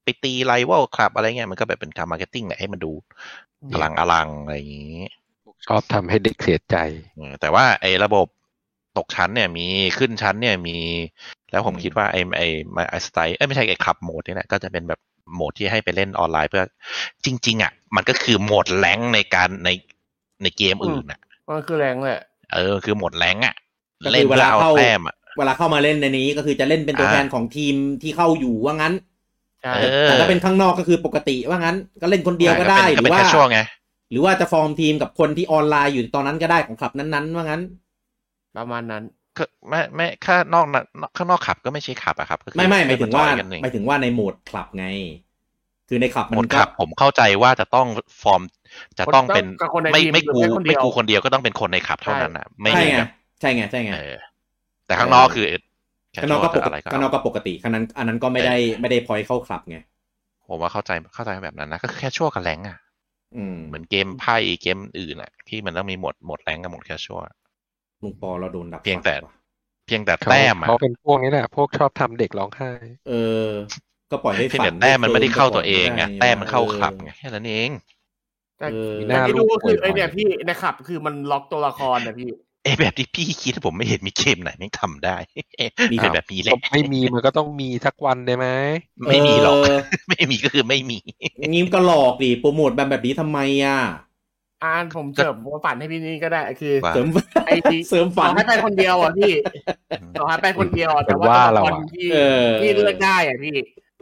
ไปตีไลเวลคลับอะไรเงี้ยมันก็แบบเป็นคำมาร์เก็ตติ้งแหละให้มันดูอลังอลังอะไรอย่างนี้ ชอบทำให้เด็กเสียใจ เออแต่ว่าไอ้ระบบตกชั้นเนี่ยมีขึ้นชั้นเนี่ยมี แล้วผมคิดว่าไอ้ไอ้มาไอ้สไตล์เอ้ยไม่ใช่ไอ้คลับโหมดนี่แหละก็จะเป็นแบบโหมดที่ให้ไปเล่นออนไลน์เพื่อจริง ๆอ่ะมันก็คือโหมดแรงในการในในเกมอื่นอ่ะ มันคือแรงแหละ เออคือโหมดแรงอ่ะ ก็คือ เล่น เว เพื่อ ลา เอา เข้า แต้มอ่ะ เวลาเข้ามาเล่นในนี้ก็คือจะเล่นเป็นตัว อ่า แทนของทีมที่เข้าอยู่ว่างั้น ใช่ เออ แต่ถ้าเป็นข้างนอกก็คือปกติว่างั้น ก็เล่นคนเดียวก็ได้ ห ก็ รื เป็ อนว่า แค่ช่วงไง หรือว่าจะฟอร์มทีมกับคนที่ออนไลน์อยู่ตอนนั้นก็ได้ของคลับนั้นๆ ว่างั้น ประมาณนั้น ก็ไม่ไม่ข้างนอกนะข้างนอกขับก็ไม่ใช่ขับอะครับก็คือ ไม่ไม่หมายถึงว่า เพื่อนจอยกันเอง หมายถึงว่าในโหมดคลับไง คือในคลับ หม มั ด นก็ ขับผมเข้าใจว่าจะต้องฟอร์มจะต้องเป็น ก็คนใน ไม่ ทีม ไม่กู หรือแค่คนเดี ไม่ ยว กูคนเดียวก็ต้องเป็นคนในขับเท่านั้นอ่ะ ไม่ ใช่ มี ไง แบบ ใช่ไงใช่ไง เออแต่ข้างนอกคือแค่ ข้างนอกก็ปก อะไร ติ ก็ ข้างนอกก็ปกติข้างนั้นอันนั้นก็ไม่ได้ไม่ได้พอยเข้าคลับไง ผมว่าเข้าใจเข้าใจแบบนั้นนะก็คือแค่ชั่วกับแรงอ่ะ อืม เหมือนเกมไพ่เกมอื่นอ่ะที่มันต้องมีหมดหมดแรงกับหมดแค่ชั่ว ลุงปอเราโดนดับ เพียงแต่ ว่ะ เพียงแต่ เขา แต้มอ่ะ เขาเป็นพวกนี้แหละพวกชอบทำเด็กร้องไห้ เออ ก็ปล่อยให้ เพียง ฝั แต่ น แต้มมันไม่ได้เข้าตัวเองไง ด้ แต้มมันเข้า ออ ขับไงแค่นั้นเอง แต่ เออ แต่ที่ดูก็คือ หน้าลูก ไอเนี่ยพี่ในขับคือมันล็อกตัวละครนะพี่ ไอ้แบบที่พี่คิดผมไม่เห็นมีเกมไหนไม่งทำได้ มี เป็นแบบนี้แหละ ไม่มีมันก็ต้องมีสักวันได้ไหม ไม่มีหรอก เ ไม่มีก็คือไม่มี งี้มันก็หลอกดิโปรโมทแบบแบบนี้ทำไมอ่ะ อ่านผมเสริมผมฝันให้พี่นี่ก็ได้คือ ว่า เสริม ไอที่ เสริม ฝั ฝั น น ให้ไปคนเดียวอ่ะพี่ต่อให้ไปคนเดียวอะแต่ว่าตัวละครที่ เออ ที่เลือกได้อ่ะพี่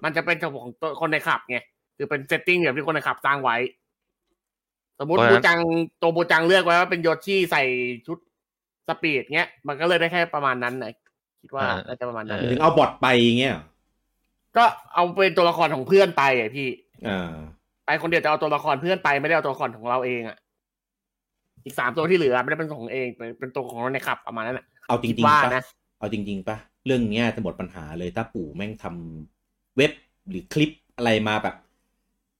มันจะเป็นเจ้าของตัวคนในขับไงคือเป็นเซตติ้งแบบที่คนในขับสร้างไว้ สมมติ เพราะ บู ฉะนั้น จังตัวบูจังเลือกไว้ว่าเป็นโยชิใส่ชุดสปีดเงี้ย มันก็เลยได้แค่ประมาณนั้นนะคิดว่าน่าจะประมาณนั้น ถึงเอาบอทไปอย่างเงี้ย ก็เอาเป็นตัวละครของเพื่อนไปอ่ะพี่ อ่า ไปคนเดียวจะเอาตัวละครเพื่อนไปไม่ได้เอาตัวละครของเราเองอ่ะ อีกสามตัวที่เหลือไม่ได้เป็นของเองเป็นเป็นตัวของเราในขับประมาณนั้นอ่ะ เอาจริง ว่า ๆปะ นะ เอาจริง ๆปะเรื่องเนี้ยจะหมดปัญหาเลยถ้าปู่แม่งทำเว็บหรือคลิปอะไรมาแบบ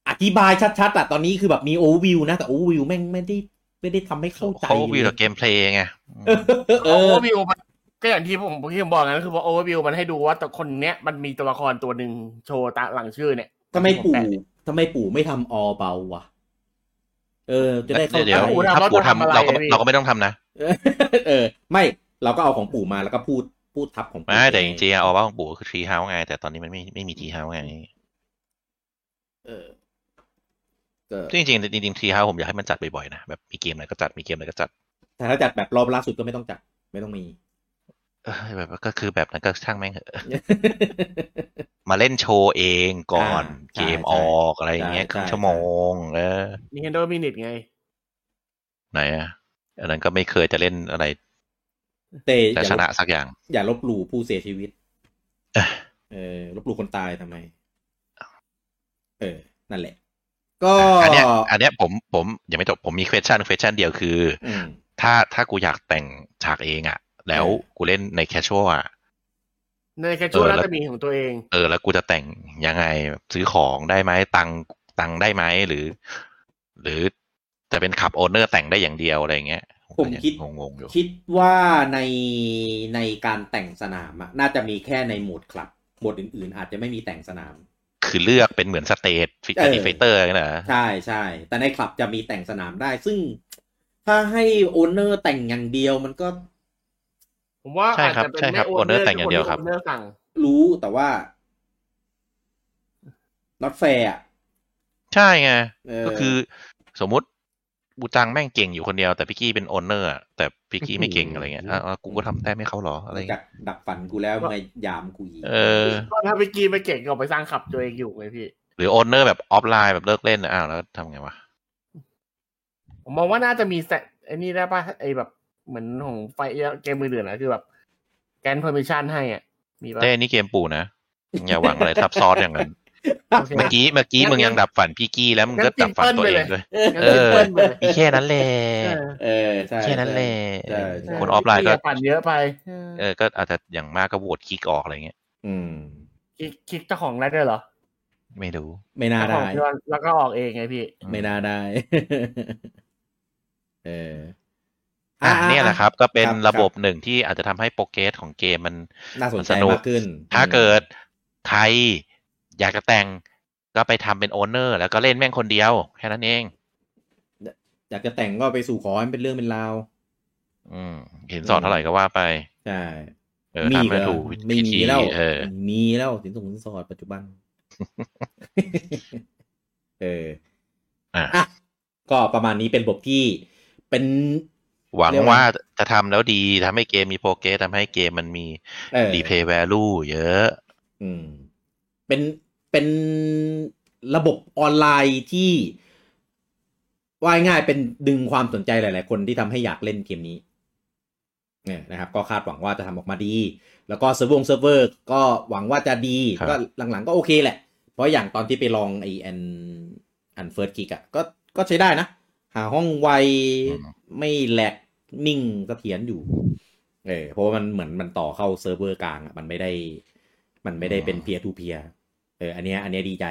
อธิบายชัดๆอะตอนนี้คือแบบมีโอวิวนะ แต่โอวิวแม่งไม่ได้ไม่ได้ทำให้เข้าใจ เขาวิวกับเกมเพลย์ไง เออ โอเวเออ อร์วิวมันก็อย่างที่ผมที่ผมบอกนะคือว่าโอเวอร์วิวมันให้ดูว่าแต่คนเนี้ยมันมีตัวละครตัวหนึ่งโชว์ตาหลังชื่อเนี่ย ทำไมปู่ทำไมปู่ไม่ทำออเบาวะเออ จะได้เข้าใจ เดี๋ยวถ้าปูทำเราก็เราก็ไม่ต้องทำนะ เออ ไม่เราก็เอาของปู่มาแล้วก็พูดพูดทับของปู่ ไม่แต่จริงๆเอาว่าของปู่คือทรีเฮาส์ไง แต่ตอนนี้มันไม่ไม่มีทรีเฮาส์ไง เออก็ ซึ่งจริงๆจริงๆทรีเฮาส์ผมอยากให้มันจัดบ่อยๆนะแบบมีเกมอะไรก็จัดมีเกมอะไรก็จัด แต่ถ้าจัดแบบรอบล่าสุดก็ไม่ต้องจัด ไม่ต้องมี เอ้ยแบบว่าก็คือแบบนั้นก็ช่างแม่งเถอะมาเล่นโชว์เองก่อน อ่าใช่ เกมออกอะไรอย่างเงี้ย ใช่ ครึ่ง ใช่ ชั่วโมงเออ นี่เฮนโดมินิทไง ไหนอะอันนั้นก็ไม่เคยจะเล่นอะไร แต่ แต่ อย่า ช ล นะ บ สักอย่าง อย่าลบหลู่ผู้เสียชีวิต เอ้ย เออลบหลู่คนตายทำไม เออ นั่นแหละ ก็ อันเนี้ยอันเนี้ยผมผมยังไม่จบผมมี question question เดียวคือ อืม ถ้าถ้ากูอยากแต่งฉากเองอะแล้ว เออ กูเล่นในแคชชวลอะ ในแคชชูน่าจะมีของตัวเอง เออ แล้วกูจะแต่งยังไงแบบซื้อของได้ไหมตังค์ตังค์ได้ไหมหรือ หรือจะเป็นขับโอนเนอร์แต่งได้อย่างเดียวอะไรอย่างเงี้ย ผมคิด งงๆอยู่ คิดว่าในในการแต่งสนามอะน่าจะมีแค่ในโหมดคลับโหมดอื่นๆ อาจจะไม่มีแต่งสนาม คือเลือกเป็นเหมือนสเตทฟิต เออ ติเฟเตอร์อย่างเงี้ยเหรอ ใช่ใช่ แต่ในคลับจะมีแต่งสนามได้ ซึ่งถ้าให้โอนเนอร์แต่งอย่างเดียวมันก็ ผมว่าอาจจะเป็นแม่โอเนอร์โอเนอร์สั่ง รู้แต่ว่า not fair อะ ใช่ไง เออ ก็คือสมมุติ บูจังแม่งเก่งอยู่คนเดียวแต่พิกกี้เป็นโอนเนอร์อะแต่พิกกี้ไม่เก่งอะไรเงี้ยอ่ะอ่ะกูก็ทำแต้มให้เขาเหรออะไร รู้จั เงี้ย กดักฝันกูแล้วไงยามกูอีก เออ ก็ถ้าไปกีไปเก่งก็ไปสร้างขับตัวเองอยู่ไงพี่ หรือโอนเนอร์แบบออฟไลน์แบบเลิกเล่นอ่ะอ้าวแล้วทำไงวะ ผมมองว่าน่าจะมีแซะไอ้นี่ได้ป่ะไอ้แบบเหมือนของไฟเกมมือเดือนนะคือแบบแกน permission ให้อ่ะ มีป่ะ เต้นี่เกมปู่นะอย่าหวังอะไรทับซ้อนอย่างนั้น โอเค เมื่อกี้เมื่อกี้มึงยังดับฝันพี่กี้แล้วมึงก็ดับฝันตัวเองด้วย งั้นซิมเปิ้ลไปเลย อีแค่นั้นแหละ เออ เออใช่ แค่นั้นแหละ ใช่ใช่ คนออฟไลน์ก็ ปั่นเยอะไป เออก็อาจจะอย่างมากก็โหวตคลิกออกอะไรเงี้ย อืม คิกคิกเจ้าของได้ด้วยเหรอ ไม่รู้ ไม่น่า เจ้าของได้ที่ว่าแล้วก็ออกเองไงพี่ ไม่น่าได้ เออ อ่ะเนี่ยแหละครับ ก็เป็นระบบ ค หนึ่งที่อาจจะทำให้โปรเกรสของเกมมัน น่าสนใจ สนุก มากขึ้น ถ้าเกิดใครอยากจะแต่งก็ไปทำเป็นโอนเนอร์ แล้วก็เล่นแม่งคนเดียว แค่นั้นเอง อยากจะแต่งก็ไปสู่ขอให้มันเป็นเรื่องเป็นราว อืมเห็นสอนเท่าไหร่ก็ว่าไป ใช่ เออ มี ทำให้ เหรอ ถูก ไม่ วิ มี ธี แล้ว เออ มีแล้วสินสงสินสอดปัจจุบั น เออ อ่ะ อ่ะก็ประมาณนี้เป็นระบบที่เป็น หวังว่าจะทำแล้วดีทำให้เกมมีโปรเกรสทำให้เกมมันมี เออ รีเพย์แวลูเยอะ อืมเป็นเป็นระบบออนไลน์ที่ว่าง่ายๆเป็นดึงความสนใจหลาย ๆ คนที่ทำให้อยากเล่นเกมนี้เนี่ยนะครับ ก็คาดหวังว่าจะทำออกมาดี แล้วก็เซิร์ฟวงเซิร์ฟเวอร์ก็หวังว่าจะดี ครับ ก็หลัง ๆ ก็โอเคแหละ เพราะอย่างตอนที่ไปลองไอแอนอันเฟิร์สกิกอ่ะก็ก็ใช้ได้นะ หาห้องไวไม่แหลกนิ่งเสถียรอยู่ เออเพราะว่ามันเหมือนมันต่อเข้าเซิร์ฟเวอร์กลางอะมันไม่ได้ มันไม่ได้เป็นเพียร์ทูเพียเอออันเนี้ยอันเนี้ยดีใจ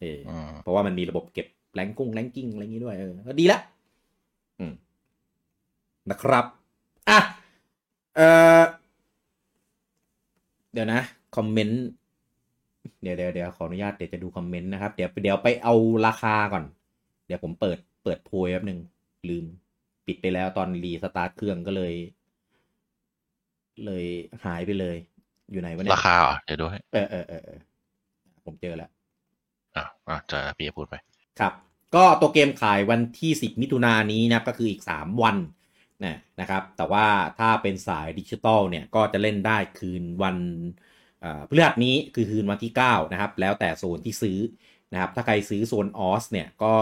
เอออ อืม เพราะว่ามันมีระบบเก็บแรงกุ้งแรงกิ้งอะไรอย่างงี้ด้วยเออก็ดีละอืมนะครับอ่ะเออเดี๋ยวนะ คอมเมนต์เดี๋ยวเดี๋ยวเดี๋ยวขออนุญาตเดี๋ยวจะดูคอมเมนต์นะครับ เดี๋ยวเดี๋ยวไปเอาราคาก่อน เดี๋ยวผมเปิดเปิดโพยแป๊บหนึ่งลืม ปิดไปแล้วตอนรีสตาร์ทเครื่องก็เลย เลยหายไปเลย อยู่ไหนวะเนี่ย ราคาเหรอเดี๋ยวด้วย เออเออเออเออผมเจอแล้ว อ่ะอ่ะจะพี่จะพูดไป ครับ ก็ตัวเกมขายวันที่ 10 มิถุนายนนี้นะครับก็คืออีก 3 วันนะนะครับ แต่ว่าถ้าเป็นสายดิจิตอลเนี่ยก็จะเล่นได้คืนวันเอ่อพฤหัสนี้คือคืนวันที่ 9 นะครับ แล้วแต่โซนที่ซื้อนะครับ ถ้าใครซื้อโซนออสเนี่ยก็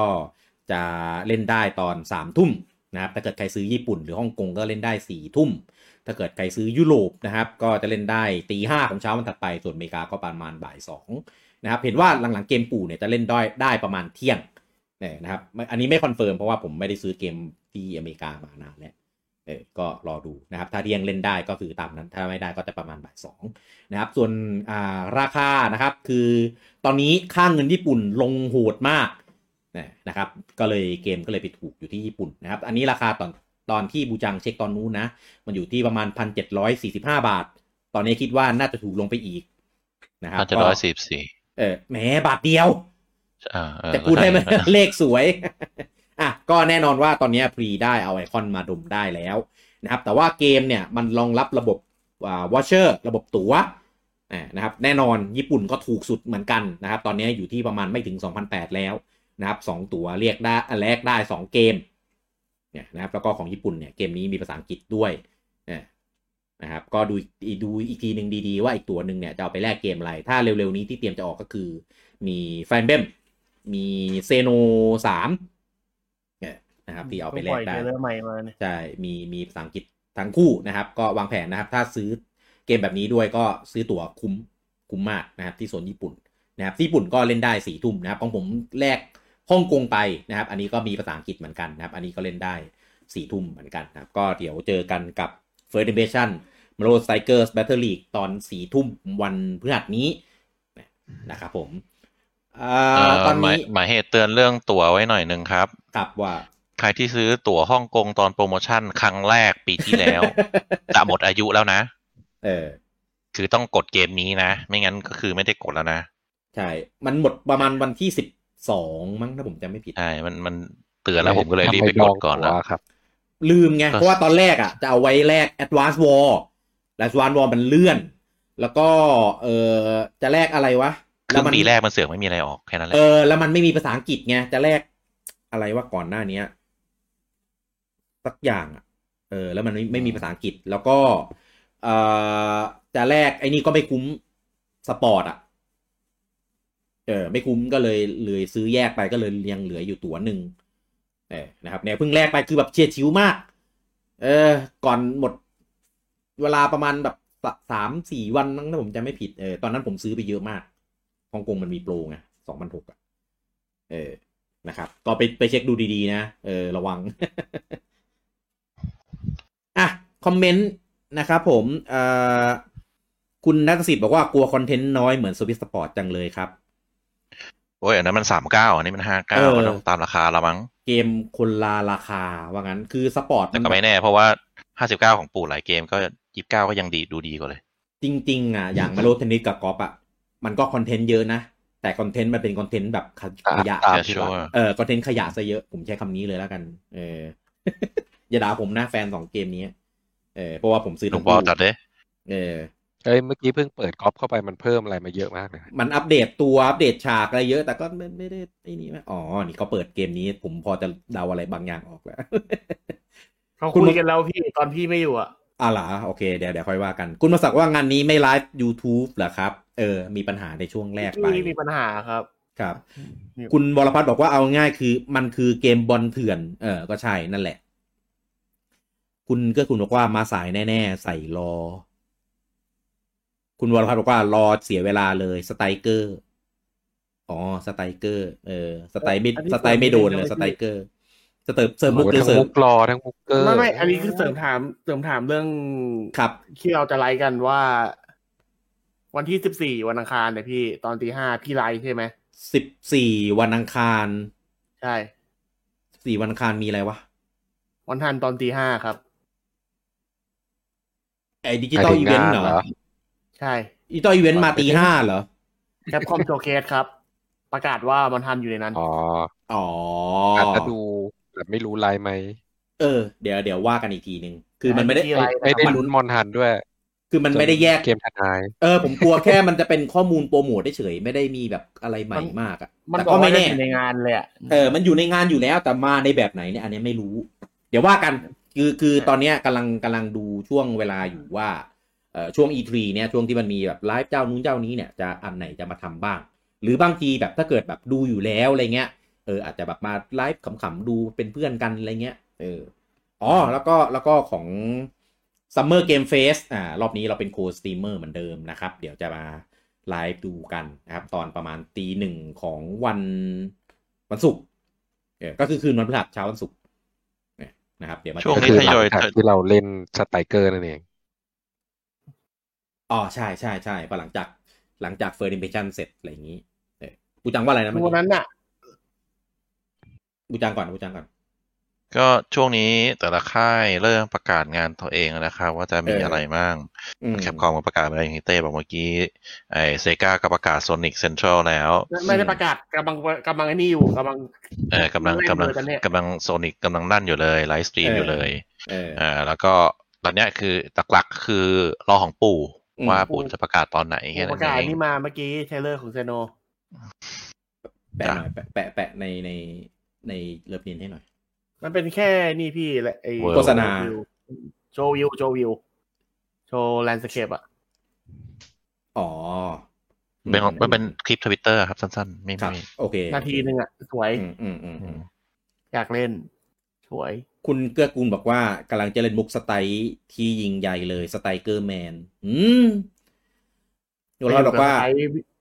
จะเล่นได้ตอน 3 ทุ่มนะครับ ถ้าเกิดใครซื้อญี่ปุ่นหรือฮ่องกงก็เล่นได้ 4 ทุ่ม ถ้าเกิดใครซื้อยุโรปนะครับ ก็จะเล่นได้ตีห้าของเช้าวันถัดไป ส่วนอเมริกาก็ประมาณบ่ายสอง นะครับเห็นว่าหลังๆเกมปู่เนี่ยจะเล่นได้ได้ประมาณเที่ยงเนี่ยนะครับไม่อันนี้ไม่คอนเฟิร์มเพราะว่าผมไม่ได้ซื้อเกมที่อเมริกามานานแล้วเออก็รอดูนะครับ ถ้าเที่ยงเล่นได้ก็คือตามนั้น ถ้าไม่ได้ก็จะประมาณบ่ายสองนะครับ ส่วนอ่าราคานะครับคือตอนนี้ค่างเงินญี่ปุ่นลงโหดมากนะครับ ก็เลยเกมก็เลยไปถูกอยู่ที่ญี่ปุ่นนะครับ อันนี้ราคาตอนตอนที่บูจังเช็คตอนนู้นนะ มันอยู่ที่ประมาณ 1,745 บาท ตอนนี้คิดว่าน่าจะถูกลงไปอีกนะครับ น่าจะร้อยสิบสี่ เออแหมบาทเดียว อ่าเออ แต่พูดให้มัน ก็ช่ เลขสวย อ่ะก็แน่นอนว่าตอนนี้พรีได้เอาไอคอนมาดมได้แล้วนะครับ แต่ว่าเกมเนี่ยมันรองรับระบบวอชเชอร์ระบบตัว๋วอ่านะครับ แน่นอนญี่ปุ่นก็ถูกสุดเหมือนกันนะครับ ตอนนี้อยู่ที่ประมาณไม่ถึง 2,008 แล้วนะครับสองตั๋วเรียกได้แลกได้ 2 เกมเนี่ยนะครับแล้วก็ของญี่ปุ่นเนี่ยเกมนี้มีภาษาอังกฤษด้วยเนี่ยนะครับก็ดูอีกดูอีกทีหนึ่งดีๆ ว่าอีกตัวหนึ่งเนี่ยจะเอาไปแลกเกมอะไร ถ้าเร็วๆนี้ที่เตรียมจะออกก็คือ มีแฟนเบมมีเซโนสามเนี่ยนะครับที่เอาไปแลกได้ เพิ่งปอยเทรลเลอร์ใหม่มาเนี่ย ใช่ มี มีภาษาอังกฤษทั้งคู่นะครับ ก็วางแผนนะครับ ถ้าซื้อเกมแบบนี้ด้วยก็ซื้อตั๋วคุ้ม คุ้มมากนะครับ ที่โซนญี่ปุ่นนะครับที่ญี่ปุ่นก็เล่นได้สี่ทุ่มนะครับ ของผมแลกฮ่องกงไปนะครับ อันนี้ก็มีภาษาอังกฤษเหมือนกันนะครับ อันนี้ก็เล่นได้สี่ทุ่มเหมือนกันนะครับ ก็เดี๋ยวเจอกันกับ f i r s t Invasion m a r o s t r i k e r s Battle League ตอนสี่ทุ่มวันพฤหัสนี้นะครับผมอ่ เอ่ า อ ตอน หมาย นี้ หมายเหตุเตือนเรื่องตั๋วไว้หน่อยหนึ่งครับ ครับว่า ใครที่ซื้อตั๋วฮ่องกงตอนโปรโมชั่นครั้งแรกปีที่แล้ว จะหมดอายุแล้วนะ เออ คือต้องกดเกมนี้นะ ไม่งั้นก็คือไม่ได้กดแล้วนะ ใช่ มันหมดประมาณวันที่สิบสองมั้งถ้าผมจำไม่ผิด ใช่มันมันเตือนแล้วผมก็เลยรีบไปกดก่อน ทำ แล้ ให้ ว ดงตัวครับ ลืมไง ก็ เพราะว่าตอนแรกอ่ะ จะเอาไว้แลก Advance War Advance War มันเลื่อน แล้วก็เออจะแลกอะไรวะ ครึ่ง มั ปีแรกมันเสือกไม่มีอะไรออกแค่นั้นแหละ เออ แล้วมันไม่มีภาษาอังกฤษไง จะแลกอะไรวะก่อนหน้าเนี้ย สักอย่างอะเออ แล้วมันไม่ไม่มีภาษาอังกฤษ แล้วก็เอ่อจะแลกไอ้นี่ก็ไม่คุ้มสปอร์ตอะเออ ไม่คุ้มก็เลยเลยซื้อแยกไปก็เลยยังเหลืออยู่ตัวหนึ่งเออนะครับเนี่ยเพิ่งแลกไปคือแบบเฉียดชิวมาก เออ ก่อนหมดเวลาประมาณแบบสามสี่วันนั้งถ้าผมจำไม่ผิดเออตอนนั้นผมซื้อไปเยอะมากฮ่องกงมันมีโปรไงสองพันหกอะเออ นะครับ ก็ไปไปเช็คดูดีๆ นะ เออ ระวัง อ่ะ คอมเมนต์นะครับผมเอ่อคุณนัทสิทธิ์บอกว่ากลัวคอนเทนต์น้อยเหมือนสวิสสปอร์ตจังเลยครับ โอ้ยอันนั้นมันสามเก้าอันนี้มันห้า เอ เก้า อ มันต้องตามราคาละมั้ง เกมคนลาราคา ว่างั้น คือสปอร์ต แต่ก็ไม่แน่ เพราะว่าห้าสิบเก้าของปู่หลายเกมก็ยี่สิบเก้าก็ยังดีดูดีกว่าเลย จริง ๆ อ่ะ อย่างมาโลเทนนิสกับกอล์ฟอ่ะ มันก็คอนเทนต์เยอะนะ แต่คอนเทนต์มันเป็นคอนเทนต์แบบขยะ ตาม เชื่อว่า เออคอนเทนต์ขยะซะเยอะ ผมใช้คำนี้เลยแล้วกัน เออ อย่าด่าผมนะแฟนสองเกมนี้เออเพราะว่าผมซื้อ ลุ ทั้ ง ง ปอ คู่ จัดเด้ เออ เอ้ยเมื่อกี้เพิ่งเปิดก๊อปเข้าไปมันเพิ่มอะไรมาเยอะมากเลยนะ มันอัปเดตตัวอัปเดตฉากอะไรเยอะ แต่ก็ไม่ไม่ได้ไอ้นี่ไหมอ๋อ นี่เขาเปิดเกมนี้ ผมพอจะเดาอะไรบางอย่างออกแล้ว เขา คุณ คุ มั ย น กันแล้วพี่ตอนพี่ไม่อยู่อ่ะ อ่ะเหรอโอเคเดี๋ยวเดี๋ยวค่อยว่ากัน คุณมาสักว่างานนี้ไม่ไลฟ์ YouTube เหรอครับ เออ มีปัญหาในช่วงแรกไป พี่มีปัญหาครับ ครับ คุณวรพัฒน์บอกว่าเอาง่ายคือมันคือเกมบอลเถื่อน เออ ก็ใช่นั่นแหละ คุณเก็คุณบอกว่ามาสายแน่ ๆ ใส่รอ คุณวรพัฒน์บอกว่ารอเสียเวลาเลยสไตรเกอร์ อ๋อสไตรเกอร์ เออ สไตรไม่ อันนี้ สไตรไม่โดนเลยสไตรเกอร์สเติร์ฟเสริมมุก โอ้ย หรือเสทั้งริ มุ ม กรอทั้งมุกเกอร์ ไม่ไม่อันนี้คือเสริมถามเสริมถามเรื่อง ครับ ที่เราจะไลฟ์กันว่า วันที่สิบสี่วันอังคารเนี่ยพี่ ตอนตีห้าพี่ไลฟ์ใช่ไหม สิบสี่วันอังคาร ใช่ สี่วันอังคารมีอะไรวะ วันทันตอนตีห้าครับ ไอ้ดิจิตอลอีเวนต์เหรอ ใช่ ดิจิตอลอีเวนต์มาตีห้าเหรอ แคปคอมโชว์เคสครับ ประกาศว่ามันทันอยู่ในนั้น อ๋อ อ๋ออ อาจจะดูแต่ไม่รู้ไลน์ไหม เออเดี๋ยวเดี๋ยวว่ากันอีกทีหนึ่งคือมันไม่ได้ ไม่ได้ ไม่ได้ มัน ลุ้นมอนฮันด้วย คือมันไม่ได้แยก เกมทนาย เออ ผมกลัวแค่มันจะเป็นข้อมูลโปรโมทเฉยๆไม่ได้มีแบบอะไรใหม่มากอ่ะ มัน แต่ บอ ก็ ก ไม่ ว่าได้ แน่ อยู่ในงานเลยอะ เออ มันอยู่ในงานอยู่แล้วแต่มาในแบบไหนเนี่ยอันเนี้ยไม่รู้ เดี๋ยวว่ากันคือคือตอนเนี้ยกำลังกำลังดูช่วงเวลาอยู่ว่าเอ่อช่วง E3 เนี่ยช่วงที่มันมีแบบไลฟ์เจ้านู้นเจ้านี้เนี่ยจะอันไหนจะมาทำบ้าง หรือบางทีแบบถ้าเกิดแบบดูอยู่แล้วอะไรเงี้ย เอออาจจะแบบมาไลฟ์ขำๆดูเป็นเพื่อนกันอะไรเงี้ย เออ อ๋อ แล้วก็แล้วก็ของ Summer Game Fest อ่ารอบนี้เราเป็นโคสตรีมเมอร์เหมือนเดิมนะครับ เดี๋ยวจะมาไลฟ์ดูกันนะครับ ตอนประมาณตีหนึ่งของวันวันศุกร์เออก็คือคืนวันพฤหัสเช้าวันศุกร์เนี่ยนะครับ เดี๋ยวมา ช่วง ก็ นี้ คือ ท หลั ยอย งจากที่เราเล่นสไตรเกอร์นั่นเอง อ๋อ ใช่ใช่ใช่พอหลังจากหลังจากเฟอร์นิเมชันเสร็จอะไรอย่างนี้เออกูจังว่าอะไรนะเมื่อ วัน กี้ นั้นน่ะ กูจังก่อนกูจังก่อน ก็ช่วงนี้แต่ละค่ายเริ่มประกาศงานตัวเองแล้วนะครับว่าจะมี เอออ อะไรบ้าง อืม แคปคอมก็ประกาศไปแล้วอย่างที่เต้บอกเมื่อกี้ไอเซกาก็ประกาศโซนิกเซ็นทรัลแล้ว ไม่ได้ประกาศกำลังกำลังไอ้นี่อยู่กำลัง เออกำลังกำลัง เล่นเลยตอนเนี้ย กำลังโซนิกกำลังนั่นอยู่เลยไลฟ์สตรีม เออ อ อ ยู่เลย เออ อ่าแล้วก็ตอนเนี้ยคือหลักๆคือรอของปู่ อืม ว่าปู่จะประกาศตอนไหนแค่ ป นั้ ระ น กาศ เอง นี่มาเมื่อกี้เทรลเลอร์ของเซโน แปะหน่อยแปะแปะแปะในในในเลิฟเนียนให้หน่อย มันเป็นแค่นี่พี่แหละไอ โฆษณา โชว์วิวโชว์วิวโชว์แลนด์สเคปอะ อ๋อ เป็นของมันเป็นคลิปทวิตเตอร์ครับสั้นๆ ไม่ ครับ ไม่ โอเค นาทีหนึ่งอะสวย อืมอืมอืมอืม อยากเล่น สวย คุณเกื้อกูลบอกว่ากำลังจะเล่นมุกสไตล์ที่ยิงใหญ่เลยสไตล์เกอร์แมน อืมอยู่เราบอกว่า ใช้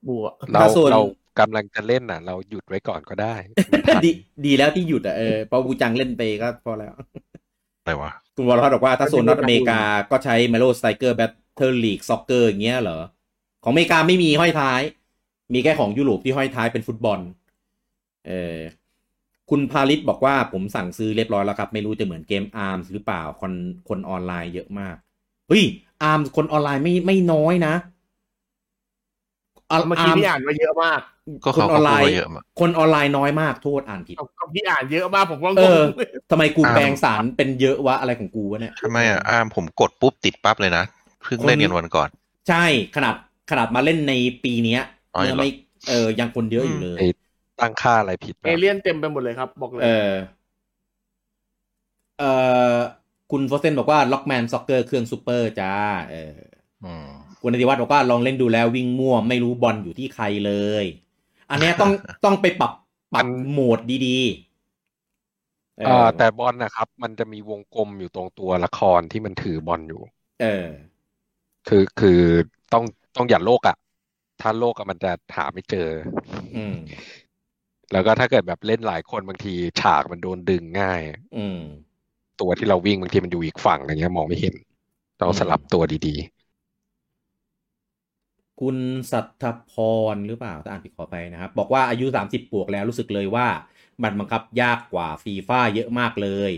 บวก เรา ถ้าส่วน เรากำลังจะเล่นน่ะ เราหยุดไว้ก่อนก็ได้มันทัน ดีดีแล้วที่หยุดอ่ะเออเพราะกูจังเล่นไปก็พอแล้ว อะไรวะ คุณวรพัฒน์บอกว่าถ้าโซนนอตอเมริกาก็ใช้ m e l o s t r i k e r Battle League Soccer อย่างเงี้ยเหรอ ของอเมริกาไม่มีห้อยท้าย มีแค่ของยุโรปที่ห้อยท้ายเป็นฟุตบอล เออคุณพาลิตบอกว่าผมสั่งซื้อเรียบร้อยแล้วครับ ไม่รู้จะเหมือนเกม ARMS หรือเปล่าคนคนออนไลน์เยอะมาก เฮ้ย ARMS คนออนไลน์ไม่ไม่น้อยนะอ่ะ เมื่อกี้ ARMS พี่อ่านมาเยอะมาก ก็ คน เขา อ ก็ อนไล พูน์ดมาเยอะมาก คนออนไลน์น้อยมากโทษอ่านผิด เอาก็พี่อ่านเยอะมากผมก็ง เอง อ ทำไมกู อ่า แปลงสารเป็นเยอะวะอะไรของกูวะเนี่ย ทำไมอ่ะอ้ามผมกดปุ๊บติดปั๊บเลยนะเพิ่งเล่นกันวันก่อน ใช่ขนาดขนาดมาเล่นในปีเนี้ย อ๋อ เมื่อไม่เออยังคนเยอะอยู่เลย ไอ้ตั้งค่าอะไรผิดปะ เอเลี่ยนเต็มไปหมดเลยครับ บอกเลย เออ เ เอ่อคุณโฟเซนบอกว่าล็อกแมนซ็อกเกอร์เครื่องซูเปอร์จ้าเออ อืม คุณนติวัฒน์บอกว่าลองเล่นดูแล้ววิ่งมั่วไม่รู้บอลอยู่ที่ใครเลย อันเนี้ยต้อง ต้องไปปรับปรับโหมดดีๆ เอ่อแต่บอลนะครับ มันจะมีวงกลมอยู่ตรงตัวละครที่มันถือบอลอยู่ เออ คือคือต้องต้องอย่าโลกอ่ะ ถ้าโลกอะมันจะหาไม่เจอ อืม แล้วก็ถ้าเกิดแบบเล่นหลายคนบางทีฉากมันโดนดึงง่าย อืม ตัวที่เราวิ่งบางทีมันอยู่อีกฝั่งอย่างเงี้ยมองไม่เห็น ต้องสลับตัวดี คุณสัทธพรหรือเปล่าถ้าอ่านผิดขอไปนะครับ บอกว่าอายุ 30บวกแล้วรู้สึกเลยว่า มันบังคับยากกว่าฟีฟ่าเยอะมากเลย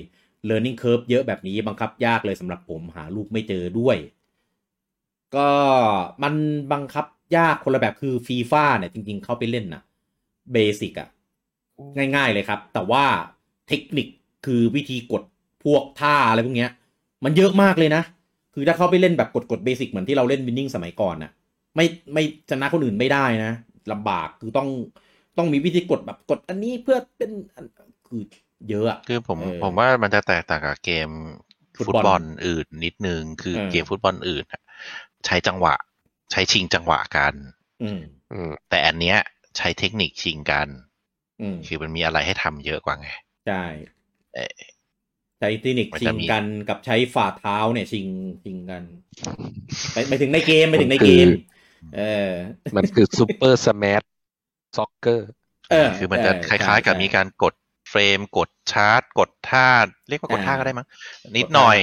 Learning Curve เยอะแบบนี้บังคับยากเลยสำหรับผมหาลูกไม่เจอด้วย ก็มันบังคับยากคนละแบบคือฟีฟ่าเนี่ยจริงๆเข้าไปเล่นนะเบสิกอะง่ายๆเลยครับ แต่ว่าเทคนิคคือวิธีกดพวกท่าอะไรพวกเนี้ย มันเยอะมากเลยนะ คือถ้าเข้าไปเล่นแบบกดกดเบสิกเหมือนที่เราเล่นวินนิ่งสมัยก่อนน่ะ ไม่ไม่ชนะคนอื่นไม่ได้นะลำบากคือต้องต้องมีวิธีกดแบบกดอันนี้เพื่อเป็นคือเยอะอะ คือผม เออ ผมว่ามันจะแตกต่างกับเกม ฟุ ฟุ ต ต บอล บอลอื่นนิดนึง คือ เออ เกมฟุตบอลอื่นน่ะใช้จังหวะ ใช้ชิงจังหวะกัน อืม ๆ อืม แต่อันเนี้ยใช้เทคนิคชิงกัน อืม คือมันมีอะไรให้ทำเยอะกว่าไง ใช่ เอ่อ ใช้เทคนิค มัน ชิ จะ ง มี กันกับใช้ฝ่าเท้าเนี่ยชิงชิง กันไปไปถึงในเกมไปถึงในเกม คือ เออ มันคือซูเปอร์สมาร์ทซ็อกเกอร์ เออ คือมันจะ เออ คล้าย ๆ กับ ใช่ มีการกดเฟรม กดชาร์จ กดท่าเรียกว่ากด อ่า ท่าก็ได้มั้งนิดหน่อย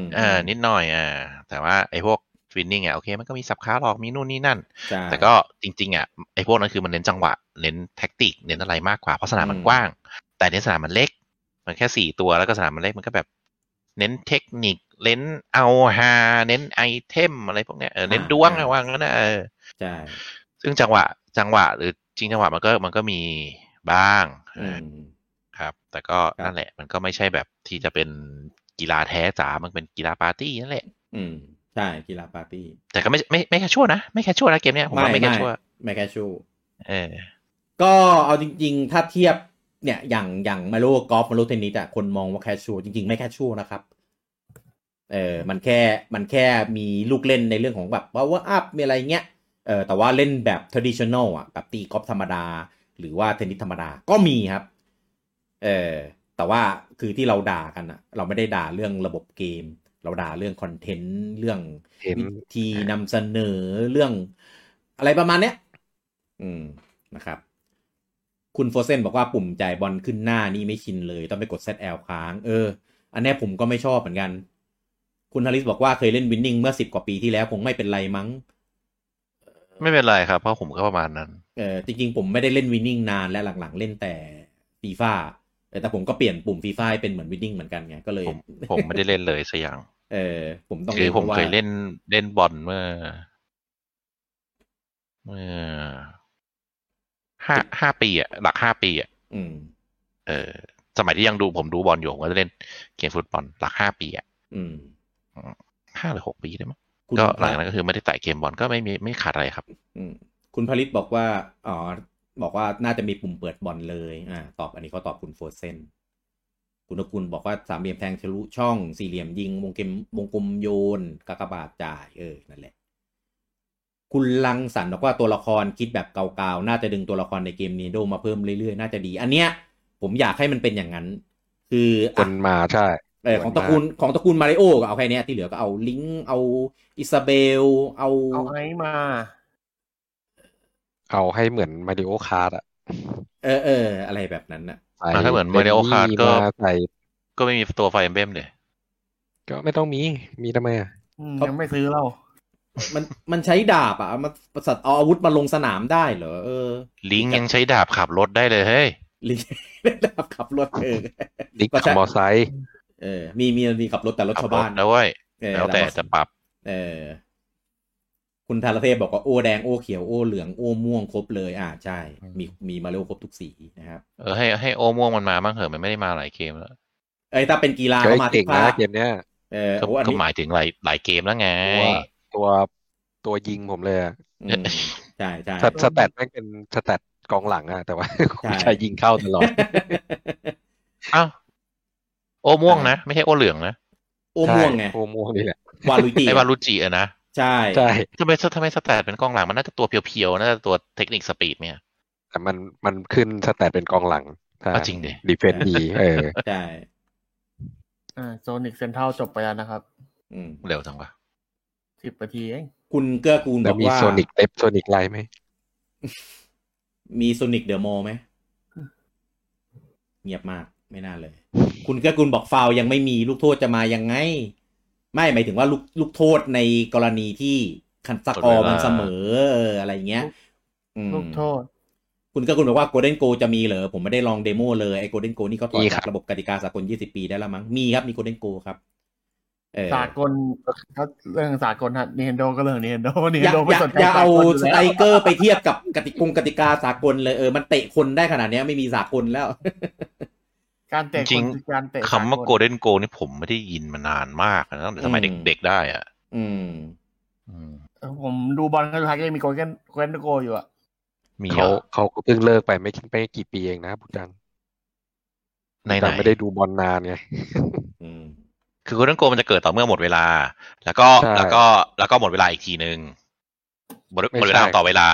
ม เออนิดหน่อยอ่าแต่ว่าไอ้พวกทวินนิ่งอ่ะโอเคมันก็มีสับขาหลอกมีนู่นนี่นั่น ใช่ แต่ก็จริงๆอ่ะไอ้พวกนั้นคือมันเน้นจังหวะ เน้นแท็กติก เน้นอะไรมากกว่าเพราะสนามมั อื น ม กว้าง แต่เน้นสนามมันเล็ก มันแค่สี่ตัวแล้วก็สนามมันเล็กมันก็แบบ เน้นเทคนิค เน้นเอาฮาเน้นไอเทมอะไรพวกเนี้ยเออเน้นดวงอะว่างั้นนะเออ ใช่ ซึ่งจังหวะจังหวะ หรือจริงจังหวะมันก็มันก็มีบ้างเอ อื อ ม ครับ แต่ก็ ครับ นั่นแหละ มันก็ไม่ใช่แบบที่จะเป็นกีฬาแท้จ๋ามันเป็นกีฬาปาร์ตี้นั่นแหละ อืมใช่กีฬาปาร์ตี้ แต่ก็ไม่ไม่ไม่แค่ชั่วนะไม่แค่ชั่วนะเกมเนี้ยผมว่าไม่แค่ชั่ว ไม่แคชชู เออ ก็เอาจริงๆ ถ้าเทียบเนี่ยอย่างอย่างมาโลกอล์ฟมาโลเทนนิสอะคนมองว่าแคชชัวจริงๆ ไม่แคชชัวนะครับ เออมันแค่มันแค่มีลูกเล่นในเรื่องของแบบ power up มีอะไรเงี้ยเออแต่ว่าเล่นแบบ traditional อ่ะแบบตีกอล์ฟธรรมดา หรือว่าเทนนิสธรรมดาก็มีครับ เออแต่ว่าคือที่เราด่ากันอะเราไม่ได้ด่าเรื่องระบบเกม เราด่าเรื่องคอนเทนต์เรื่อง เห็น วิธีนำเสนอเรื่องอะไรประมาณเนี้ย อืมนะครับ คุณโฟเซนบอกว่าปุ่มจ่ายบอลขึ้นหน้านี่ไม่ชินเลย ต้องไปกด ZL ค้าง เออ อันเนี้ยผมก็ไม่ชอบเหมือนกัน คุณฮาริสบอกว่าเคยเล่นวินนิ่งเมื่อสิบกว่าปีที่แล้วคงไม่เป็นไรมั้ง ไม่เป็นไรครับ เพราะผมก็ประมาณนั้น เออจริงๆ ผมไม่ได้เล่นวินนิ่งนานและหลังๆ เล่นแต่ฟีฟ่าแต่ผมก็เปลี่ยนปุ่มฟีฟ่าเป็นเหมือนวินนิ่งเหมือนกันไงก็เลย ผมผมไม่ได้เล่นเลยสักอย่าง เออผมต้อง คือผพมราะว่า เคยเล่นเล่นบอลเมื่อ เมื่อห้าห้าปีอะหลักห้าปีอะ อืม เออ สมัยที่ยังดูผมดูบอลอยู่ผมก็จะเล่นเกมฟุตบอลหลักห้าปีอะ อืม ห้าหรือหกปีได้มั้ง คุณ ก็หลังจากนั้นก็คือไม่ได้แตะเกมบอลก็ไม่มีไม่ขาดอะไรครับ อืมคุณผลิตบอกว่า อ๋อ บอกว่าน่าจะมีปุ่มเปิดบอลเลย อ่า ตอบอันนี้เขาตอบคุณโฟเซน คุณอกุลบอกว่าสามเหลี่ยมแทงทะลุช่อง สี่เหลี่ยมยิง วงเกมวงกลมโยนกากบาทจ่าย เออ นั่นแหละ คุณลังสรรค์บอกว่าตัวละครคิดแบบเก่าๆ น่าจะดึงตัวละครในเกมนีโดมาเพิ่มเรื่อยๆ น่าจะดี อันเนี้ย ผมอยากให้มันเป็นอย่างนั้น คือ ค อ่ะ นมาใช่ เออของตระกูลของตระกูลมาริโอก็เอาแค่เนี้ยที่เหลือก็เอาลิงก์เอาอิซาเบล เอา เอาไอ้มา เอาให้เหมือนมาริโอคาร์ดอะ เออเอออะไรแบบนั้นน่ะ ใส่ อ่ะถ้าเหมือน Mario บนนี่ Kart ก็ มาใส่ ก็ไม่มีตัวไฟเอมเบมเลย ก็ไม่ต้องมี มีทำไมอะ อืมยังไม่ซื้อเรา มันมันใช้ดาบอ่ะมันประสัตว์เอาอาวุธมาลงสนามได้เหรอเออ ลิงยังใช้ดาบขับรถได้เลยเฮ้ย ลิง ดาบขับรถเออ ดิก ก็ใช่ ขับมอไซค์ เออ มีมีมีขับรถแต่รถ ขั ชาว ร บ้า ถ น นะเว้ย เออ แล้วแต่ ขับรถ จะปรับ เออ คุณธารเทพบอกว่าโอแดงโอเขียวโอเหลืองโอม่วงครบเลย อ่าใช่ มีมีมาเร็วครบทุกสีนะครับ เออให้ให้โอม่วงมันมาบ้างเหอะมันไม่ได้มาหลายเกมแล้ว เอ้ยถ้าเป็นกีฬา เฮ้ย เขามาทุ เก่ ก ง ภาคนะเกมเนี้ย เออ ก็ โอ้อัน ก็ นี้ หมายถึงหลายหลายเกมแล้วไง ตัวตัวยิงผมเลยอะ อืมใช่ใช่ สแตสแตทแม่งเป็นสแตทก องหลังอะแต่ว่า ใช่ ใช้ยิงเข้าตลอด อ้าวโอ โอ้ม่วงนะ ไม่ใช่โอ้เหลืองนะ โอ้ม่วงไง โอม่วงนี่แหละ วาลุยติ ไอ้วารุจิอะนะ ใช่ ใช่ ทำไมทำไมสแตทเป็นกองหลังมันน่าจะตัวเพียวๆน่าจะตัวเทคนิคสปีดเนี่ย แต่มันมันขึ้นสแตทเป็นกองหลังถ้า เอาจริงดิ ดีเฟนดีเออ ใช่ อ่าโซนิกเซนทรัลจบไปแล้วนะครับ อืม เร็วจังวะ สิบนาทีเอง คุณเกื้อกูลบ แล้ว อก มี ว่า โซนิกเล็บโซนิกไลไหม มีโซนิกเดอะมอลไหมเงียบมากไม่น่าเลย คุณเกื้อกูลบอกฟาวยังไม่มีลูกโทษจะมายังไง ไม่หมายถึงว่าลูกลูกโทษในกรณีที่คันสกอร์มันเสมอเอออะไรเงี้ยอืม ลูกโทษ คุณก็คุณบอกว่าโกลเด้นโกจะมีเหรอ ผมไม่ได้ลองเดโมเลยไอ้โกลเด้นโกนี่เขาถอยจากระบบกติกาสากล 20 ปีได้แล้วมั้ง มีครับ มีโกลเด้นโกครับ เออ สากลเขาเรื่องสากลฮะ Nintendo ก็เรื่อง Nintendo อย่า Nintendo อ ไม่ ย่า สนใจ อย่าเอา สกล สไตรเกอร์ไปเทียบกับกติกงกติกาสากลเลยเออ มันเตะคนได้ขนาดเนี้ยไม่มีสากลแล้ว การเตะคนคือการเตะ คำว่าโกลเด้นโกนี่ผมไม่ได้ยินมานานมากนะตั้งแต่สมัย อืม เด็กๆได้อ่ะ อืม อืม เออผมดูบอลครั้งสุดท้ายก็ยังมีโกลเด้นโกลเด้นโกอยู่อ่ะ มีเหร เขา อ เขาก็เพิ่งเลิกไปไม่ไม่กี่ปีเองนะบุตัง ในไห แต่ น ไม่ได้ดูบอลนานไง อืม คือโกลเด้นโกมันจะเกิดต่อเมื่อหมดเวลา แล้วก็ ใช่ แล้วก็แล้วก็หมดเวลาอีกทีนึงหมด ไม่ หมดเวลา ใช่ ต่อเวลา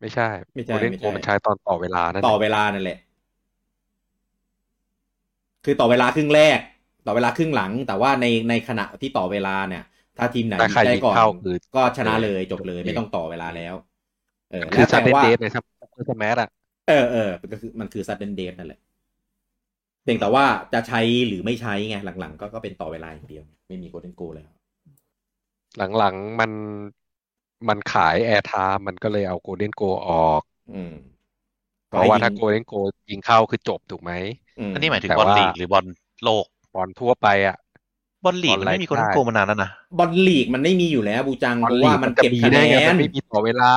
ไม่ใช่ ไม่ใช่ โกลเด้น ไม่ใช่ โกมันใช้ตอนต่อเวลานั่น ต่อ แหละ เวลานั่นแหละ คือต่อเวลาครึ่งแรก ต่อเวลาครึ่งหลัง แต่ว่าในในขณะที่ต่อเวลาเนี่ย ถ้าทีมไหน แต่ใคร ได้ ยิง ก่อน เข้าคือ ก็ชนะเลยจบเลยไม่ต้องต่อเวลาแล้ว เออ คือ แล้ว ซัดเด แต่ น ว่า เดทนะครับคือสแมทอ่ะ เออเออมันก็คือมันคือ sudden death นั่นแหละเพียงแต่ว่าจะใช้หรือไม่ใช้ไง หลังๆ ก็ก็เป็นต่อเวลาอย่างเดียว ไม่มี golden goal แล้ว หลังๆมันมันขายแอร์ทามันก็เลยเอาโกลเด้นโกออก อืม เพราะว่าถ้า ยิง โกลเด้นโกยิงเข้าคือจบถูกไหม อันนี้หมายถึง แต่ บอล ว่า ลีกหรือบอลโลก บอลทั่วไปอ่ะ บอลลีก บอล มัน ไร้ ไม่มีโกล ค่า เด้นโกมานานแล้วนะ บอลลีกมันไม่มีอยู่แล้วบูจัง บอ เพ ล ราะ ลี ว่าก มั มัน นจะ เก็บ มี คะแน ได้ไงมัน นไม่มีต่อเวลา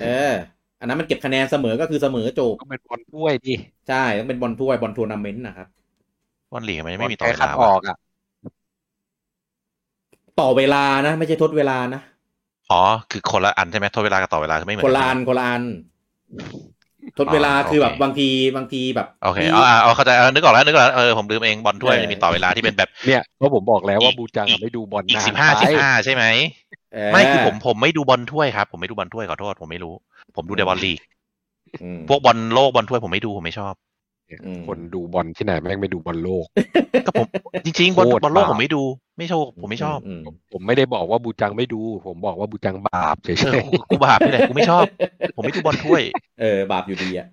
เออ อันนั้นมันเก็บคะแนนเสมอก็คือเสมอจบ ก็เป็นบอลถ้วยดิ ใช่ต้องเป็นบอลถ้วยบอลทัวร์นาเมนต์นะครับ บอลลีกมันยังไม่มีต่อ แค่ เว คัด ลา อ วะ อกอ่ะ ต่อเวลานะ ไม่ใช่ทดเวลานะ อ๋อคือคนละอันใช่ไหมทดเวลากับต่อเวลาคือไม่เหมือ คน น ละอั กัน น คนละอันทดเวลา อ๋อ คือแบบ โอเค บางทีบางทีแบบ โอเค มี เอาเอาเอาเข้าใจเอานึกออกแล้วนึกออกแล้วเออผมลืมเองบอลถ้วย เออ มันมีต่อเวลาที่เป็นแบบ เนี่ยเพราะผมบอกแล้วว่า อีก บูจังอะไม่ดูบอล อีก นาน สิบห้า ไป สิบห้าใช่ไหม เ ไม่คือผมผมไม่ดูบอลถ้วยครับผมไม่ดูบอลถ้วยขอโทษผมไม่รู้ ผมดูแต่บอลลีก อืม พวกบอลโลกบอลถ้วยผมไม่ดูผมไม่ชอบ อืม คนดูบอลที่ไหนแม่งไม่ดูบอลโลก ก็ผมจริงๆบอล โคตร บอลโลก บาป ผมไม่ดูไม่ชอบผมไม่ชอบ ม ผมไม่ได้บอกว่าบูจังไม่ดู ผมบอกว่าบูจังบาปเฉย เออกูกูบาปนี่แหละกูไม่ชอบ ผมไม่ดูบอลถ้วย เออบาปอยู่ดีอ่ะ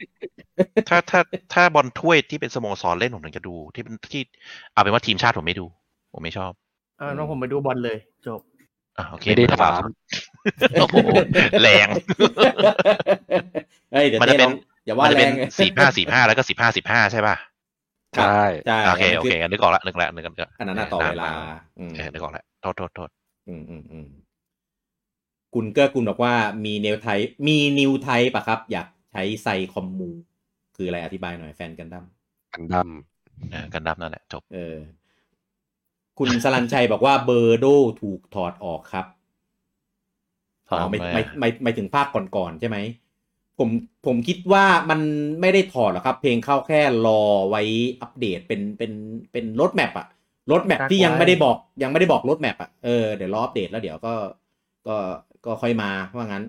ถ้าถ้าถ้าบอลถ้วยที่เป็นสโมสรเล่นผมถึงจะดูที่เป็นที่เอาเป็นว่าทีมชาติผมไม่ดู ผมไม่ชอบ อ่าน้องผมไปดูบอลเลยจบ อ่ะโอเค ๆไม่ได้ นก็บ ถา ป ม โอ้โหแรง เฮ้ยเดี๋ยว มัน เต้ จะลเป็อนงอย่า มั ว่าน จะ แร เป็น ง สี่ห้าสี่ห้าแล้วก็สิบห้าสิบห้าใช่ป่ะ ใช่ ใช่ โอเคโอเค อันนั้น นึกออกละนึกละนึกละนึกละ อันนั้นน่ะต่อเวลา อืม เออนึกออกละโทษโทษโทษ อืมอืมอืมคุณเกื้อกุลบอกว่ามีเนวไทป์มีนิวไทป์ปะครับ อยากใช้ไซคอมมู คืออะไรอธิบายหน่อยแฟนกันดั้ม กันด เออกันดับนั่นแหละจบ เออ คุณสลันชัยบอกว่าเบอร์โดถูกถอดออกครับ อ๋อไม่ ทำ ไม่ อะ ไม่ไม่ถึงภาคก่อนๆใช่ไหมผมผมคิดว่ามันไม่ได้ถอดหรอกครับ เพลงเข้าแค่รอไว้อัปเดตเป็นเป็นเป็นรถแมปอะรถแมป กักไว้ ที่ยังไม่ได้บอกยังไม่ได้บอกรถแมปอะเออเดี๋ยวรออัปเดตแล้วเดี๋ยวก็ก็ก็ค่อยมาว่างั้น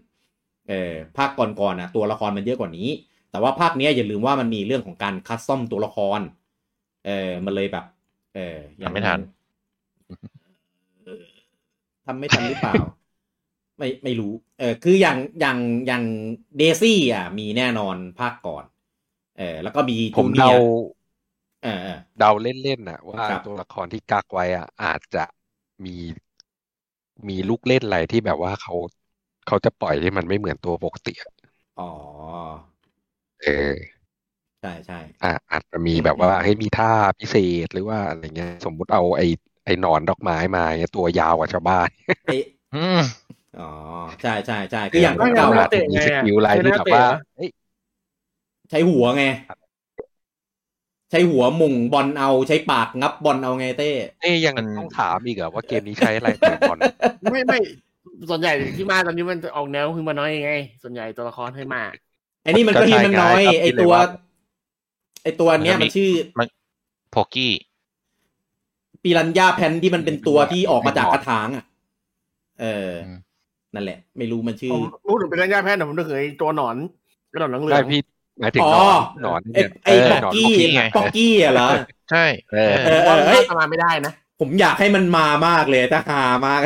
เออภาคก่อนๆอะตัวละครมันเยอะกว่านี้ แต่ว่าภาคเนี้ยอย่าลืมว่ามันมีเรื่องของการคัสตอมตัวละคร เออมันเลยแบบ เออยั ทำไม่ทัน ทำไม่ทันหรือเปล่า ไม่ไม่รู้ เออคืออย่างอย่างอย่างเดซี่อ่ะ มีแน่นอนภาคก่อน เออแล้วก็มี ำผม จูเนี เดาย ร์เออเออ เดาเล่นๆน่ะ ว่า ครับ ตัวละครที่กักไว้อ่ะ อาจจะมีมีลูกเล่นอะไรที่แบบว่าเขาเขาจะปล่อยที่มันไม่เหมือนตัวปกติอะ อ๋อ เออ ใช่ใช่ อ่าอาจจะมี อืม แบบว่า อืม ให้มีท่าพิเศษหรือว่าอะไรเงี้ย สมมุติเอาไอ้ไอ้หนอนดอกไม้มาเงี้ยตัวยาวกว่าชาวบ้าน ไอ อืม อ๋อ ใช่ใช่ใช่คืออย่าง ไม่ เก่า ไม่ ๆอะ เตะไง มี อะ สกิลอะไรที่แบบว่า ไม่น่าเตะนะ เอ้ย ใช้หัวไง ใช้หัวหมุ่งบอลเอาใช้ปากงับบอลเอาไงเต้ เอ้ยยังต้องถามอีกเหรอว่าเกมนี้ใช้อะไรเตะบอล ไม่ไม่ส่วนใหญ่ที่มาตอนนี้มันจะออกแนวคือมาน้อยไง ส่วนใหญ่ตัวละครให้มา ไอ้นี่มันก็ทีมันน้อย ไอ้ตัว ไอ้ตัวเนี้ยมันชื่อ โพกี้ ปีรันย่าแพนที่มันเป็นตัวที่ออกมาจากกระถางอ่ะ เออ นั่นแหละ ไม่รู้มันชื่อ ผมรู้ถึงเป็นระยะแพทย์แต่ผมนึกถึงไอ้ตัวหนอนกระดอนเหลื ได้ องๆ พี่หมายถึง อ๋ หน อ อนหนอน ไอ้ไอ้เนี่ยป๊อกเหนน กี้ ป๊อกกี้ไง ป๊อกกี้อะเหรอ ใช่ เออ เออ ว่ามัน เฮ้ย น่าจะมาไม่ได้นะ ผมอยากให้มันมามากเลยแต่หามาก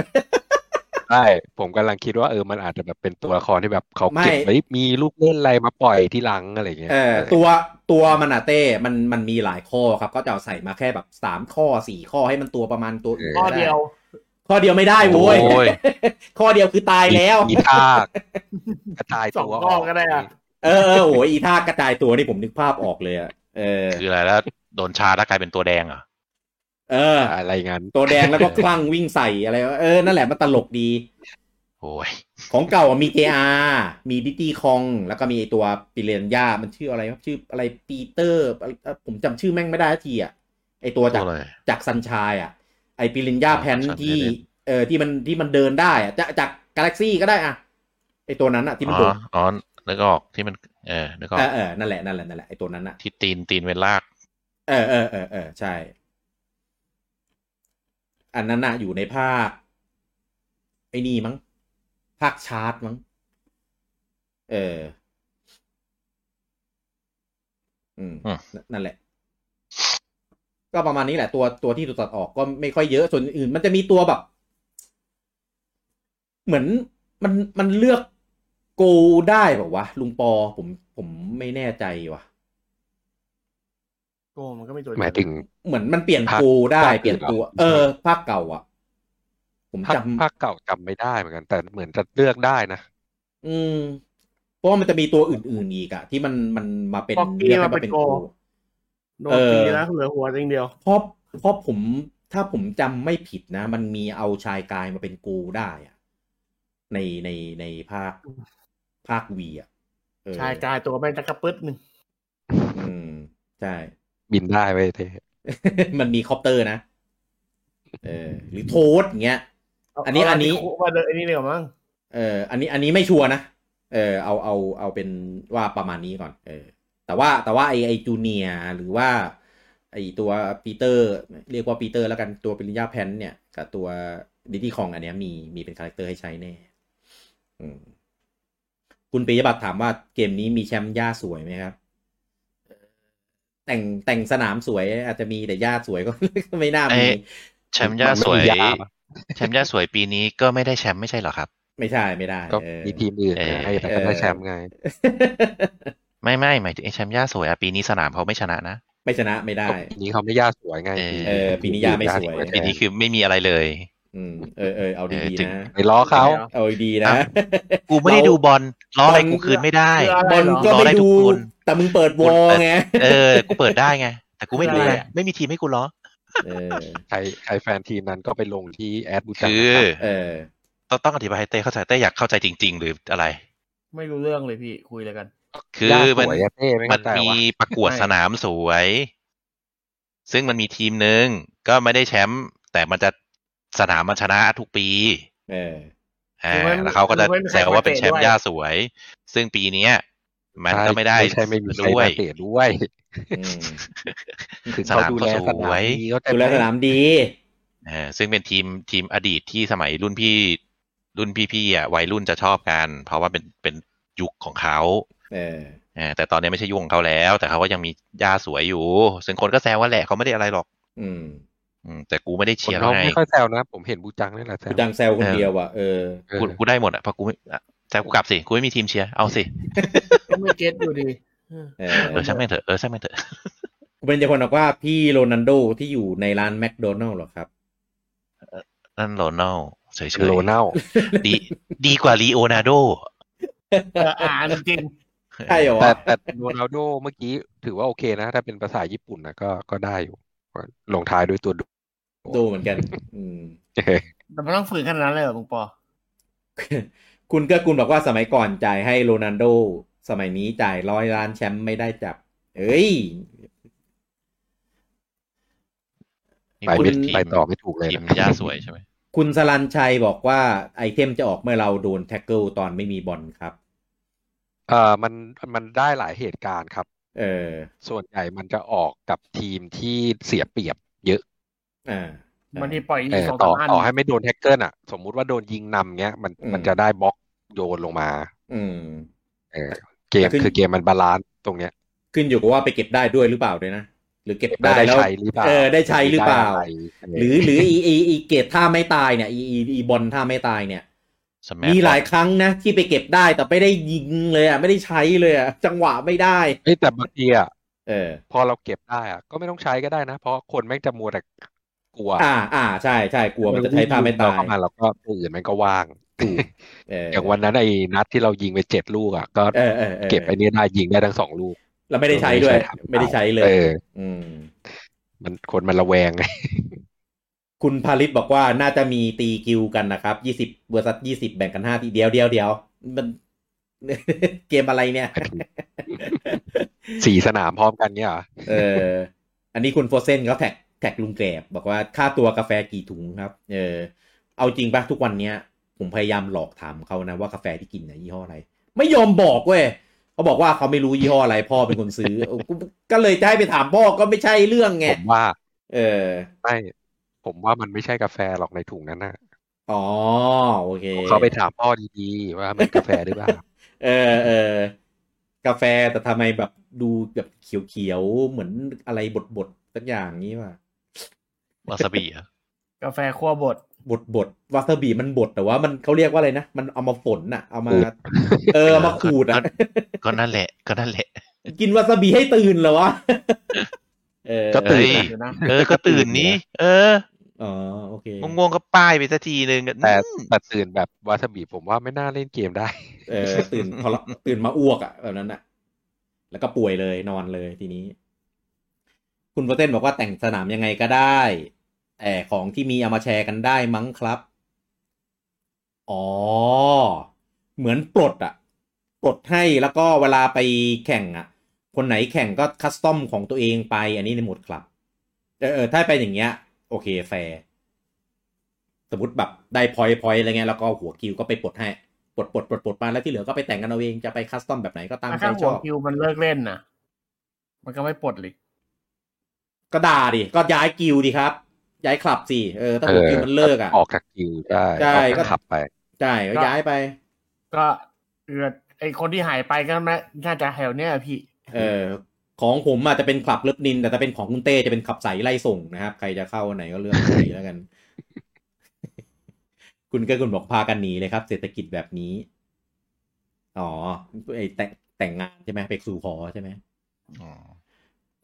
ใช่ผมกำลังคิดว่าเออมันอาจจะแบบเป็นตัวละครที่แบบเขาเก็บ ไม่ ไว้มีลูกเล่นอะไรมาปล่อยที่หลังอะไรเงี้ย เออตัวตัวมันอะเต้มันมันมีหลายข้อครับ ก็จะเอาใส่มาแค่แบบสามข้อสี่ข้อให้มันตัวประมาณตัวน ข้อเดียว ข้อเดียวไม่ได้โว้ย โอ้ย ข้อเดียวคือตายแล้ว มี ท่ากระจาย สอง ตัว ข้อก็ได้อะ เออเออโหยอีท่ากระจายตัวนี่ผมนึกภาพออกเลยอะเออ คืออะไรแล้วโดนชาแล้วกลายเป็นตัวแดงเหรอ่ะ เออ อะไรงั้น ตัวแดงแล้วก็คลั่งวิ่งใส่อะไรวะเออ นั่นแหละมันตลกดี โอ้ย ของเก่าอะมี JR มีดิตี้คอง แล้วก็มีไอ้ตัวปิเรนย่า มันชื่ออะไรครับชื่ออะไรปีเตอร์อะไรเอ่อผมจำชื่อแม่งไม่ได้สักทีอ่ะไอตัวจาก ตัวอะไร จากซันชายอ่ะ ไอปิเรนย่า อ๋อ แพน Sunshine ที่ Planet เออที่มันที่มันเดินได้อ่ะจากจากกาแล็กซี่ก็ได้อ่ะไอตัวนั้นอ่ะที่มัน อ๋ โด อน อ๋อนึกออกที่มัน เออนึกออ เอก อเออนั่นแหละนั่นแหละนั่นแหละไอตัวนั้นอ่ะ ที่ตีนตีนเป็นลาก เออเออเออเออใช่ อันนั้นน่ะอยู่ในภาคไอ้นี่มั้งภาคชาร์ตมั้งเออ อืม อืม นนั่นแหละ ก็ประมาณนี้แหละตัวตัวที่ถูกตัดออกก็ไม่ค่อยเยอะส่วนอื่น มันจะมีตัวแบบ เหมือนมันมันเลือกโกลได้แบบวะลุงปอผมผมไม่แน่ใจวะ โอ้มันก็ไม่ตัวเดีว หมายถึง เหมือนมันเปลี่ยน ภาค โกลได้ ภาค เปลี่ยนตัว อื่นเหรอ เออภาคเก่าอ่ะ ผม ภาค จำ ภาคเก่าจำไม่ได้เหมือนกัน แต่เหมือนจะเลือกได้นะ อืมเพราะว่ามันจะมีตัวอื่นๆอีกอะที่มันมันมาเป็น ป๊อกกี้ เรียก มา ว่ เป็นโก ล โด เอน อ ตีนะเหลือหัวอย่างเดียว เพราะเพราะผมถ้าผมจำไม่ผิดนะ มันมีเอาชายกายมาเป็นกูได้อะในในในภาคภาควีอะเออ ชายกายตัวแม่งตะกระปึ๊ดหนึ่ง อืมใช่ บินได้ไว้ยเท่ มันมีคอปเตอร์นะ เออ หรือโทสอย่างเงี้ย เา อันนี้ เา อันนี้ คุกมาเลยอันนี้เดียวามั้ง เอออันนี้อันนี้ไม่ชัวร์นะ เออเอาเอาเอาเป็นว่าประมาณนี้ก่อน เออ แต่ว่าแต่ว่าไอไอจูเนียหรือว่าไอตัวปีเตอร์ เรียกว่าปีเตอร์แล้วกันตัวปริญญาแพนเนี่ย กับตัวดิตี้คองอันเนี้ยมีมีเป็นคาแรคเตอร์ให้ใช้แน่อืมคุณปิยบัตรถามว่าเกมนี้มีแชมป์หญ้าสวยไหมครับ แต่งแต่งสนามสวยอาจจะมีแต่หญ้าสวยก็ ก็ไม่น่า ไอ้ มี แชมป์ย่าสวย มันไม่มีาปะ แชมป์ย่าสวยปีนี้ก็ไม่ได้แชมป์ไม่ใช่เหรอครับ ไม่ใช่ไม่ได้ ก็ เออ มีทีมอื่น เออ ไงแต่ก็ได้แชมป์ไง ไม่ไม่หมายถึงไอ้แชมป์ย่าสวยอะปีนี้สนามเขาไม่ชนะนะ ไม่ชนะไม่ได้ ปีนี้เขาไม่ย่าสวยไง เออ เออปีนี้ย่าไม่สวย แท ปีนี้คือไม่มีอะไรเลย อืมเออเออเอา เออ ดี ถึ ๆ ง นะ ไปล้อเขา เอาดีๆนะ อ่ะ กูไม่ได้ดูบอลล้ออะไรกูคืนไม่ได้ คืออะไรเหรอบอลก็ รอได้ ไม่ ทุ ดู กคน แต่มึงเปิดวอลไง เออ กูเปิดได้ไง แต่กูไม่ดูอะไงไรอะ ไม่มีทีมให้กูล้อ เออ ใครใครแฟนทีมนั้นก็ไปลงที่แอดบูจั คื ง อ เออ ต้องต้องอธิบายให้เต้เข้าใจเต้อยากเข้าใจจริง ๆ หรืออะไร ไม่รู้เรื่องเลยพี่คุยอะไรกัน คือมัน ย่าสวยอะเท่ไม่ มั เข้าน ใจ มี ว่ะ ประกวด ใช่ สนามสวย ซึ่งมันมีทีมหนึ่งก็ไม่ได้แชมป์แต่มันจะสนามมันชนะทุกปี เออ อ่า คือมัน แล้วเขาก็จะ คือมันไม่มี แซวว่าเป็นแชมป์ ใครมาเตะด้วย ย่าสวย ซึ่งปีเนี้ย มันก็ไม่ได้ ไม่ใช่ไม่มีใคร ด้ว มาย เตะด้วย อืม คือ ส เขา นาม ดู ก็ แล ส สนาม วย ดีเขาแต่ ดูแลสนามดี เออซึ่งเป็นทีมทีมอดีตที่สมัยรุ่นพี่ รุ่นพี่ๆอ่ะวัยรุ่นจะชอบกัน เพราะว่าเป็นเป็นยุคของเขา เออ เออแต่ตอนนี้ไม่ใช่ยุคของเขาแล้ว แต่เขาก็ยังมีย่าสวยอยู่ ซึ่งคนก็แซวว่าแหละเขาไม่ได้อะไรหรอก อืม อืมแต่กูไม่ได้ ผม เชียร์ เขา ไง ไม่ค่อยแซวนะ ผมเห็นบูจังนี่แหละแซ กู ว ดังแซวคน เออ เดียวอ่ะเออ เออ กูกูได้หมดอ่ะเพราะกูไม่อ่ะแต่กูกลับสิ กูไม่มีทีมเชียร์เอาสิ ก็ไม่เก็ตอยู่ดี เอ เอ อ อช่างแม่งเถอะเออช่างแม่งเถอะ กูเป็นจะคนบอกว่าพี่โรนันโดที่อยู่ในร้านแมคโดนัลล์หรอครับ นั่นโรนัลเฉย โลเน่า ๆดีดีกว่าลีโอนาร์โด เอออ่านจริง ใช่เหรอ แต่แต่โรนัลโดเมื่อกี้ถือว่าโอเคนะ ถ้าเป็นภาษาญี่ปุ่นนะก็ก็ได้อยู่ก็ลงท้ายด้วยตัวดู ดูเหมือนกัน อืม เออ แต่มันต้องฝืนขนาดนั้นเลยเหรอลุงปอ คุณเกื้อกูลบอกว่าสมัยก่อนจ่ายให้โรนันโด สมัยนี้จ่ายร้อยล้านแชมป์ไม่ได้จับ เอ้ย ไป คุณ ไม่ ทีม ไปต่อไม่ถูกเลย ทีม นะ ย่าสวยใช่ไหม คุณสลันชัยบอกว่าไอเทมจะออกเมื่อเราโดนแท็กเกิลตอนไม่มีบอลครับ เออมันมันได้หลายเหตุการณ์ครับ เออ ส่วนใหญ่มันจะออกกับทีมที่เสียเปรียบเยอะ อ่า บางทีปล่อยอี เอก อ สอง ต่ สา อ มอัน ต่อให้ไม่โดนแฮกเกอร์น่ะ สมมุติว่าโดนยิงนำเงี้ยมัน อืม มันจะได้บล็อกโยนลงมา อืม เออเกม ขึ้น คือเกมมันบาลานซ์ตรงเนี้ย ขึ้นอยู่กับว่าไปเก็บได้ด้วยหรือเปล่าด้วยนะ หรือเก็บได้ ได้ แล้ว ใช้หรือเปล่า เออได้ใช้หรือเปล่า ได้ะไห รือหรืออีอีอีเกตท่าไม่ตายเนี่ยอีอีอีบอลท่าไม่ตายเนี่ย สมั มีหลายครั้งนะ ที่ไปเก็บได้แต่ไม่ได้ยิงเลยอ่ะไม่ได้ใช้เลยอ่ะจังหวะไม่ได้ เอ้ยแต่บางทีอ่ะ เออ พอเราเก็บได้อ่ะก็ไม่ต้องใช้ก็ได้นะ เพราะคนแม่งจะมัวแต่กลัว อ่าอ่าใช่ใช่กลัวมันจะใช้ท่าไม่ตาย เรเข้มาแล้วก็ตัวอื่นมันก็ว่าง ถูกเออ อย่างวันนั้นไอ้นัดที่เรายิงไปเจ็ดลูกอ่ะก็ เออเออออ เก็บไอ้นี่ได้ยิงได้ทั้งสองลูก แล้วไม่ได้ใช้ด้วย ไม่ได้ใช้เลย ออ อืม มันคนมันระแวงไง คุณพาริศบอกว่าน่าจะมีตีกิวกันนะครับยี่สิบเวอร์ซัสยี่สิบแบ่งกันห้าทีเดียวเดียวเดียวมัน เกมอะไรเนี่ย สี่สนามพร้อมกันเนี่ยเหรอ เออ อันนี้คุณโฟเซนเขาแท็กแท็กลุงแกรบบอกว่าค่าตัวกาแฟกี่ถุงครับ เออ เอาจริงปะทุกวันเนี้ย ผมพยายามหลอกถามเขานะว่ากาแฟที่กินเนี่ยยี่ห้ออะไร ไม่ยอมบอกเว้ยเขาบอกว่าเขาไม่รู้ยี่ห้ออะไรพ่อเป็นคนซื้อ เออกูก็เลยจะให้ไปถามพ่อก็ไม่ใช่เรื่องไง ผมว่า เออ ไม่ผมว่ามันไม่ใช่กาแฟหรอกในถุงนั้นนะ อ๋อโอเค เขาไปถามพ่อดีๆว่ามันกาแฟหรือเปล่า เออเออกาแฟแต่ทำไมแบบดูแบบเขียวๆ เหมือนอะไรบดๆสักอย่างนี้ว่ะ วาซาบิอะ กาแฟคั่วบด บดบดๆวาซาบิมันบดแต่ว่ามันเขาเรียกว่าอะไรนะ มันเอามาฝนน่ะ เอามา ขูด เออเอามาขู ดอ่ะ ก็นั่นแหละก็นั่นแหละ กินวาซาบิให้ตื่นเหรอวะ เออ ก็ตื่น เอ้ย อยู่นะ เออ ก็ตื่นนี้ เออ อ๋อโอเค ง่วงๆก็ป้ายไปสักทีหนึ่งอะ แต่ อืม แต่ตื่นแบบวาซาบิผมว่าไม่น่าเล่นเกมได้ เออตื่นพอละตื่นมาอ้วกอ่ะแบบนั้นอ่ะ แล้วก็ป่วยเลยนอนเลยทีนี้ คุณโปรเต้นบอกว่าแต่งสนามยังไงก็ได้แต่ของที่มีเอามาแชร์กันได้มั้งครับ อ๋อ เหมือนปลดอะปลดให้แล้วก็เวลาไปแข่งอะคนไหนแข่งก็คัสตอมของตัวเองไปอันนี้ในหมวดครับ เออเออถ้าเป็นอย่างเงี้ย โอเคแฟร์สมมติแบบได้พอยพอยอะไรเงี้ยแล้วก็หัวคิวก็ไปปลดให้ปลดปลดปลดปลดมาแล้วที่เหลือก็ไปแต่งกันเอาเองจะไปคัสตอมแบบไหนก็ตาม ถ้า ใจ ข้าง ช หัว อบ คิวมันเลิกเล่นนะมันก็ไม่ปลดเลย ก็ด่าดิ ก็ย้ายกิวดิครับ ย้ายคลับสิ เออถ้าหัว เออ กิวมันเลิกอ่ะ ออกจากคิวได้ ใช่ ออก ก็ จากขับไป ใช่ก็ย้ายไป ก็เอือดไอคนที่หายไปก็น่าจะแถวเนี้ยพี่ เออของผมอาจจะเป็นคลับเลิฟนิน แต่ถ้าเป็นของคุณเต้จะเป็นขับใสไล่ส่งนะครับ ใครจะเข้าอันไหนก็เลือกอันไหนแล้วกัน คุณก็คุณบอกพากันหนีเลยครับ เศรษฐกิจแบบนี้ อ๋อไอแต่งแต่งงานใช่ไหมไปสู่ขอใช่ไหม อืม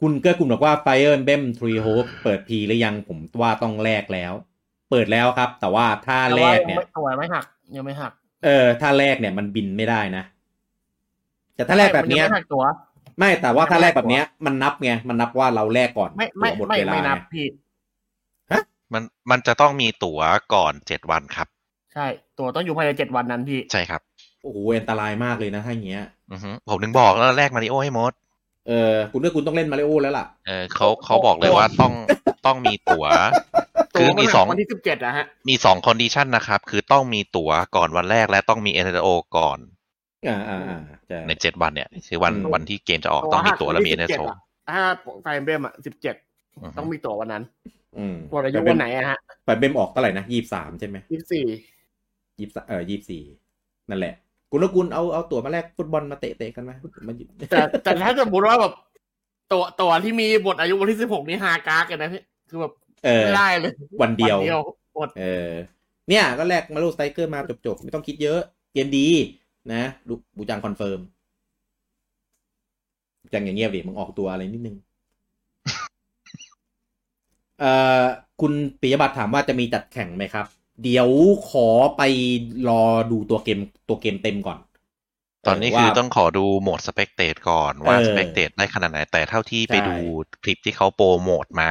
คุณเกื้อกุลบอกว่า Fire Emblem Three Hope เปิดพีหรือยังผมว่าต้องแลกแล้ว เปิดแล้วครับ แต่ว่าถ้าแล ว่าก ยั เนี่ ง ย ไม่ตัวไม่หัก ยังไม่หัก เออถ้าแลกเนี่ยมันบินไม่ได้นะ แต่ถ้าแลกแบบเนี้ย มัยังไม่หักตัว ไม่แต่ว่าถ้าแลก ไม่แลแบก บเนี้ย มันนับไงมันนับว่าเราแลกก่อน ไม่ไม่ ตั๋วหด ไม่ เวลา ไม่นับ ง พี่ มันมันจะต้องมีตั๋วก่อนเจ็ดวันครับ ใช่ ตัวต้องอยู่ภายในเจ็ดวันนั้นพี่ ใช่ครับ โอ้โหอันตรายมากเลยนะถ้าอย่างเงี้ย อือฮึผมถึงบอกแล้วแลกมาริโอให้หมด เออคุณเลือกคุณต้องเล่นมาริโอแล้วล่ะ เออเขาเขาบอกเลยว่าต้องต้องมีตั๋ว คือมีสอง วันที่สิบเจ็ดอะฮะ มีสองคอนดิชันนะครับ คือต้องมีตั๋วก่อนวันแรกและต้องมีเอเโอก่อน อ่าอ่าอ่าใช่ ในเจ็ดวันเนี่ย คือวัน อืม วันที่เกมจะออกต้องมีตั๋วและมีเอเโอ ถ้าไฟเบมอะสิบเจ็ดต้องมีตั๋ววันนั้น อืม หมดอายุวันไหนอะฮะ ไปเบมออกเท่าไหร่นะยี่สามใช่ไหม ยี่สิบสี่ ยี่สเออยี่สี่นั่นแหละ คุณเลือกคุณเอาเอาตั๋วมาแลกฟุตบอลมาเตะเตะกันไหมมันอยู่ แต่แต่ถ้าสมมติว่าแบบตัวตัวที่มีบทอายุวันที่สิบหกนี่ฮากากกันนะพี่คือแบบ เออ ไม่ได้เลย วันเดียว อด เออ เนี่ยก็แลกมารูสไตรเกอร์มาจบๆ ไม่ต้องคิดเยอะ เกมดีนะดูบูจังคอนเฟิร์มบูจังอย่างเงียบดิมึงออกตัวอะไรนิดนึง เอ่อคุณปิยบัตรถามว่าจะมีจัดแข่งไหมครับ เดี๋ยวขอไปรอดูตัวเกมตัวเกมเต็มก่อน ตอนนี้คือ ว่า ต้องขอดูโหมดสเปกเตตก่อนว่า เออ สเปกเตตได้ขนาดไหน แต่เท่าที่ไป ใช่ ดูคลิปที่เขาโปรโมทมา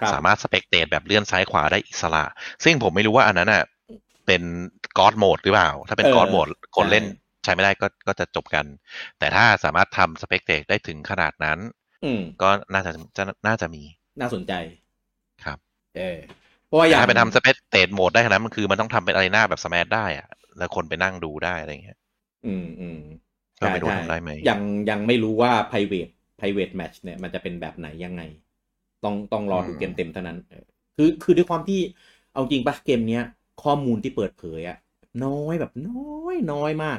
ครับ สามารถสเปกเตตแบบเลื่อนซ้ายขวาได้อิสระ ซึ่งผมไม่รู้ว่าอันนั้นน่ะเป็นกอดโหมดหรือเปล่า ถ้าเป็นกอดโหมดคนเล่นใช้ไม่ได้ก็ก็จะจบกัน แต่ถ้าสามารถทำสเปกเตตได้ถึงขนาดนั้น อืม ก็น่าจะจะน่าจะมี น่าสนใจ ครับ เออเพราะว่าอ แต่ ย่าง ถ้าไปทำสเปกเตตโหมดได้ขนาดนั้นมันคือมันต้องทำเป็นอะไรหน้าแบบสแมทได้อะแล้วคนไปนั่งดูได้อะไรอย่างเงี้ย อืมอืม ก็ไม่รู้ ใช่ ทำได้ไหม ยังยังไม่รู้ว่า private private match เนี่ยมันจะเป็นแบบไหนยังไง ต้องต้องรอดูเกมเต็มเท่านั้นเออ คือคือด้วยความที่เอาจริงปะเกมเนี้ย ข้อมูลที่เปิดเผยอะน้อยแบบน้อยน้อยมาก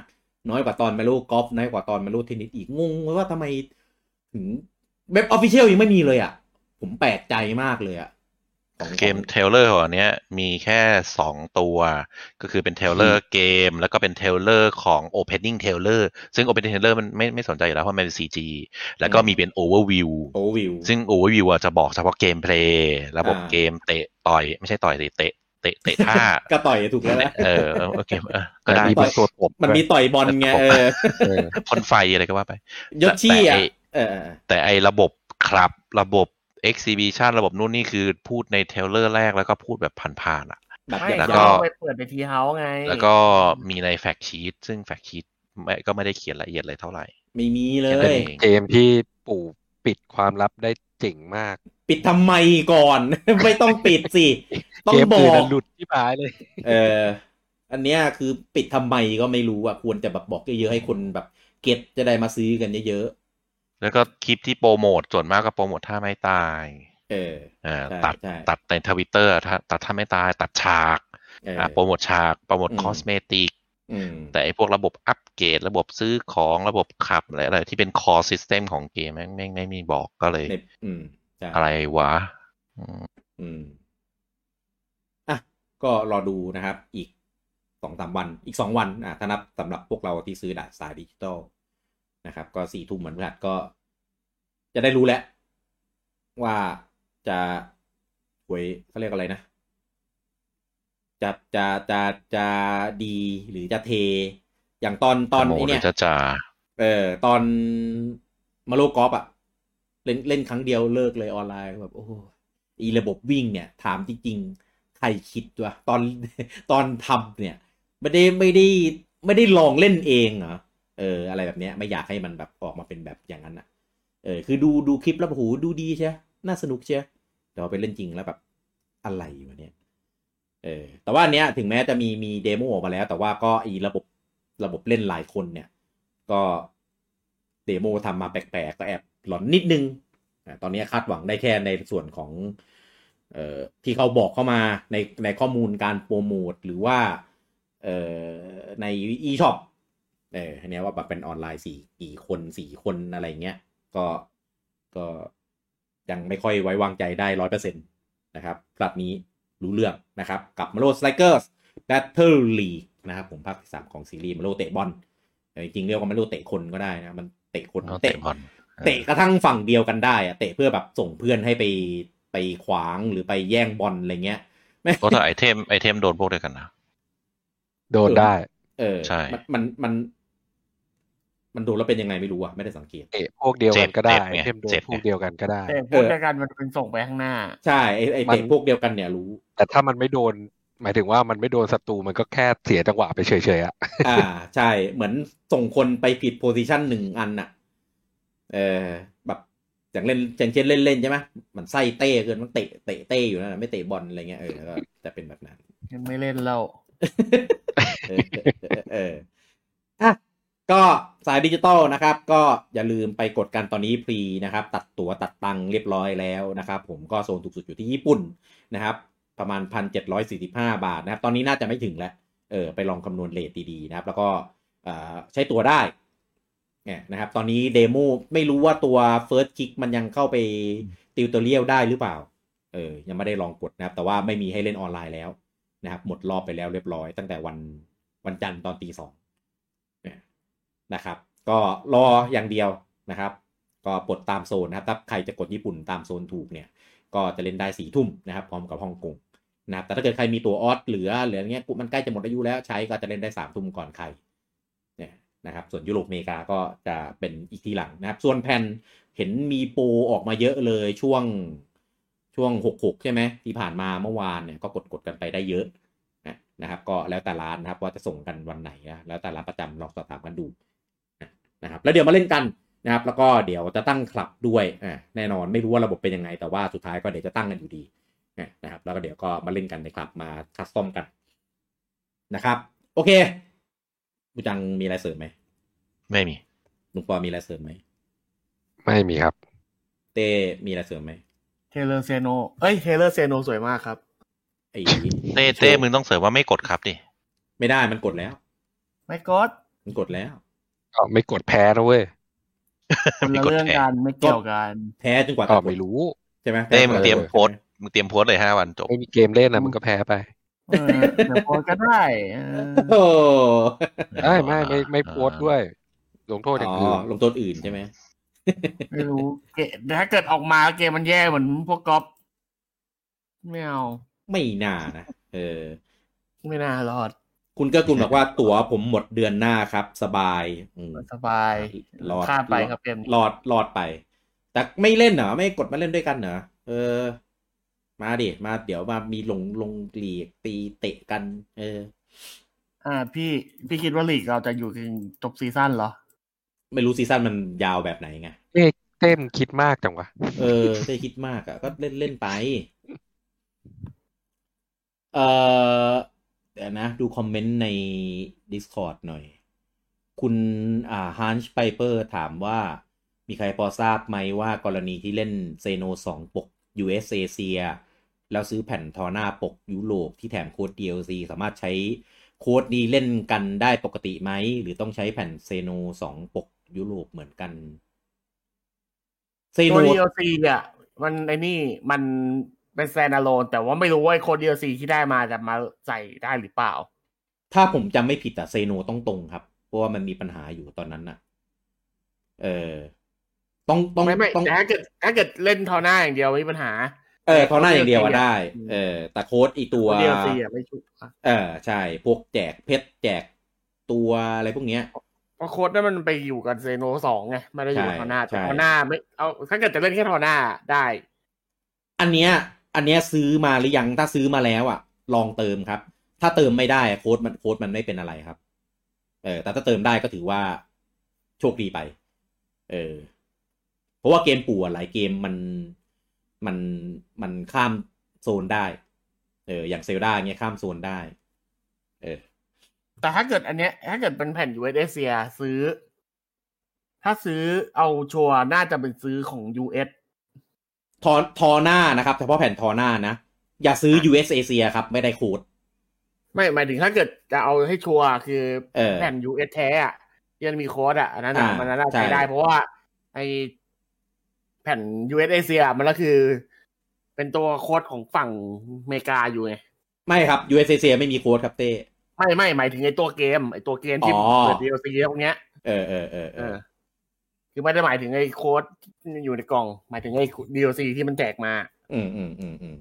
น้อยกว่าตอนมารูกอล์ฟน้อยกว่าตอนมารูเทนนิสอีกงงเลยว่าทำไมถึงเว็บออฟฟิเชียลยังไม่มีเลยอะผมแปลกใจมากเลยอะของ เกมเทรลเลอร์ของอันเนี้ยมีแค่สองตัว ก็คือเป็นเทรลเลอร์เกม แล้วก็เป็นเทรลเลอร์ของ Opening t r a i l e r ซึ่ง Opening t r a i l e r มันไม่ไม่สนใจอยู่แล้วเพราะมันเป็น CG แล้วก็มีเป็น Overview โอวิว ซึ่ง Overview อะจะบอกเฉพาะเกมเพลย์ระบบ อ่า เกมเตะต่อย ไม่ใช่ต่อยสิเตะเตะเตะท่า ก็ต่อยถูกแล้วนะ เออเออโอเคเออก็ แต่ ได้ มีเป็นตัวตบ มันมีต่อยบอลไงเออ เออ พ่นไฟอะไรก็ว่าไป ยศชี่อะ แต่ไอ้ เออเออ แต่ไอระบบครับ ระบบ exhibition ระบบนู่นนี่คือพูดในเทรลเลอร์แรกแล้วก็พูดแบบผ่านๆอ่ะ แบบ ใช่ อย่าง แล้วก็ ก็ไปเปิดในทีเฮาส์ไง แล้วก็มีในแฟกชีตซึ่งแฟกชีตไม่ก็ไม่ได้เขียนละเอียดเลยเท่าไหร่ ไม่มีเล แค่นั้ยนเอง เกมที่ปู่ปิดความลับได้เจ๋งมาก ปิดทำไมก่อน ไม่ต้องปิด สิ ต้อ เก ง ม บ อื่ อน ก น่ะหลุดที่ปลายเลย เออ อันเนี้ยคือปิดทำไมก็ไม่รู้อ่ะ ควรจะแบบบอกเยอะๆให้คนแบบเก็ตจะได้มาซื้อกันเยอะ แล้วก็คลิปที่โปรโมทส่วนมากก็โปรโมทท่าไม่ตาย ๆ เออ เออ ใช่ ตัด ใช่ ตัดในทวิตเตอร์ตัดท่าไม่ตาย ตัดฉาก เออ อ่ะโปรโมทฉากโปรโมท อืม คอสเมติก อืม แต่ไอ้พวกระบบอัปเกรดระบบซื้อของระบบขับอะไรอะไรที่เป็น core system ของเกมแม่งแม่งไม่มีบอกก็เลย ในอืมใช่ อะไรวะ อืม อ่ะ ก็รอดูนะครับ อีกสองสามวัน อีกสองวัน อ่ะถ้านับสำหรับพวกเราที่ซื้อดาสายดิจิตอลนะครับ ก็สี่ทุ่มเหมือนพฤหัสก็ จะได้รู้แล้ว ว่าจะหวยเขาเรียกอะไรนะ จะจะจะจะดีหรือจะเท อย่างตอนตอน จะโม ไอ้เนี่ย หรือจะจ่า เออ ตอนมาโลกอล์ฟอะเล่นเล่นครั้งเดียวเลิกเลยออนไลน์แบบโอ้โหอีระบบวิ่งเนี่ย ถามจริงๆ ใครคิดวะตอน ตอนทำเนี่ย ไม่ได้ไม่ได้ไม่ได้ลองเล่นเองเหรอเออ อะไรแบบเนี้ย ไม่อยากให้มันแบบออกมาเป็นแบบอย่างนั้นอะเออ คือดูดูคลิปแล้วโอ้โหดูดีใช่ น่าสนุกเชียแต่พอไปเล่นจริงแล้วแบบอะไรวะเนี่ย เออ แต่ว่าอันเนี้ยถึงแม้จะมีมีเดโมออกมาแล้ว แต่ว่าก็อีระบบระบบเล่นหลายคนเนี่ย ก็เดโมทำมาแปลกๆ ก็แอบหลอนนิดนึงอ่ะตอนนี้คาดหวังได้แค่ในส่วนของ เอ่อที่เขาบอกเข้ามาในในข้อมูลการโปรโมท หรือว่า เอ่อใน e-shop เอออันเนี้ยว่าแบบเป็นออนไลน์สี่กี่คนสี่คนอะไรเงี้ย ก็ก็ยังไม่ค่อยไว้วางใจได้ร้อยเปอร์เซ็นต์นะครับพลัดนี้รู้เรื่องนะครับ กับมาโลสไลเกอร์ส Battle League นะครับผมภาคที่สามของซีรีส์มาโลเตะบอลเออจริงๆเรียกว่ามาโลเตะคนก็ได้นะ มันเตะคน เอาเตะบอล เตะกระทั่งฝั่งเดียวกันได้อะเตะเพื่อแบบส่งเพื่อนให้ไปไปขวางหรือไปแย่งบอลอะไรเงี้ย ก็ถ้าไอเทมไอเทมโดนพวกเด้วยวกันนะ โดนได้ เออ ใช่ มันมันมันมันดูแล้วเป็นยังไงไม่รู้อะไม่ได้สังเกต เตะพวกเดียวกันก็ได้ เจ็บไง ไอเทมโด เจ็ น บไง พวกเดียวกันก็ได้ แต่พูดด้วยกันมันเป็นส่งไปข้างหน้า ใช่ไอไอ มัน เตะพวกเดียวกันเนี่ยรู้ แต่ถ้ามันไม่โดน หมายถึงว่ามันไม่โดนศัตรูมันก็แค่เสียจังหวะไปเฉยๆอ่ะ อ่า ใช่ เหมือนส่งคนไปผิดโพซิชันหนึ่งอันน่ะ เออแบบอย่างเล่นอย่างเช่นเล่นเล่นใช่ไหมมันไส้เต้เกินมันเตะเตะเต้อยู่นนน่ะไม่เตะบอลอะไรเงี้ยเออก็จะเป็นแบบนั้น ยังไม่เล่นแล้ว เออเออเอออ่ะก็สายดิจิตอลนะครับ ก็อย่าลืมไปกดกันตอนนี้ฟรีนะครับ ตัดตั๋วตัดตังค์เรียบร้อยแล้วนะครับ ผมก็โซนถูกสุดอยู่ที่ญี่ปุ่นนะครับ ประมาณ 1,745 บาทนะครับ ตอนนี้น่าจะไม่ถึงแล้ว เออไปลองคำนวณเลทดีๆนะครับ แล้วก็เอ่อใช้ตัวได้เนี่ยนะครับ ตอนนี้เดโมไม่รู้ว่าตัว First Kick มันยังเข้าไปติวตัวเรียวได้หรือเปล่า เออ ยังไม่ได้ลองกดนะครับ แต่ว่าไม่มีให้เล่นออนไลน์แล้ว นะครับหมดรอบไปแล้วเรียบร้อยตั้งแต่วันวันจันทร์ตอนตีสองเนี่ยนะครับ ก็รออย่างเดียวนะครับ ก็ปลดตามโซนนะครับถ้าใครจะกดญี่ปุ่นตามโซนถูกเนี่ย ก็จะเล่นได้สี่ทุ่มนะครับ พร้อมกับฮ่องกงนะครับแต่ถ้าเกิดใครมีตัวออสเหลือเหลืออย่างเงี้ยมันใกล้จะหมดอายุแล้วใช้ก็จะเล่นได้สามทุ่มก่อนใครเนี่ยนะครับ ส่วนยุโรปอเมริกาก็จะเป็นอีกทีหลังนะครับ ส่วนแผ่นเห็นมีโปรออกมาเยอะเลยช่วงช่วงหกหกใช่ไหมที่ผ่านมาเมื่อวานเนี่ยก็กดกดกันไปได้เยอะ นะนะครับก็แล้วแต่ร้านนะครับว่าจะส่งกันวันไหนนะแล้วแต่ร้านประจำลองสอบถามกันดูนะนะครับแล้วเดี๋ยวมาเล่นกันนะครับ แล้วก็เดี๋ยวจะตั้งคลับด้วยอ่าแน่นอนไม่รู้ว่าระบบเป็นยังไง แต่ว่าสุดท้ายก็เดี๋ยวจะตั้งกันอยู่ดีนะนะครับ แล้วก็เดี๋ยวก็มาเล่นกันในคลับมาคัสตอมกันนะครับ โอเคบูจังมีอะไรเสริมไหม ไม่มี ลุงปอมีอะไรเสริมไหม ไม่มีครับ เต้มีอะไรเสริมไหม เทเลอร์เซโนเอ้ยเทเลอร์เซโนสวยมากครับ ไอ้ เต้เต้มึงต้องเสริมว่าไม่กดครับดิ ไม่ได้มันกดแล้ว ไม่ก็ต มันกดแล้ว ก็ไม่กดแพ้นะเว้ย คน ไม่ ละ กด เรื่อง แท กัน นไม่เกี่ยวกัน แพ้จนกว่า ก็ จะก ไม่ ด รู้ ใช่ไหม เต้มึงเตรียม ออ โพสต์มึงเตรียมโพสต์เลยห้าวันจบ ไม่มีเกมเล่นนะมันก็แพ้ไป เออเดี๋ยวโพสต์ก็ได้เออ โอ้ ได้ไม่ไม่ไม่โพสต์ด้วย ลงโทษอย่าง อ๋ อื่ อน ลงโทษอื่นใช่ไหม ไม่รู้เกมถ้าเกิดออกมาเกมมันแย่เหมือนพวกก๊อปไม่เอา ไม่น่านะเออ ไม่น่ารอด คุณเก็คุณบอกว่าตั๋วผมหมดเดือนหน้าครับ สบายอืม สบาย รอด ข้ามไปครับเกมนี้ รอดรอดไป แต่ไม่เล่นเหรอ ไม่กดมาเล่นด้วยกันเหรอเออ มาดิมาเดี๋ยวมามีลงลงหลีกตีเตะกัน เออ อ่า พี่พี่คิดว่าลีกเราจะอยู่ถึงจบซีซั่นเหรอ ไม่รู้ซีซั่นมันยาวแบบไหนไง เต้มงคิดมากจังวะ เออได้คิดมากอะ่ะ ก็เล่นเล่นไป เออเดี๋ยวนะ ดูคอมเมนต์ใน Discord หน่อย คุณอ่าฮันช์ไ p เปอร์ถามว่า มีใครพอทราบไหมว่ากรณีที่เล่นเซโน2ปก US เอเชียแล้วซื้อแผ่นทอหน้าปกยุโรปที่แถมโค้ด DLC สามารถใช้โค้ดนี้เล่นกันได้ปกติไหม หรือต้องใช้แผ่นเซโน2ปกยุโรปเหมือนกันเซโน ตัว DLC อ่ะมันไอ้นี่มันเป็นแซน d a โ o นแต่ว่าไม่รู้ว่าโค้ด DLC ที่ได้มาจะมาใส่ได้หรือเปล่า ถ้าผมจำไม่ผิดอะเซโนต้องตรงครับ เพราะว่ามันมีปัญหาอยู่ตอนนั้นน่ะ เออ ต้องต้อง ไม่ไม่ ต้อง แต่ถ้าเกิดถ้าเกิดเล่นทอหน้าอย่างเดียวไม่มีปัญหา เออเขาหน้าอย่างเดียวอะ เดียว ได้ อืม เออ แต่โค้ดไอตัว โค้ด DLC อ่ะไม่ชุบ เออ ใช่ พวกแจกเพชรแจกตัวอะไรพวกเนี้ย เพราะโค้ดนั้นมันไปอยู่กับเซโนสองไงไม่ได้อยู่กับทใช่อหน้าแต่ ใช่ ทอหน้าไม่เอาถ้าเกิดจะเล่นแค่ทอหน้าได้ อันเนี้ย อันเนี้ยซื้อมาหรือยัง ถ้าซื้อมาแล้วอะลองเติมครับ ถ้าเติมไม่ได้อะโค้ดมันโค้ดมันไม่เป็นอะไรครับ เออ แต่ถ้าเติมได้ก็ถือว่าโชคดีไป เออ เพราะว่าเกมปู่อะหลายเกมมันมันมันข้ามโซนได้ เออ อย่างเซลดาเงี้ยข้ามโซนได้ เออ แต่ถ้าเกิดอันเนี้ยถ้าเกิดเป็นแผ่น US เอเชียซื้อ ถ้าซื้อเอาชัวร์น่าจะเป็นซื้อของ US ทอทอหน้านะครับเฉพาะแผ่นทอหน้านะ อย่าซื้อ US a เ i a ครับ ไม่ได้โค้ด ไม่หมายถึงถ้าเกิดจะเอาให้ชัวร์คือ เออ แผ่น US แท้อะยังมีโค้ดอ่ะอันนั้นอะ อ่า มันน่า ใช่ ใช้ได้เพราะว่า ไอแผ่น US เอเชียมันก็คือ เป็นตัวโค้ดของฝั่งอเมริกาอยู่ไง ไม่ครับ US a เ i a ไม่มีโค้ดครับเต้ ไม่ไม่หมายถึงไอตัวเกม ไอตัวเกมที่ อ๋อ เปิด DLC พวกเนี้ย เออเออเออเอ เอ อ อ คือไม่ได้หมายถึงไอโค้ดที่อยู่ในกล่อง หมายถึงไอ DLC ที่มันแจกมา อืมอืมอืมอืม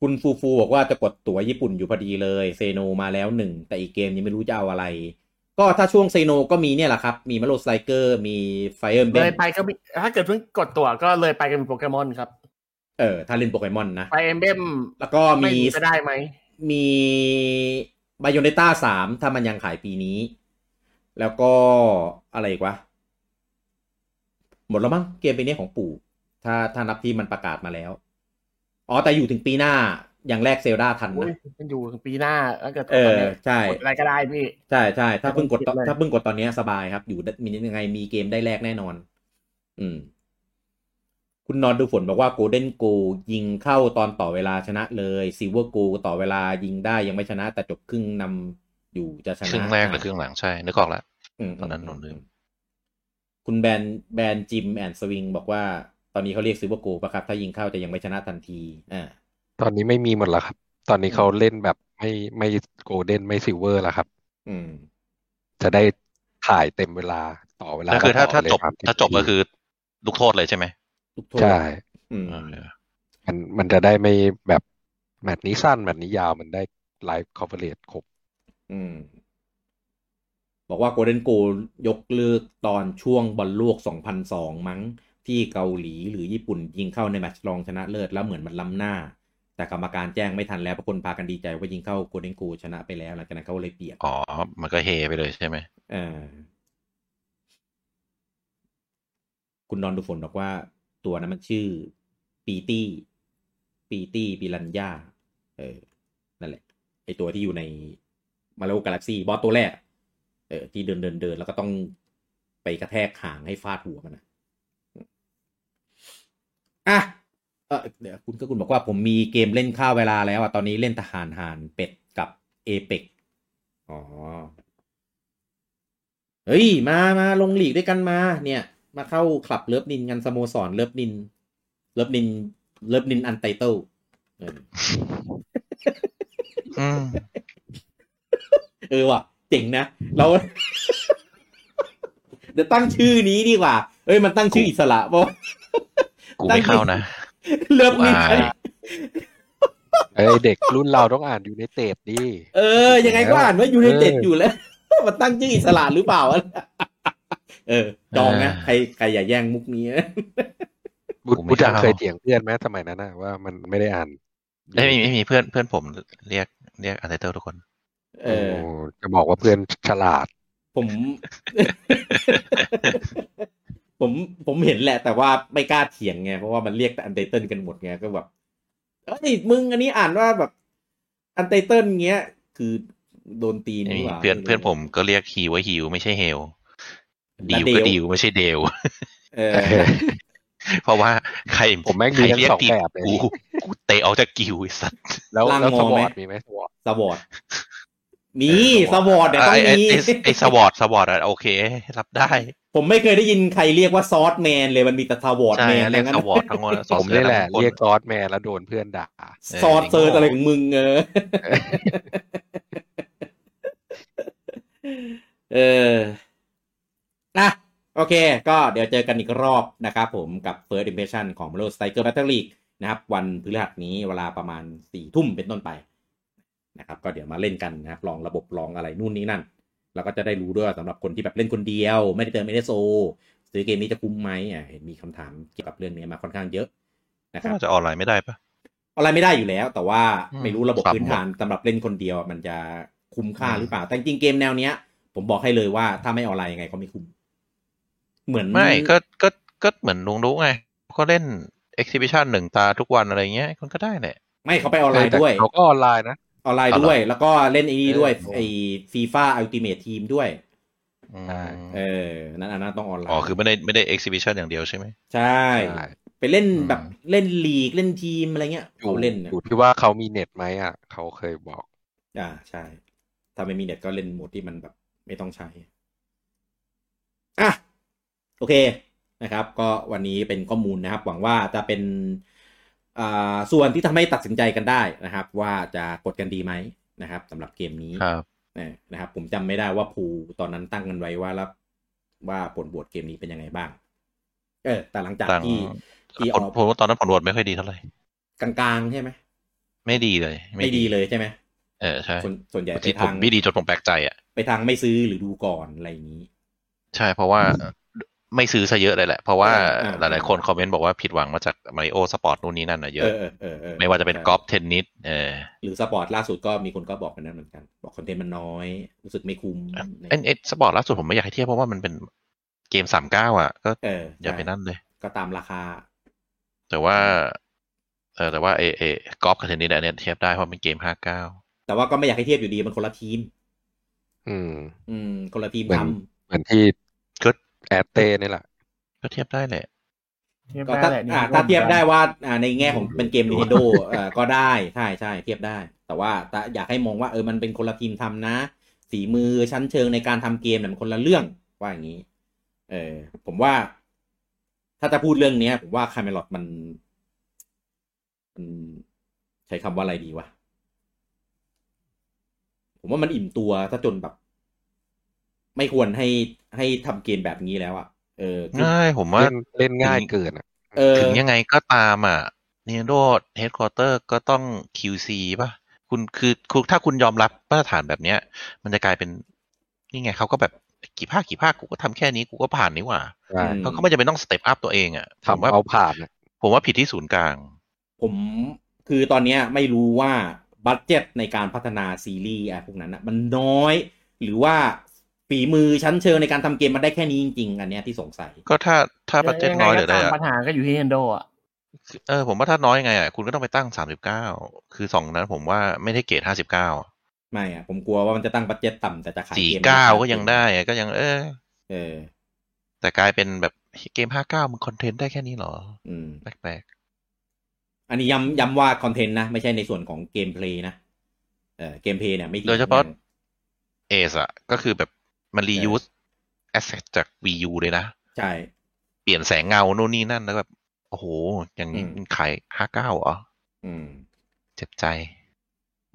คุณฟูฟูบอกว่าจะกดตั๋วญี่ปุ่นอยู่พอดีเลยเซโนมาแล้วหนึ่ง แต่อีกเกมยังไม่รู้จะเอาอะไร ก็ถ้าช่วงเซโนก็มีเนี่ยแหละครับ มีมาโลสไตรเกอร์มีไฟเอ็มเบ เลย น ไปก็มีถ้าเกิดเพิ่งกดตัวก็เลยไปกันเป็นโปเกมอนครับ เออ ถ้าเล่นโปเกมอนนะ ไปเอ็มเบม แล้วก็ ไม่ มี รู้จะได้ไหม มีบายอนเดต้าสามถ้ามันยังขายปีนี้ แล้วก็อะไรอีกวะ หมดแล้วมั้งเกมปีนี้ของปู่ ถ้าถ้านับที่มันประกาศมาแล้ว อ๋อแต่อยู่ถึงปีหน้าอย่างแรกเซลดาทัน อุ๊ย นะ มันอยู่ถึงปีหน้าแล้วเกิด เอ ตอน อ นี้ย ใช่ กดอะไรก็ได้พี่ ใช่ใช่ถ้า ไม่ เพิ่งกด คิด ตอน เลย ถ้าเพิ่งกดตอนเนี้ยสบายครับอยู่ได้มียังไงมีเกมได้แลกแน่นอน อืม คุณนอนดูฝนบอกว่าโกลเด้นโกยิงเข้าตอนต่อเวลาชนะเลยซิเวอร์โกต่อเวลายิงได้ยังไม่ชนะ แต่จบครึ่งนำอยู่จะชนะ ครึ่งแรกหรือครึ่งหลังใช่ นึกออกแล้ว ม ตอนนั้นหนูลืม คุณแบนแบนจิมแอนสวิงบอกว่าตอนนี้เขาเรียกซิเวอร์โกปะครับถ้ายิงเข้าจะยังไม่ชนะทันทีอ่า ตอนนี้ไม่มีหมดแล้วครับ ตอนนี้เขาเล่นแบบไม่ไม่โกลเด้นไม่ซิลเวอร์แล้วครับ อืม จะได้ถ่ายเต็มเวลาต่อเวลา ก็คือถ้า ต่ ถ้า เลย จบ ตมที่ ถ้าจบก็คือลูกโทษเลยใช่ไหม ทุกโทษ ใช่ อืม เออ มันมันจะได้ไม่แบบแมตช์นี้สั้นแมตช์นี้ยาวมันได้ไลฟ์คอ v เ r a g e ครบ อืม บอกว่าโกลเด้นโกยกเลิกตอนช่วงบอลโลก 2002 มั้ง ที่เกาหลีหรือญี่ปุ่นยิงเข้าในแมตช์รองชนะเลิศแล้วเหมือนมันล้ำหน้า แต่กรรมการแจ้งไม่ทันแล้วเพราะคนพากันดีใจว่ายิงเข้าโกลเด้นโกชนะไปแล้วหลังจากนั้นเขาเลยเปลี่ยน อ๋อ มันก็เฮไปเลยใช่ไหม เออคุณนอนดูฝนบอกว่า ตัวนั้นมันชื่อ ปีตี้ปีตี้ปิรันย่าเออ นั่นแหละ ไอตัวที่อยู่ในมาริโอกาแล็กซี่บอสตัวแรก เออ ที่เดินเดินเดินแล้วก็ต้องไปกระแทกหางให้ฟาดหัวมันนะ อ่ะเออเดี๋ยวคุณก็คุณบอกว่าผมมีเกมเล่นข้าวเวลาแล้วอ่ะตอนนี้เล่นทหารหานเป็ดกับเอเปกอ๋อ เฮ้ย มามาลงหลีกด้วยกันมา เนี่ย มาเข้าคลับเลิฟนินกันสโมสรเลิฟนิน เลิฟนิน เลิฟนินอันไตเติลเออ อืม เออว่ะเจ๋งนะเรา เดี๋ยวตั้งชื่อนี้ดีกว่า เอ้ยมันตั้งชื่ออิสระป่ะ กูไม่เข้านะ เลิฟนิน ว้าย เอ้ยเด็กรุ่นเราต้องอ่านยูไนเต็ดดิ เออ ยังไงก็อ่านว่ายูไนเต็ด เออ อ อ ยู่แล้ว มันตั้งชื่ออิสระหรือเปล่าวะเออ จองนะใครใครอย่าแย่งมุกนี้นะ บุต กูไม่ บุตร เข้า เคยเถียงเพื่อนไหมสมัยนั้นนะว่ามันไม่ได้อ่าน เอ้ยไม่มีไม่มีเพื่อนเพื่อนผมเรียกเรียกอันไตเติลทุกคน เออ โจะบอกว่าเพื่อนฉลาด ผม ผมผมเห็นแหละ แต่ว่าไม่กล้าเถียงไงเพราะว่ามันเรียกแต่อันไตเติลกันหมดไงก็แบบเอ้ยมึงอันนี้อ่านว่าแบบ อันไตเติลเงี้ย คือโดนตีน ไม่ นี่ มี หว่า เพื่อนเพื่อนผมก็เรียกฮีว่าฮิวไม่ใช่เฮลดิ และเดวก็ ว ดิวไม่ใช่เดว เออ เพราะว่าใคร ผมแม่งมี ใคร ทั้ง เรียก สอง ติด แบบเลย กูกูเตะออกจากกิวไอ้สัตว์ แล้ว ลาง แล้ว งอ ส ไห ว ม อตมีไหมสวอต สวอตมีสวอตเนี่ยต้องไอ้ไอ้ มี ไอ้ไอ้สวอตสวอตอะโอเค รับได้ ผมไม่เคยได้ยินใครเรียกว่าซอสแมนเลยมันมีแต่สวอต ใช่ แมน เรียก ทั้ง ส นั้น วอตทั้งหมดสอ ผม เสือ นี่แหละ ทั้งคน เรียกซอสแม่แล้วโดนเพื่อนด่า ซอสเซิร์ชอะไรของมึงเออ เออนะโอเค ก็เดี๋ยวเจอกันอีกรอบนะครับผมกับ First Impression ของ Marvel Striker Battle League นะครับ วันพฤหัสนี้เวลาประมาณสี่ทุ่มเป็นต้นไป นะครับ ก็เดี๋ยวมาเล่นกันนะครับ ลองระบบลองอะไรนู่นนี่นั่น แล้วก็จะได้รู้ด้วยสำหรับคนที่แบบเล่นคนเดียว ไม่ได้เติมเอเดโซซื้อเกมนี้จะคุ้มไหมอ่ะเห็นมีคำถามเกี่ยวกับเรื่องนี้มาค่อนข้างเยอะนะครับ น่าจะออนไลน์ไม่ได้ปะ อะไรไม่ได้อยู่แล้ว แต่ว่า อืม ไม่รู้ระบบ ครับ พื้นฐานสำหรับเล่นคนเดียวมันจะคุ้มค่าหรือเปล่า แต่จริงๆเกมแนวเนี้ย ผมบอกให้เลยว่าถ้าไม่ออนไลน์ยังไงก็ไม่คุ้ม เหมือน ไม่ก็ก็ก็เหมือนลุงรู้ไงก็เล่น exhibition หนึ่งตาทุกวันอะไรเงี้ยคนก็ได้แหละ ไม่เขาไปออนไลน์ด้วย แต่เขาก็ออนไลน์นะ ออนไลน์ เอาเหรอ ด้วย แล้วก็เล่นไอ้นี่ด้วย เออ ไอ้ฟีฟ่าอัลติเมททีมด้วย อืม ใช่ เออ นั่นอันนั้นต้องออนไลน์ อ๋อคือไม่ได้ไม่ได้ exhibition อย่างเดียวใช่ไหม ใช่ ไปเล่นแบบเล่นลีกเล่นทีมอะไรเงี้ย อยู่ เขาเล่นนะ อยู่ที่ว่าเขามีเน็ตไหมอ่ะเขาเคยบอก อ่าใช่ ถ้าไม่มีเน็ตก็เล่นโหมดที่มันแบบ ไม่ต้องใช้ อ่ะโอเคนะครับ ก็วันนี้เป็นข้อมูลนะครับ หวังว่าจะเป็นอ่าส่วนที่ทำให้ตัดสินใจกันได้นะครับ ว่าจะกดกันดีไหมนะครับสำหรับเกมนี้ ครับ เออนะครับ ผมจำไม่ได้ว่าภูตอนนั้นตั้งกันไว้ว่ารับว่าผลบวชเกมนี้เป็นยังไงบ้าง เออ แต่หลังจาก ตั้ง ที่ที่อ ผ อ ล ก ผมว่าตอนนั้นผลรวดไม่ค่อยดีเท่าไหร่ กลางๆใช่ไหม ไม่ดีเลย ไม่ดีเลยใช่ไหม เออใช่ ส่วนส่วนใหญ่ไป ที่ผ ทาม ง ไม่ดีจนผมแปลกใจอ่ะ ไปทางไม่ซื้อหรือดูก่อนอะไรอย่างนี้ ใช่เพราะว่าไม่ซื้อซะเยอะเลยแหละ เพราะว่า อ่า หลายๆคนคอมเมนต์บอกว่าผิดหวังมาจากมาริโอสปอร์ตนู่นนี้นั่นน่ะเย เอ อะ อเออเออออ ไม่ว่าจะเป็นกอล์ฟเทนนิสเออ หรือสปอร์ตล่าสุดก็มีคนก็บอกกันนั้นเหมือนกัน บอกคอนเทนต์มันน้อย รู้สึกไม่คุ้ม เอ็นเอ็นสปอร์ตล่าสุดผมไม่อยากให้เทียบเพราะว่ามันเป็นเกมสามเก้าอ่ะ ก็ เออ อย่าไป ใช่ นั่นเลย ก็ตามราคา แต่ว่าเออแต่ว่าเอเออกอล์ฟกับเทนนิสอันเนี่ยเทียบได้เพราะเป็นเกมห้าเก้า แต่ว่าก็ไม่อยากให้เทียบอยู่ดีมันคนละทีม อืม อืม คนละทีม เหมือน ทำ เหมือนที่ ก็ แอดเต้นี่แหละ ก็เทียบได้แหละ เทียบ ก็ ได้ ถ้า แหละนี่ อ่า ก็ ถ้าเทียบได้ว่าอ่าในแง่ของ อืม เป็นเกม ดู Nintendo เอ่อก็ได้ใช่ใช่เทียบได้ แต่ว่าแต่อยากให้มองว่าเออมันเป็นคนละทีมทำนะฝีมือชั้นเชิงในการทำเกมเนี่ยมันคนละเรื่องว่าอย่างนี้ เออผมว่า ถ้าจะพูดเรื่องเนี้ย ผมว่าคาเมลอดมันมันใช้คำว่าอะไรดีวะผมว่ามันอิ่มตัวถ้าจนแบบ ไม่ควรให้ให้ทำเกมแบบนี้แล้วอะ่ะเออคือ ง่ายผมว่า เล่นเล่นง่ายเกินอ่ะ เออ ถึงยังไงก็ตามอ่ะ Nintendo Headquarter ก็ต้อง QC ป่ะ คุณคือคุณถ้าคุณยอมรับมาตรฐานแบบเนี้ย มันจะกลายเป็น นี่ไงเขาก็แบบกี่ภาคกี่ภาคกูก็ทำแค่นี้กูก็ผ่านนี่หว่า ใช่ อืม เขาก็ไม่จำเป็นต้องสเต็ปอัพตัวเองอ่ะผม ทำ ว่า เอาผ่านอะ ผมว่าผิดที่ศูนย์กลาง ผมคือตอนเนี้ยไม่รู้ว่าบัตเจ็ตในการพัฒนาซีรีส์อะไรพวกนั้นนะมันน้อย หรือว่าฝีมือชั้นเชิงในการทำเกมมันได้แค่นี้จริงๆ อันเนี้ยที่สงสัย ก็ถ้าถ้าบัตเจ็ต งไง น้อยห ก็ รืออะไร ตาม อ่ะ ปัญหาก็อยู่ที่ Nintendo อ่ะ เออผมว่าถ้าน้อยยังไงอ่ะคุณก็ต้องไปตั้งสามสิบเก้าคือสองนั้นผมว่าไม่ได้เกรดห้าสิบเก้า ไม่อะผมกลัวว่ามันจะตั้งบัตเจ็ตต่ำแต่จะขาย สี่ เกม เก้าก็ยังได้อะก็ยังเออ เออ แต่กลายเป็นแบบ เกมห้าเก้ามึงคอนเทนต์ได้แค่นี้เหรอ อืม แปลก อันนี้ย้ำย้ำว่าคอนเทนต์นะ ไม่ใช่ในส่วนของเกมเพลย์นะ เออเกมเพลย์เนี่ยไม่ ๆ กี่ โดยเฉพาะ อ เอสอะก็คือแบบมันรียูสแอสเซทจาก VU เลยนะ ใช่ เปลี่ยนแสงเงาโน่นนี่นั่นแล้วแบบโอ้โห อย่างนี้ อืม มันขายห้าเก้าเหรอ อืม เจ็บใจ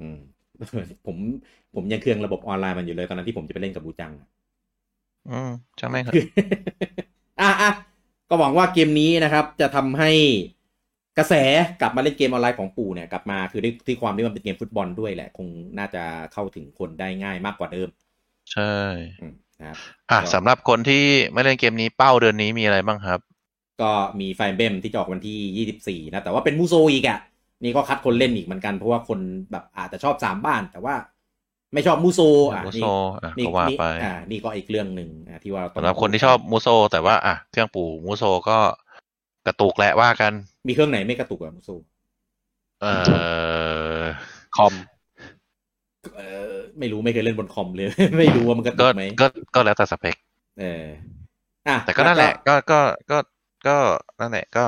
อืม ผมผมยังเครื่องระบบออนไลน์มันอยู่เลยตอนนั้นที่ผมจะไปเล่นกับบูจังอะ อืมช่างแม่งเถ คื อะ อ อ่ะอ่ะก็หวังว่าเกมนี้นะครับ จะทำให้กระแสกลับมาเล่นเกมออนไลน์ของปู่เนี่ยกลับมาคือด้วยที่ความที่มันเป็นเกมฟุตบอลด้วยแหละ คงน่าจะเข้าถึงคนได้ง่ายมากกว่าเดิม ใช่ อืมนะครับ อ่ะ ก็ สำหรับคนที่ไม่เล่นเกมนี้เป้าเดือนนี้มีอะไรบ้างครับ ก็มีไฟเบมที่จะออกวันที่ 24 นะ แต่ว่าเป็นมูโซอีกอะ่ะ นี่ก็คัดคนเล่นอีกเหมือนกัน เพราะว่าคนแบบอาจจะชอบสามบ้าน แต่ว่าไม่ชอบมูโซอ่ะ มูโซอ่ะก็ว่าไป อ่า นี่ก็อีกเรื่องหนึ่งอ่ะที่ว่าเราต้อง สำหรับคนที่ชอบมูโซ แต่ว่าอ่ะเครื่องปู่มูโซก็กระตุกแหละว่ากัน มีเครื่องไหนไม่กระตุกอะมูโซ เอ อ คอม เออไม่รู้ไม่เคยเล่นบนคอมเลย ไม่รู้ว่ามันกระตุ ก็ กไหม ก็ก็แล้วแต่สเปค เอออ่ะ แต่ก็นั่นแหละ ก็ก็ก็ก็นั่นแหละก็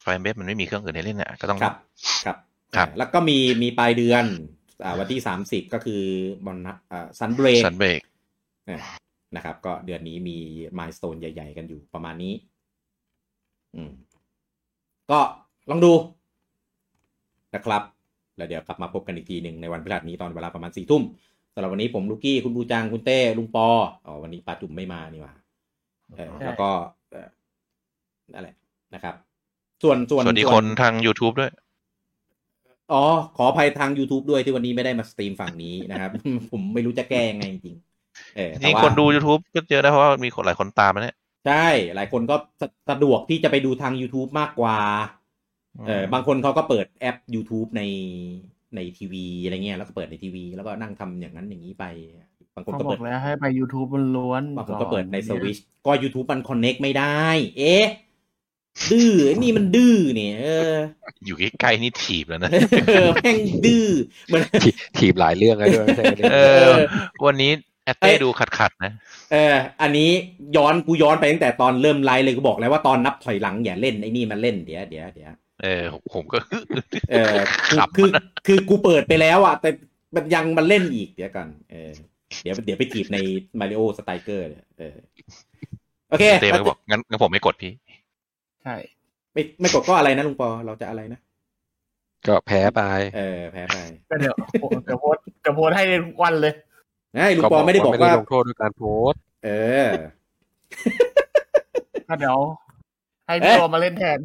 ไฟเบสมันไม่มีเครื่องอื่นให้เล่นเนี่ยก็ต้อง ครับ ครับ ครับ อ่ะแล้วก็มีมีปลายเดือน อ่า วันที่ 30 ก็คือบอลนัดอ่าซันเบรก สันเบรก นะนะครับ ก็เดือนนี้มีมายสเตนใหญ่ ๆ กันอยู่ประมาณนี้ อืม ก็ลองดูนะครับ แล้วเดี๋ยวกลับมาพบกันอีกทีหนึ่งในวันพฤหัสนี้ตอนเวลาประมาณสี่ทุ่มสำหรับวันนี้ผมลูกี้คุณบูจัง คุณเต้ลุงปออ๋อวันนี้ปาจุ่มไม่มานี่หว่าเออแล้วก็เอ่อนั่นแหละนะครับ ส่วนส่วน สวัสดี ส่ว คนทาง YouTube ด้วย อ๋อ ขออภัยทาง YouTube ด้วยที่วันนี้ไม่ได้มาสตรีมฝั่งนี้นะครับ ผมไม่รู้จะแก้ยังไงจริงๆเออแต่ นี่ ว่า คนดู YouTube ก็เยอะนะเพราะว่ามีคนหลายคนตามมาเนี่ย ใช่ หลายคนก็สะสะดวกที่จะไปดูทาง YouTube มากกว่า เออ บางคนเขาก็เปิดแอป YouTube ในในทีวีอะไรเงี้ย แล้วก็เปิดในทีวี แล้วก็นั่งทำอย่างนั้นอย่างนี้ไป บางคน เขา ก็ บอ เปิด กแล้วให้ไป YouTube มันล้วน บางคนก็เปิดในสวิ ช ชก็ YouTube มันคอนเน็กไม่ได้ เอ๊ะ ดื้อไอ้นี่มันดื้อเนี่ยเอ อ อยู่ใกล้ๆนี่ถีบแล้วนะ เออแม่งดื้อเหมือน ถีถีบหลายเรื่องเลยด้วยไม่ใช่ไม่ได้ เอ เอ อ อ วันนี้แอต เอ้ เต้ ย ดูขัดๆนะ เออ อันนี้ย้อนกูย้อนไปตั้งแต่ตอนเริ่มไลฟ์เลยกูบอกแล้วว่าตอนนับถอยหลังอย่าเล่นไอ้นี่มันเล่นเดี๋ยวเดี๋ยวเดี๋ยว เออผมผมก็ เออคือ ขำ คือคือกูเปิดไปแล้วอ่ะแต่มันยังมันเล่นอีกเดี๋ยวกันเออเดี๋ยวเดี๋ยวไปจีบในมาริโอสไตเกอร์เนี่ยเออโอเค เต้ก็บอกงั้นงั้นผมไม่กดพี่ ใช่ ไม่ไม่กดก็อะไรนะลุงปอเราจะอะไรนะ ก็แพ้ไป เออแพ้ไป ก็เดี๋ยว เดี๋ยวโพสต์เดี๋ยวโพสต์ให้ทุกวันเลย นะลุงปอไม่ได้บอกว่า ลงโทษด้วยการโพสต์ เออ ถ้าเดี๋ยวให้พี่ เอ๊ะ โอมาเล่นแทน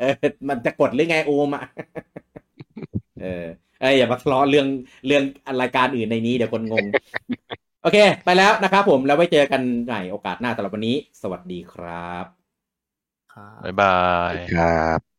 เออมันจะกดหรือไงโอมอ่ะ เออเอ้ยอย่ามาทะเลาะเรื่องเรื่องรายการอื่นในนี้เดี๋ยวคนงง โอเค ไปแล้วนะครับผมแล้วไว้เจอกันใหม่โอกาสหน้าสำหรับวันนี้ สวัสดีครับ บ๊ายบาย ครับ